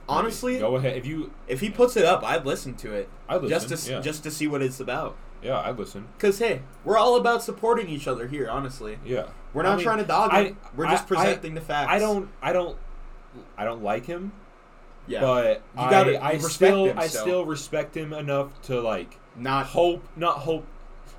Speaker 2: Honestly,
Speaker 1: go ahead. If you,
Speaker 2: if he puts it up, I'd listen to it
Speaker 1: I listen.
Speaker 2: just to s
Speaker 1: yeah.
Speaker 2: just to see what it's about.
Speaker 1: yeah, I listen.
Speaker 2: Cause hey, we're all about supporting each other here. Honestly,
Speaker 1: Yeah,
Speaker 2: we're
Speaker 1: I
Speaker 2: not
Speaker 1: mean,
Speaker 2: trying to dog
Speaker 1: I-
Speaker 2: it. We're
Speaker 1: I-
Speaker 2: just
Speaker 1: I-
Speaker 2: presenting the facts.
Speaker 1: I don't, I don't, I don't like him.
Speaker 2: Yeah.
Speaker 1: But I,
Speaker 2: gotta-
Speaker 1: I
Speaker 2: you respect
Speaker 1: still,
Speaker 2: him
Speaker 1: I
Speaker 2: still.
Speaker 1: still respect him enough to like
Speaker 2: not
Speaker 1: hope, not hope,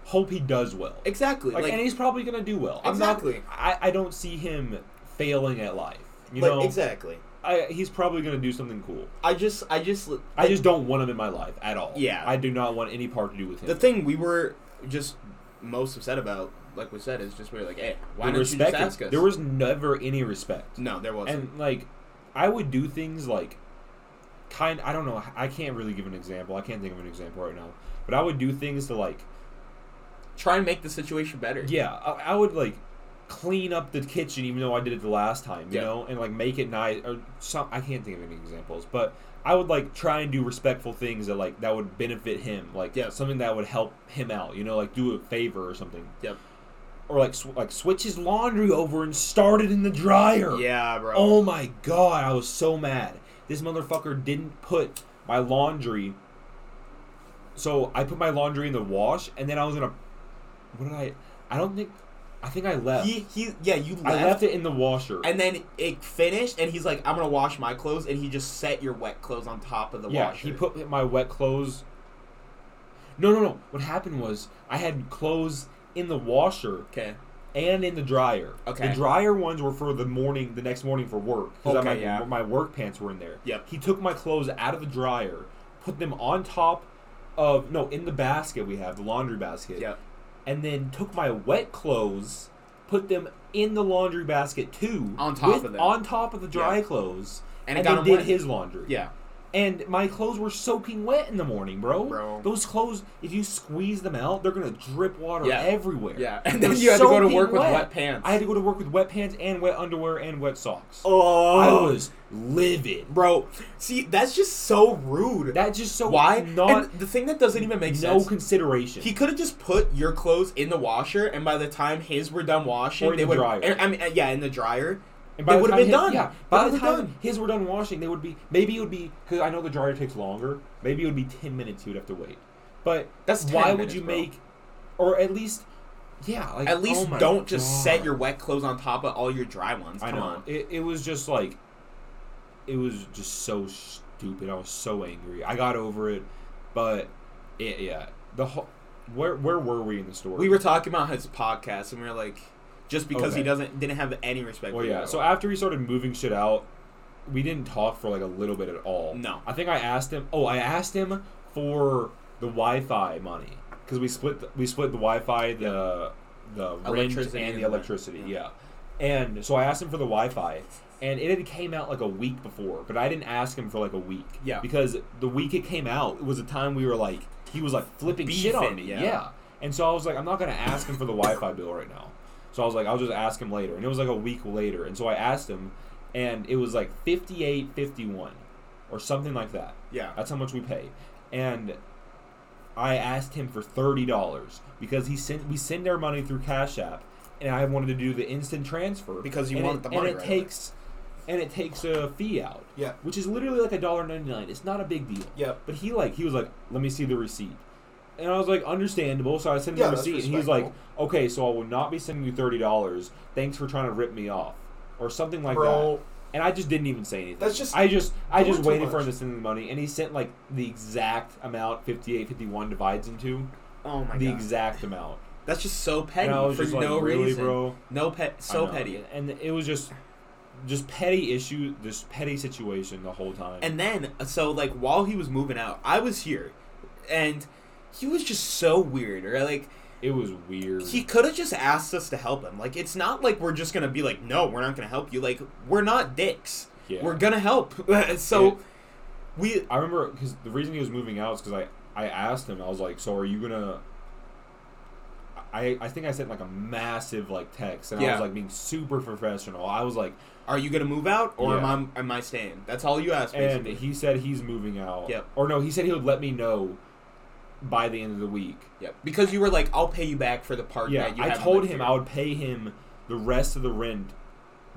Speaker 1: hope he does well.
Speaker 2: exactly.
Speaker 1: Like,
Speaker 2: Like,
Speaker 1: and he's probably gonna do well. I'm not-
Speaker 2: Exactly.
Speaker 1: I, I don't see him failing at life. You
Speaker 2: like,
Speaker 1: know,
Speaker 2: exactly.
Speaker 1: I, he's probably gonna do something cool.
Speaker 2: I just, I just,
Speaker 1: I just don't want him in my life at all.
Speaker 2: Yeah.
Speaker 1: I do not want any part to do with him.
Speaker 2: the thing we were just most upset about, like we said, is just we were like, hey, why
Speaker 1: The
Speaker 2: didn't you just
Speaker 1: respect-
Speaker 2: ask us?
Speaker 1: There was never any respect.
Speaker 2: no, there wasn't.
Speaker 1: and like i would do things like kind i don't know i can't really give an example i can't think of an example right now but i would do things to like
Speaker 2: Try and make the situation better.
Speaker 1: yeah i, I would like clean up the kitchen even though i did it the last time you
Speaker 2: Yeah.
Speaker 1: know and like make it nice or some i can't think of any examples but i would like try and do respectful things that like that would benefit him like
Speaker 2: Yeah.
Speaker 1: something that would help him out you know like do a favor or something
Speaker 2: Yep.
Speaker 1: or like sw- like switch his laundry over and start it in the dryer
Speaker 2: Yeah, bro.
Speaker 1: Oh my god, I was so mad. This motherfucker didn't put my laundry. So I put my laundry in the wash, and then I was gonna. What did I? I don't think. I think I left.
Speaker 2: he, he, yeah, you left,
Speaker 1: I left it in the washer.
Speaker 2: and then it finished, and he's like, I'm gonna wash my clothes, and he just set your wet clothes on top of the
Speaker 1: yeah,
Speaker 2: washer.
Speaker 1: he put my wet clothes. No, no, no. What happened was I had clothes in the washer
Speaker 2: okay.
Speaker 1: and in the dryer.
Speaker 2: Okay.
Speaker 1: The dryer ones were for the morning, the next morning for work. Because
Speaker 2: Okay,
Speaker 1: my,
Speaker 2: yeah.
Speaker 1: my work pants were in there.
Speaker 2: Yep.
Speaker 1: He took my clothes out of the dryer, put them on top of, no, in the basket we have, the laundry basket.
Speaker 2: Yep.
Speaker 1: And then took my wet clothes, put them in the laundry basket too.
Speaker 2: On top of them.
Speaker 1: On top of the dry clothes.
Speaker 2: And
Speaker 1: And,
Speaker 2: it got
Speaker 1: then
Speaker 2: them
Speaker 1: did
Speaker 2: wet.
Speaker 1: his laundry.
Speaker 2: Yeah.
Speaker 1: And my clothes were soaking wet in the morning, bro.
Speaker 2: Bro.
Speaker 1: Those clothes, if you squeeze them out, they're gonna drip water
Speaker 2: Yeah.
Speaker 1: everywhere.
Speaker 2: Yeah. And then
Speaker 1: They're
Speaker 2: you had to go to
Speaker 1: soaking
Speaker 2: work with wet pants.
Speaker 1: I had to go to work with wet pants and wet underwear and wet socks.
Speaker 2: Oh,
Speaker 1: I was livid.
Speaker 2: bro. See, that's just so rude.
Speaker 1: That's just so
Speaker 2: Why?
Speaker 1: Not
Speaker 2: and the thing that doesn't even make
Speaker 1: no
Speaker 2: sense.
Speaker 1: consideration.
Speaker 2: He could have just put your clothes in the washer, and by the time his were done washing,
Speaker 1: Or in
Speaker 2: they
Speaker 1: the
Speaker 2: would.
Speaker 1: dryer.
Speaker 2: and- I mean, uh, yeah, in the dryer,
Speaker 1: And
Speaker 2: they
Speaker 1: the
Speaker 2: would've
Speaker 1: time
Speaker 2: been done.
Speaker 1: Yeah,
Speaker 2: They
Speaker 1: by the
Speaker 2: would've
Speaker 1: time
Speaker 2: been done.
Speaker 1: his were done washing, they would be. Maybe it would be because I know the dryer takes longer. Maybe it would be ten minutes. He would have to wait. But
Speaker 2: That's 10
Speaker 1: why would
Speaker 2: minutes,
Speaker 1: you
Speaker 2: bro.
Speaker 1: make, or at least, yeah, like
Speaker 2: at least
Speaker 1: oh my
Speaker 2: don't just set
Speaker 1: God.
Speaker 2: your wet clothes on top of all your dry ones. Come
Speaker 1: I know.
Speaker 2: on.
Speaker 1: It, it was just like, it was just so stupid. I was so angry. I got over it, but it, yeah, the whole. Where where were we in the story?
Speaker 2: We were talking about his podcast, and we were like, just because he
Speaker 1: Okay.
Speaker 2: doesn't didn't have any respect.
Speaker 1: Well,
Speaker 2: for you
Speaker 1: yeah.
Speaker 2: at
Speaker 1: So
Speaker 2: all.
Speaker 1: after we started moving shit out, we didn't talk for like a little bit at all.
Speaker 2: No.
Speaker 1: I think I asked him. Oh, I asked him for the Wi-Fi money because we split the, we split the Wi-Fi, the the rent, and
Speaker 2: Electricity and
Speaker 1: the
Speaker 2: the rent,
Speaker 1: electricity. Yeah. And so I asked him for the Wi-Fi, and it had came out like a week before, but I didn't ask him for like a week.
Speaker 2: Yeah.
Speaker 1: Because the week it came out, it was a time we were like he was like flipping shit on
Speaker 2: Beefing,
Speaker 1: me.
Speaker 2: yeah.
Speaker 1: yeah. And so I was like, I'm not gonna ask him for the Wi-Fi bill right now. So I was like, I'll just ask him later. And it was like a week later. And so I asked him, and it was like 58 51 or something like that.
Speaker 2: yeah,
Speaker 1: That's how much we pay. And I asked him for $30 because he sent we send our money through Cash App and I wanted to do the instant transfer
Speaker 2: Because you
Speaker 1: and
Speaker 2: wanted
Speaker 1: it,
Speaker 2: the
Speaker 1: and
Speaker 2: money
Speaker 1: it
Speaker 2: right away.
Speaker 1: takes and it takes a fee out.
Speaker 6: Yeah.
Speaker 1: Which is literally like a dollar ninety nine. It's not a big deal.
Speaker 6: Yep.
Speaker 1: But he like he was like, let me see the receipt, and I was like, understandable. So I sent him
Speaker 6: Yeah,
Speaker 1: the
Speaker 6: that's
Speaker 1: receipt, and he's like,
Speaker 6: respectable.
Speaker 1: okay, so I will not be sending you thirty dollars. Thanks for trying to rip me off, or something like
Speaker 6: Bro.
Speaker 1: that. And I just didn't even say anything.
Speaker 6: That's just
Speaker 1: I just I
Speaker 6: doing
Speaker 1: just
Speaker 6: too
Speaker 1: waited for
Speaker 6: much.
Speaker 1: him to send me the money, and he sent like the exact amount fifty eight fifty one divides into
Speaker 2: Oh my
Speaker 1: the
Speaker 2: god.
Speaker 1: exact amount.
Speaker 2: That's just so petty
Speaker 1: And I was
Speaker 2: for
Speaker 1: just like,
Speaker 2: no
Speaker 1: really,
Speaker 2: reason.
Speaker 1: bro.
Speaker 2: No pet.
Speaker 1: I
Speaker 2: So
Speaker 1: know.
Speaker 2: petty.
Speaker 1: and it was just just petty issue, this petty situation the whole time.
Speaker 2: And then, so like while he was moving out, I was here, and he was just so weird. Right? Like
Speaker 1: it was weird.
Speaker 2: he could have just asked us to help him. Like it's not like we're just gonna be like, no, we're not gonna help you. Like we're not dicks.
Speaker 1: yeah.
Speaker 2: We're gonna help. so
Speaker 1: It-
Speaker 2: we
Speaker 1: I remember because the reason he was moving out is because I I asked him I was like, so are you gonna? I I think I sent like a massive like text and I
Speaker 2: Yeah.
Speaker 1: was like being super professional. I was like,
Speaker 2: are you gonna move out or
Speaker 1: Yeah.
Speaker 2: am I am I staying? That's all you asked.
Speaker 1: and
Speaker 2: Basically.
Speaker 1: he said he's moving out.
Speaker 2: Yep.
Speaker 1: Or no, he said he would let me know by the end of the week.
Speaker 2: yeah, because you were like, I'll pay you back for the part
Speaker 1: Yeah,
Speaker 2: that you.
Speaker 1: I
Speaker 2: haven't
Speaker 1: told
Speaker 2: lived
Speaker 1: him
Speaker 2: here."
Speaker 1: I would pay him the rest of the rent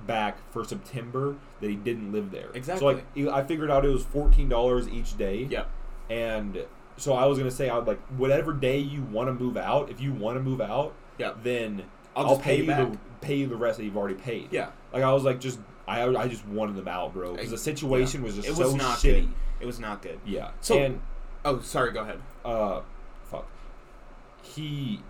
Speaker 1: back for September that he didn't live there. So
Speaker 2: Exactly.
Speaker 1: like he- I figured out it was fourteen dollars each day.
Speaker 2: Yeah.
Speaker 1: And so I was gonna say I would like whatever day you want to move out. If you want to move out,
Speaker 2: Yeah.
Speaker 1: then
Speaker 2: I'll
Speaker 1: I'll,
Speaker 2: just
Speaker 1: pay,
Speaker 2: pay you
Speaker 1: you the pay you the rest that you've already paid.
Speaker 2: Yeah.
Speaker 1: Like I was like just I I just wanted them out, bro, because the situation was just
Speaker 2: It
Speaker 1: so
Speaker 2: was not
Speaker 1: shitty.
Speaker 2: good. It was not good.
Speaker 1: Yeah.
Speaker 2: So-
Speaker 1: and
Speaker 2: Oh, sorry. Go ahead.
Speaker 1: uh, fuck. He.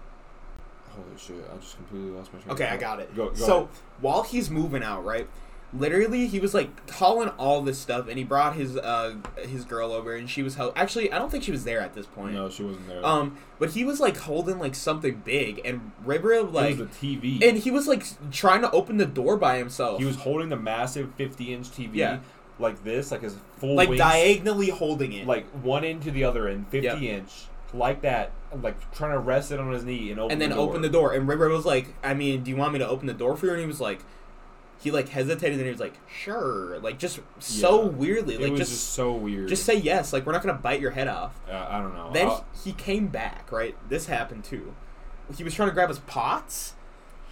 Speaker 1: Holy shit! I just completely lost my train. of
Speaker 2: Okay, I
Speaker 1: thought.
Speaker 2: got it.
Speaker 1: Go, go
Speaker 2: so
Speaker 1: ahead.
Speaker 2: while he's moving out, right? Literally, he was like calling all this stuff, and he brought his uh his girl over, and she was help. Actually, I don't think she was there at this point.
Speaker 1: No, she wasn't there.
Speaker 2: Um, but he was like holding like something big, and Rivera like,
Speaker 1: it was the TV.
Speaker 2: and he was like trying to open the door by himself.
Speaker 1: he was holding the massive 50-inch TV
Speaker 2: Yeah.
Speaker 1: like this, like his full
Speaker 2: like
Speaker 1: wings,
Speaker 2: diagonally holding it.
Speaker 1: like one end to the other end, 50
Speaker 2: Yeah.
Speaker 1: inch, like that, like trying to rest it on his knee and open
Speaker 2: and then
Speaker 1: the door.
Speaker 2: open the door. And Rivera was like, I mean, do you want me to open the door for you? And he was like, he like hesitated, and he was like, sure, like just so
Speaker 1: Yeah.
Speaker 2: weirdly,
Speaker 1: It
Speaker 2: like
Speaker 1: was
Speaker 2: just
Speaker 1: just, so weird.
Speaker 2: just say yes. Like we're not gonna bite your head off.
Speaker 1: uh, I don't know.
Speaker 2: Then
Speaker 1: I-
Speaker 2: he he came back, right? This happened too. He was trying to grab his pots,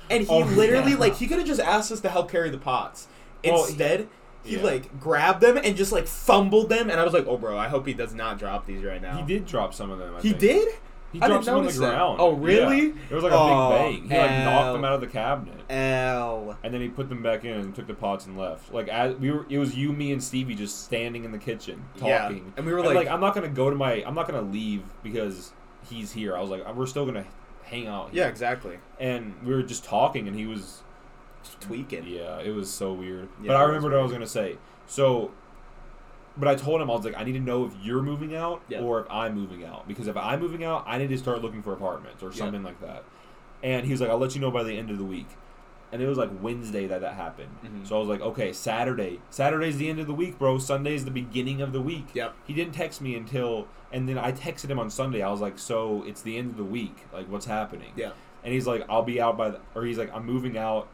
Speaker 2: and he
Speaker 1: Oh,
Speaker 2: literally
Speaker 1: yeah.
Speaker 2: like he could have just asked us to help carry the pots.
Speaker 1: Well, he-
Speaker 2: Instead, he,
Speaker 1: yeah.
Speaker 2: like grabbed them and just like fumbled them, and I was like, "Oh, bro, I hope he does not drop these right now."
Speaker 1: he did drop some of them. I
Speaker 2: He
Speaker 1: think.
Speaker 2: did.
Speaker 1: He
Speaker 2: I
Speaker 1: dropped
Speaker 2: didn't
Speaker 1: some on the
Speaker 2: notice that.
Speaker 1: ground.
Speaker 2: Oh, really?
Speaker 1: Yeah. It was like a
Speaker 2: Oh,
Speaker 1: big bang. He like knocked them
Speaker 2: ow.
Speaker 1: out of the cabinet.
Speaker 2: L.
Speaker 1: And then he put them back in and took the pots and left. Like as we were, it was you, me, and Stevie just standing in the kitchen
Speaker 2: Yeah.
Speaker 1: talking.
Speaker 2: And we were
Speaker 1: And,
Speaker 2: like-
Speaker 1: like, I'm not gonna go to my, I'm not gonna leave because he's here. I was like, we're still gonna hang out.
Speaker 2: Yeah,
Speaker 1: Here.
Speaker 2: exactly.
Speaker 1: And we were just talking, and he was,
Speaker 2: Just tweaking.
Speaker 1: yeah, it was so weird.
Speaker 2: Yeah,
Speaker 1: but I
Speaker 2: it was
Speaker 1: remembered what I was gonna say. So, but I told him I was like, I need to know if you're moving out
Speaker 2: Yeah.
Speaker 1: or if I'm moving out because if I'm moving out, I need to start looking for apartments or
Speaker 2: Yeah.
Speaker 1: something like that. And he was like, I'll let you know by the end of the week. And it was like Wednesday that that happened.
Speaker 2: Mhm.
Speaker 1: So I was like, okay, Saturday. Saturday's the end of the week, bro. Sunday's the beginning of the week.
Speaker 2: Yep.
Speaker 1: He didn't text me until, and then I texted him on Sunday. I was like, so it's the end of the week. Like, what's happening?
Speaker 2: Yeah.
Speaker 1: And he's like, I'll be out by, the, or he's like, I'm moving out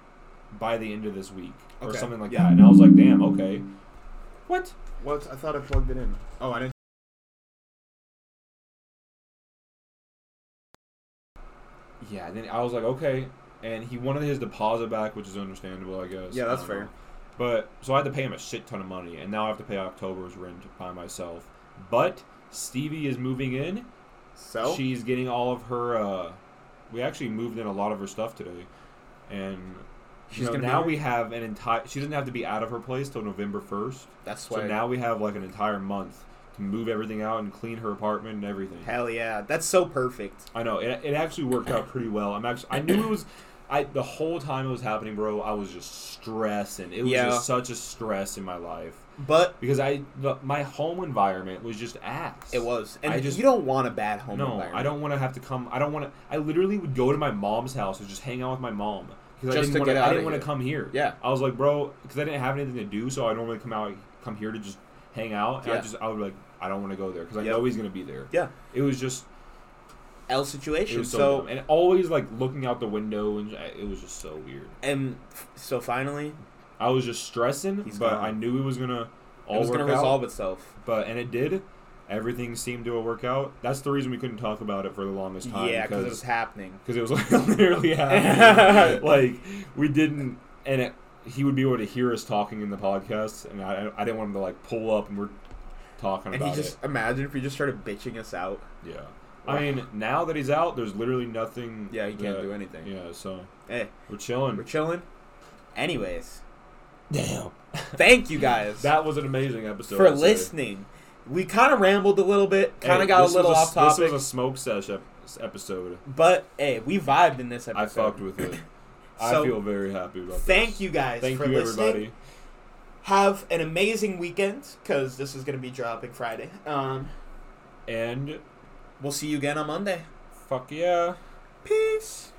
Speaker 1: by the end of this week or
Speaker 2: Okay.
Speaker 1: something like
Speaker 6: Yeah.
Speaker 1: that. And I was like, damn, okay. What?
Speaker 6: What? I thought I plugged it in.
Speaker 2: Oh, I didn't.
Speaker 1: Yeah. And then I was like, okay. And he wanted his deposit back, which is understandable, I guess.
Speaker 2: Yeah, that's
Speaker 1: I don't
Speaker 2: fair.
Speaker 1: know. But so I had to pay him a shit ton of money, and now I have to pay October's rent by myself. But Stevie is moving in.
Speaker 6: So?
Speaker 1: She's getting all of her. Uh, we actually moved in a lot of her stuff today, and
Speaker 2: She's
Speaker 1: you know,
Speaker 2: gonna be
Speaker 1: now
Speaker 2: here?
Speaker 1: we have an entire. She doesn't have to be out of her place till November first.
Speaker 2: That's
Speaker 1: So
Speaker 2: swag.
Speaker 1: now we have like an entire month to move everything out and clean her apartment and everything.
Speaker 2: Hell yeah, that's so perfect.
Speaker 1: I know it. It actually worked out pretty well. I'm actually. I knew it was. I the whole time it was happening, bro. I was just stressing. It was
Speaker 2: Yeah.
Speaker 1: just such a stress in my life
Speaker 2: But
Speaker 1: because I the, my home environment was just ass.
Speaker 2: it was, and
Speaker 1: I just-
Speaker 2: you don't want a bad home
Speaker 1: No,
Speaker 2: environment.
Speaker 1: I don't want to have to come. I don't want to. I literally would go to my mom's house and just hang out with my mom because I didn't
Speaker 2: Just to
Speaker 1: want
Speaker 2: get
Speaker 1: to. I
Speaker 2: outta
Speaker 1: didn't want to
Speaker 2: here.
Speaker 1: come here.
Speaker 2: Yeah.
Speaker 1: I was like, bro, because I didn't have anything to do, so I normally come out, come here to just hang out. And I
Speaker 2: Yeah.
Speaker 1: just, I would be like, I don't want to go there because I
Speaker 2: Yep.
Speaker 1: know he's gonna be there.
Speaker 2: Yeah.
Speaker 1: It was just,
Speaker 2: L
Speaker 1: it
Speaker 2: situation.
Speaker 1: was so,
Speaker 2: so
Speaker 1: dumb. and always like looking out the window, and I- it was just so weird.
Speaker 2: and f- so finally,
Speaker 1: I was just stressing,
Speaker 2: He's
Speaker 1: but
Speaker 2: gone.
Speaker 1: I knew it was gonna all
Speaker 2: it was
Speaker 1: work
Speaker 2: gonna
Speaker 1: out.
Speaker 2: resolve itself.
Speaker 1: But and it did. Everything seemed to work out. That's the reason we couldn't talk about it for the longest time.
Speaker 2: yeah, because it was happening.
Speaker 1: because it was like literally happening. like we didn't, and it, he would be able to hear us talking in the podcast, and I, I didn't want him to like pull up and we're talking
Speaker 2: And he
Speaker 1: about
Speaker 2: just imagine if he just started bitching us out.
Speaker 1: it. Yeah. I mean, now that he's out, there's literally nothing.
Speaker 2: Yeah, he can't
Speaker 1: that-
Speaker 2: do anything.
Speaker 1: Yeah, so
Speaker 2: Hey,
Speaker 1: we're chilling.
Speaker 2: we're chilling. Anyways,
Speaker 7: Damn.
Speaker 2: thank you guys
Speaker 1: that was an amazing episode
Speaker 2: for
Speaker 1: I'd say.
Speaker 2: listening. We kind of rambled a little bit,
Speaker 1: Hey,
Speaker 2: kind of got a
Speaker 1: this was
Speaker 2: little off topic,
Speaker 1: This was a smoke sesh ep- episode.
Speaker 2: but hey, we vibed in this episode.
Speaker 1: I fucked with it.
Speaker 2: So,
Speaker 1: I feel very happy about this.
Speaker 2: Thank you guys
Speaker 1: Thank
Speaker 2: for
Speaker 1: you,
Speaker 2: listening.
Speaker 1: everybody.
Speaker 2: Have an amazing weekend because this is going to be dropping Friday. Um,
Speaker 1: And
Speaker 2: we'll see you again on Monday.
Speaker 1: fuck yeah.
Speaker 2: Peace.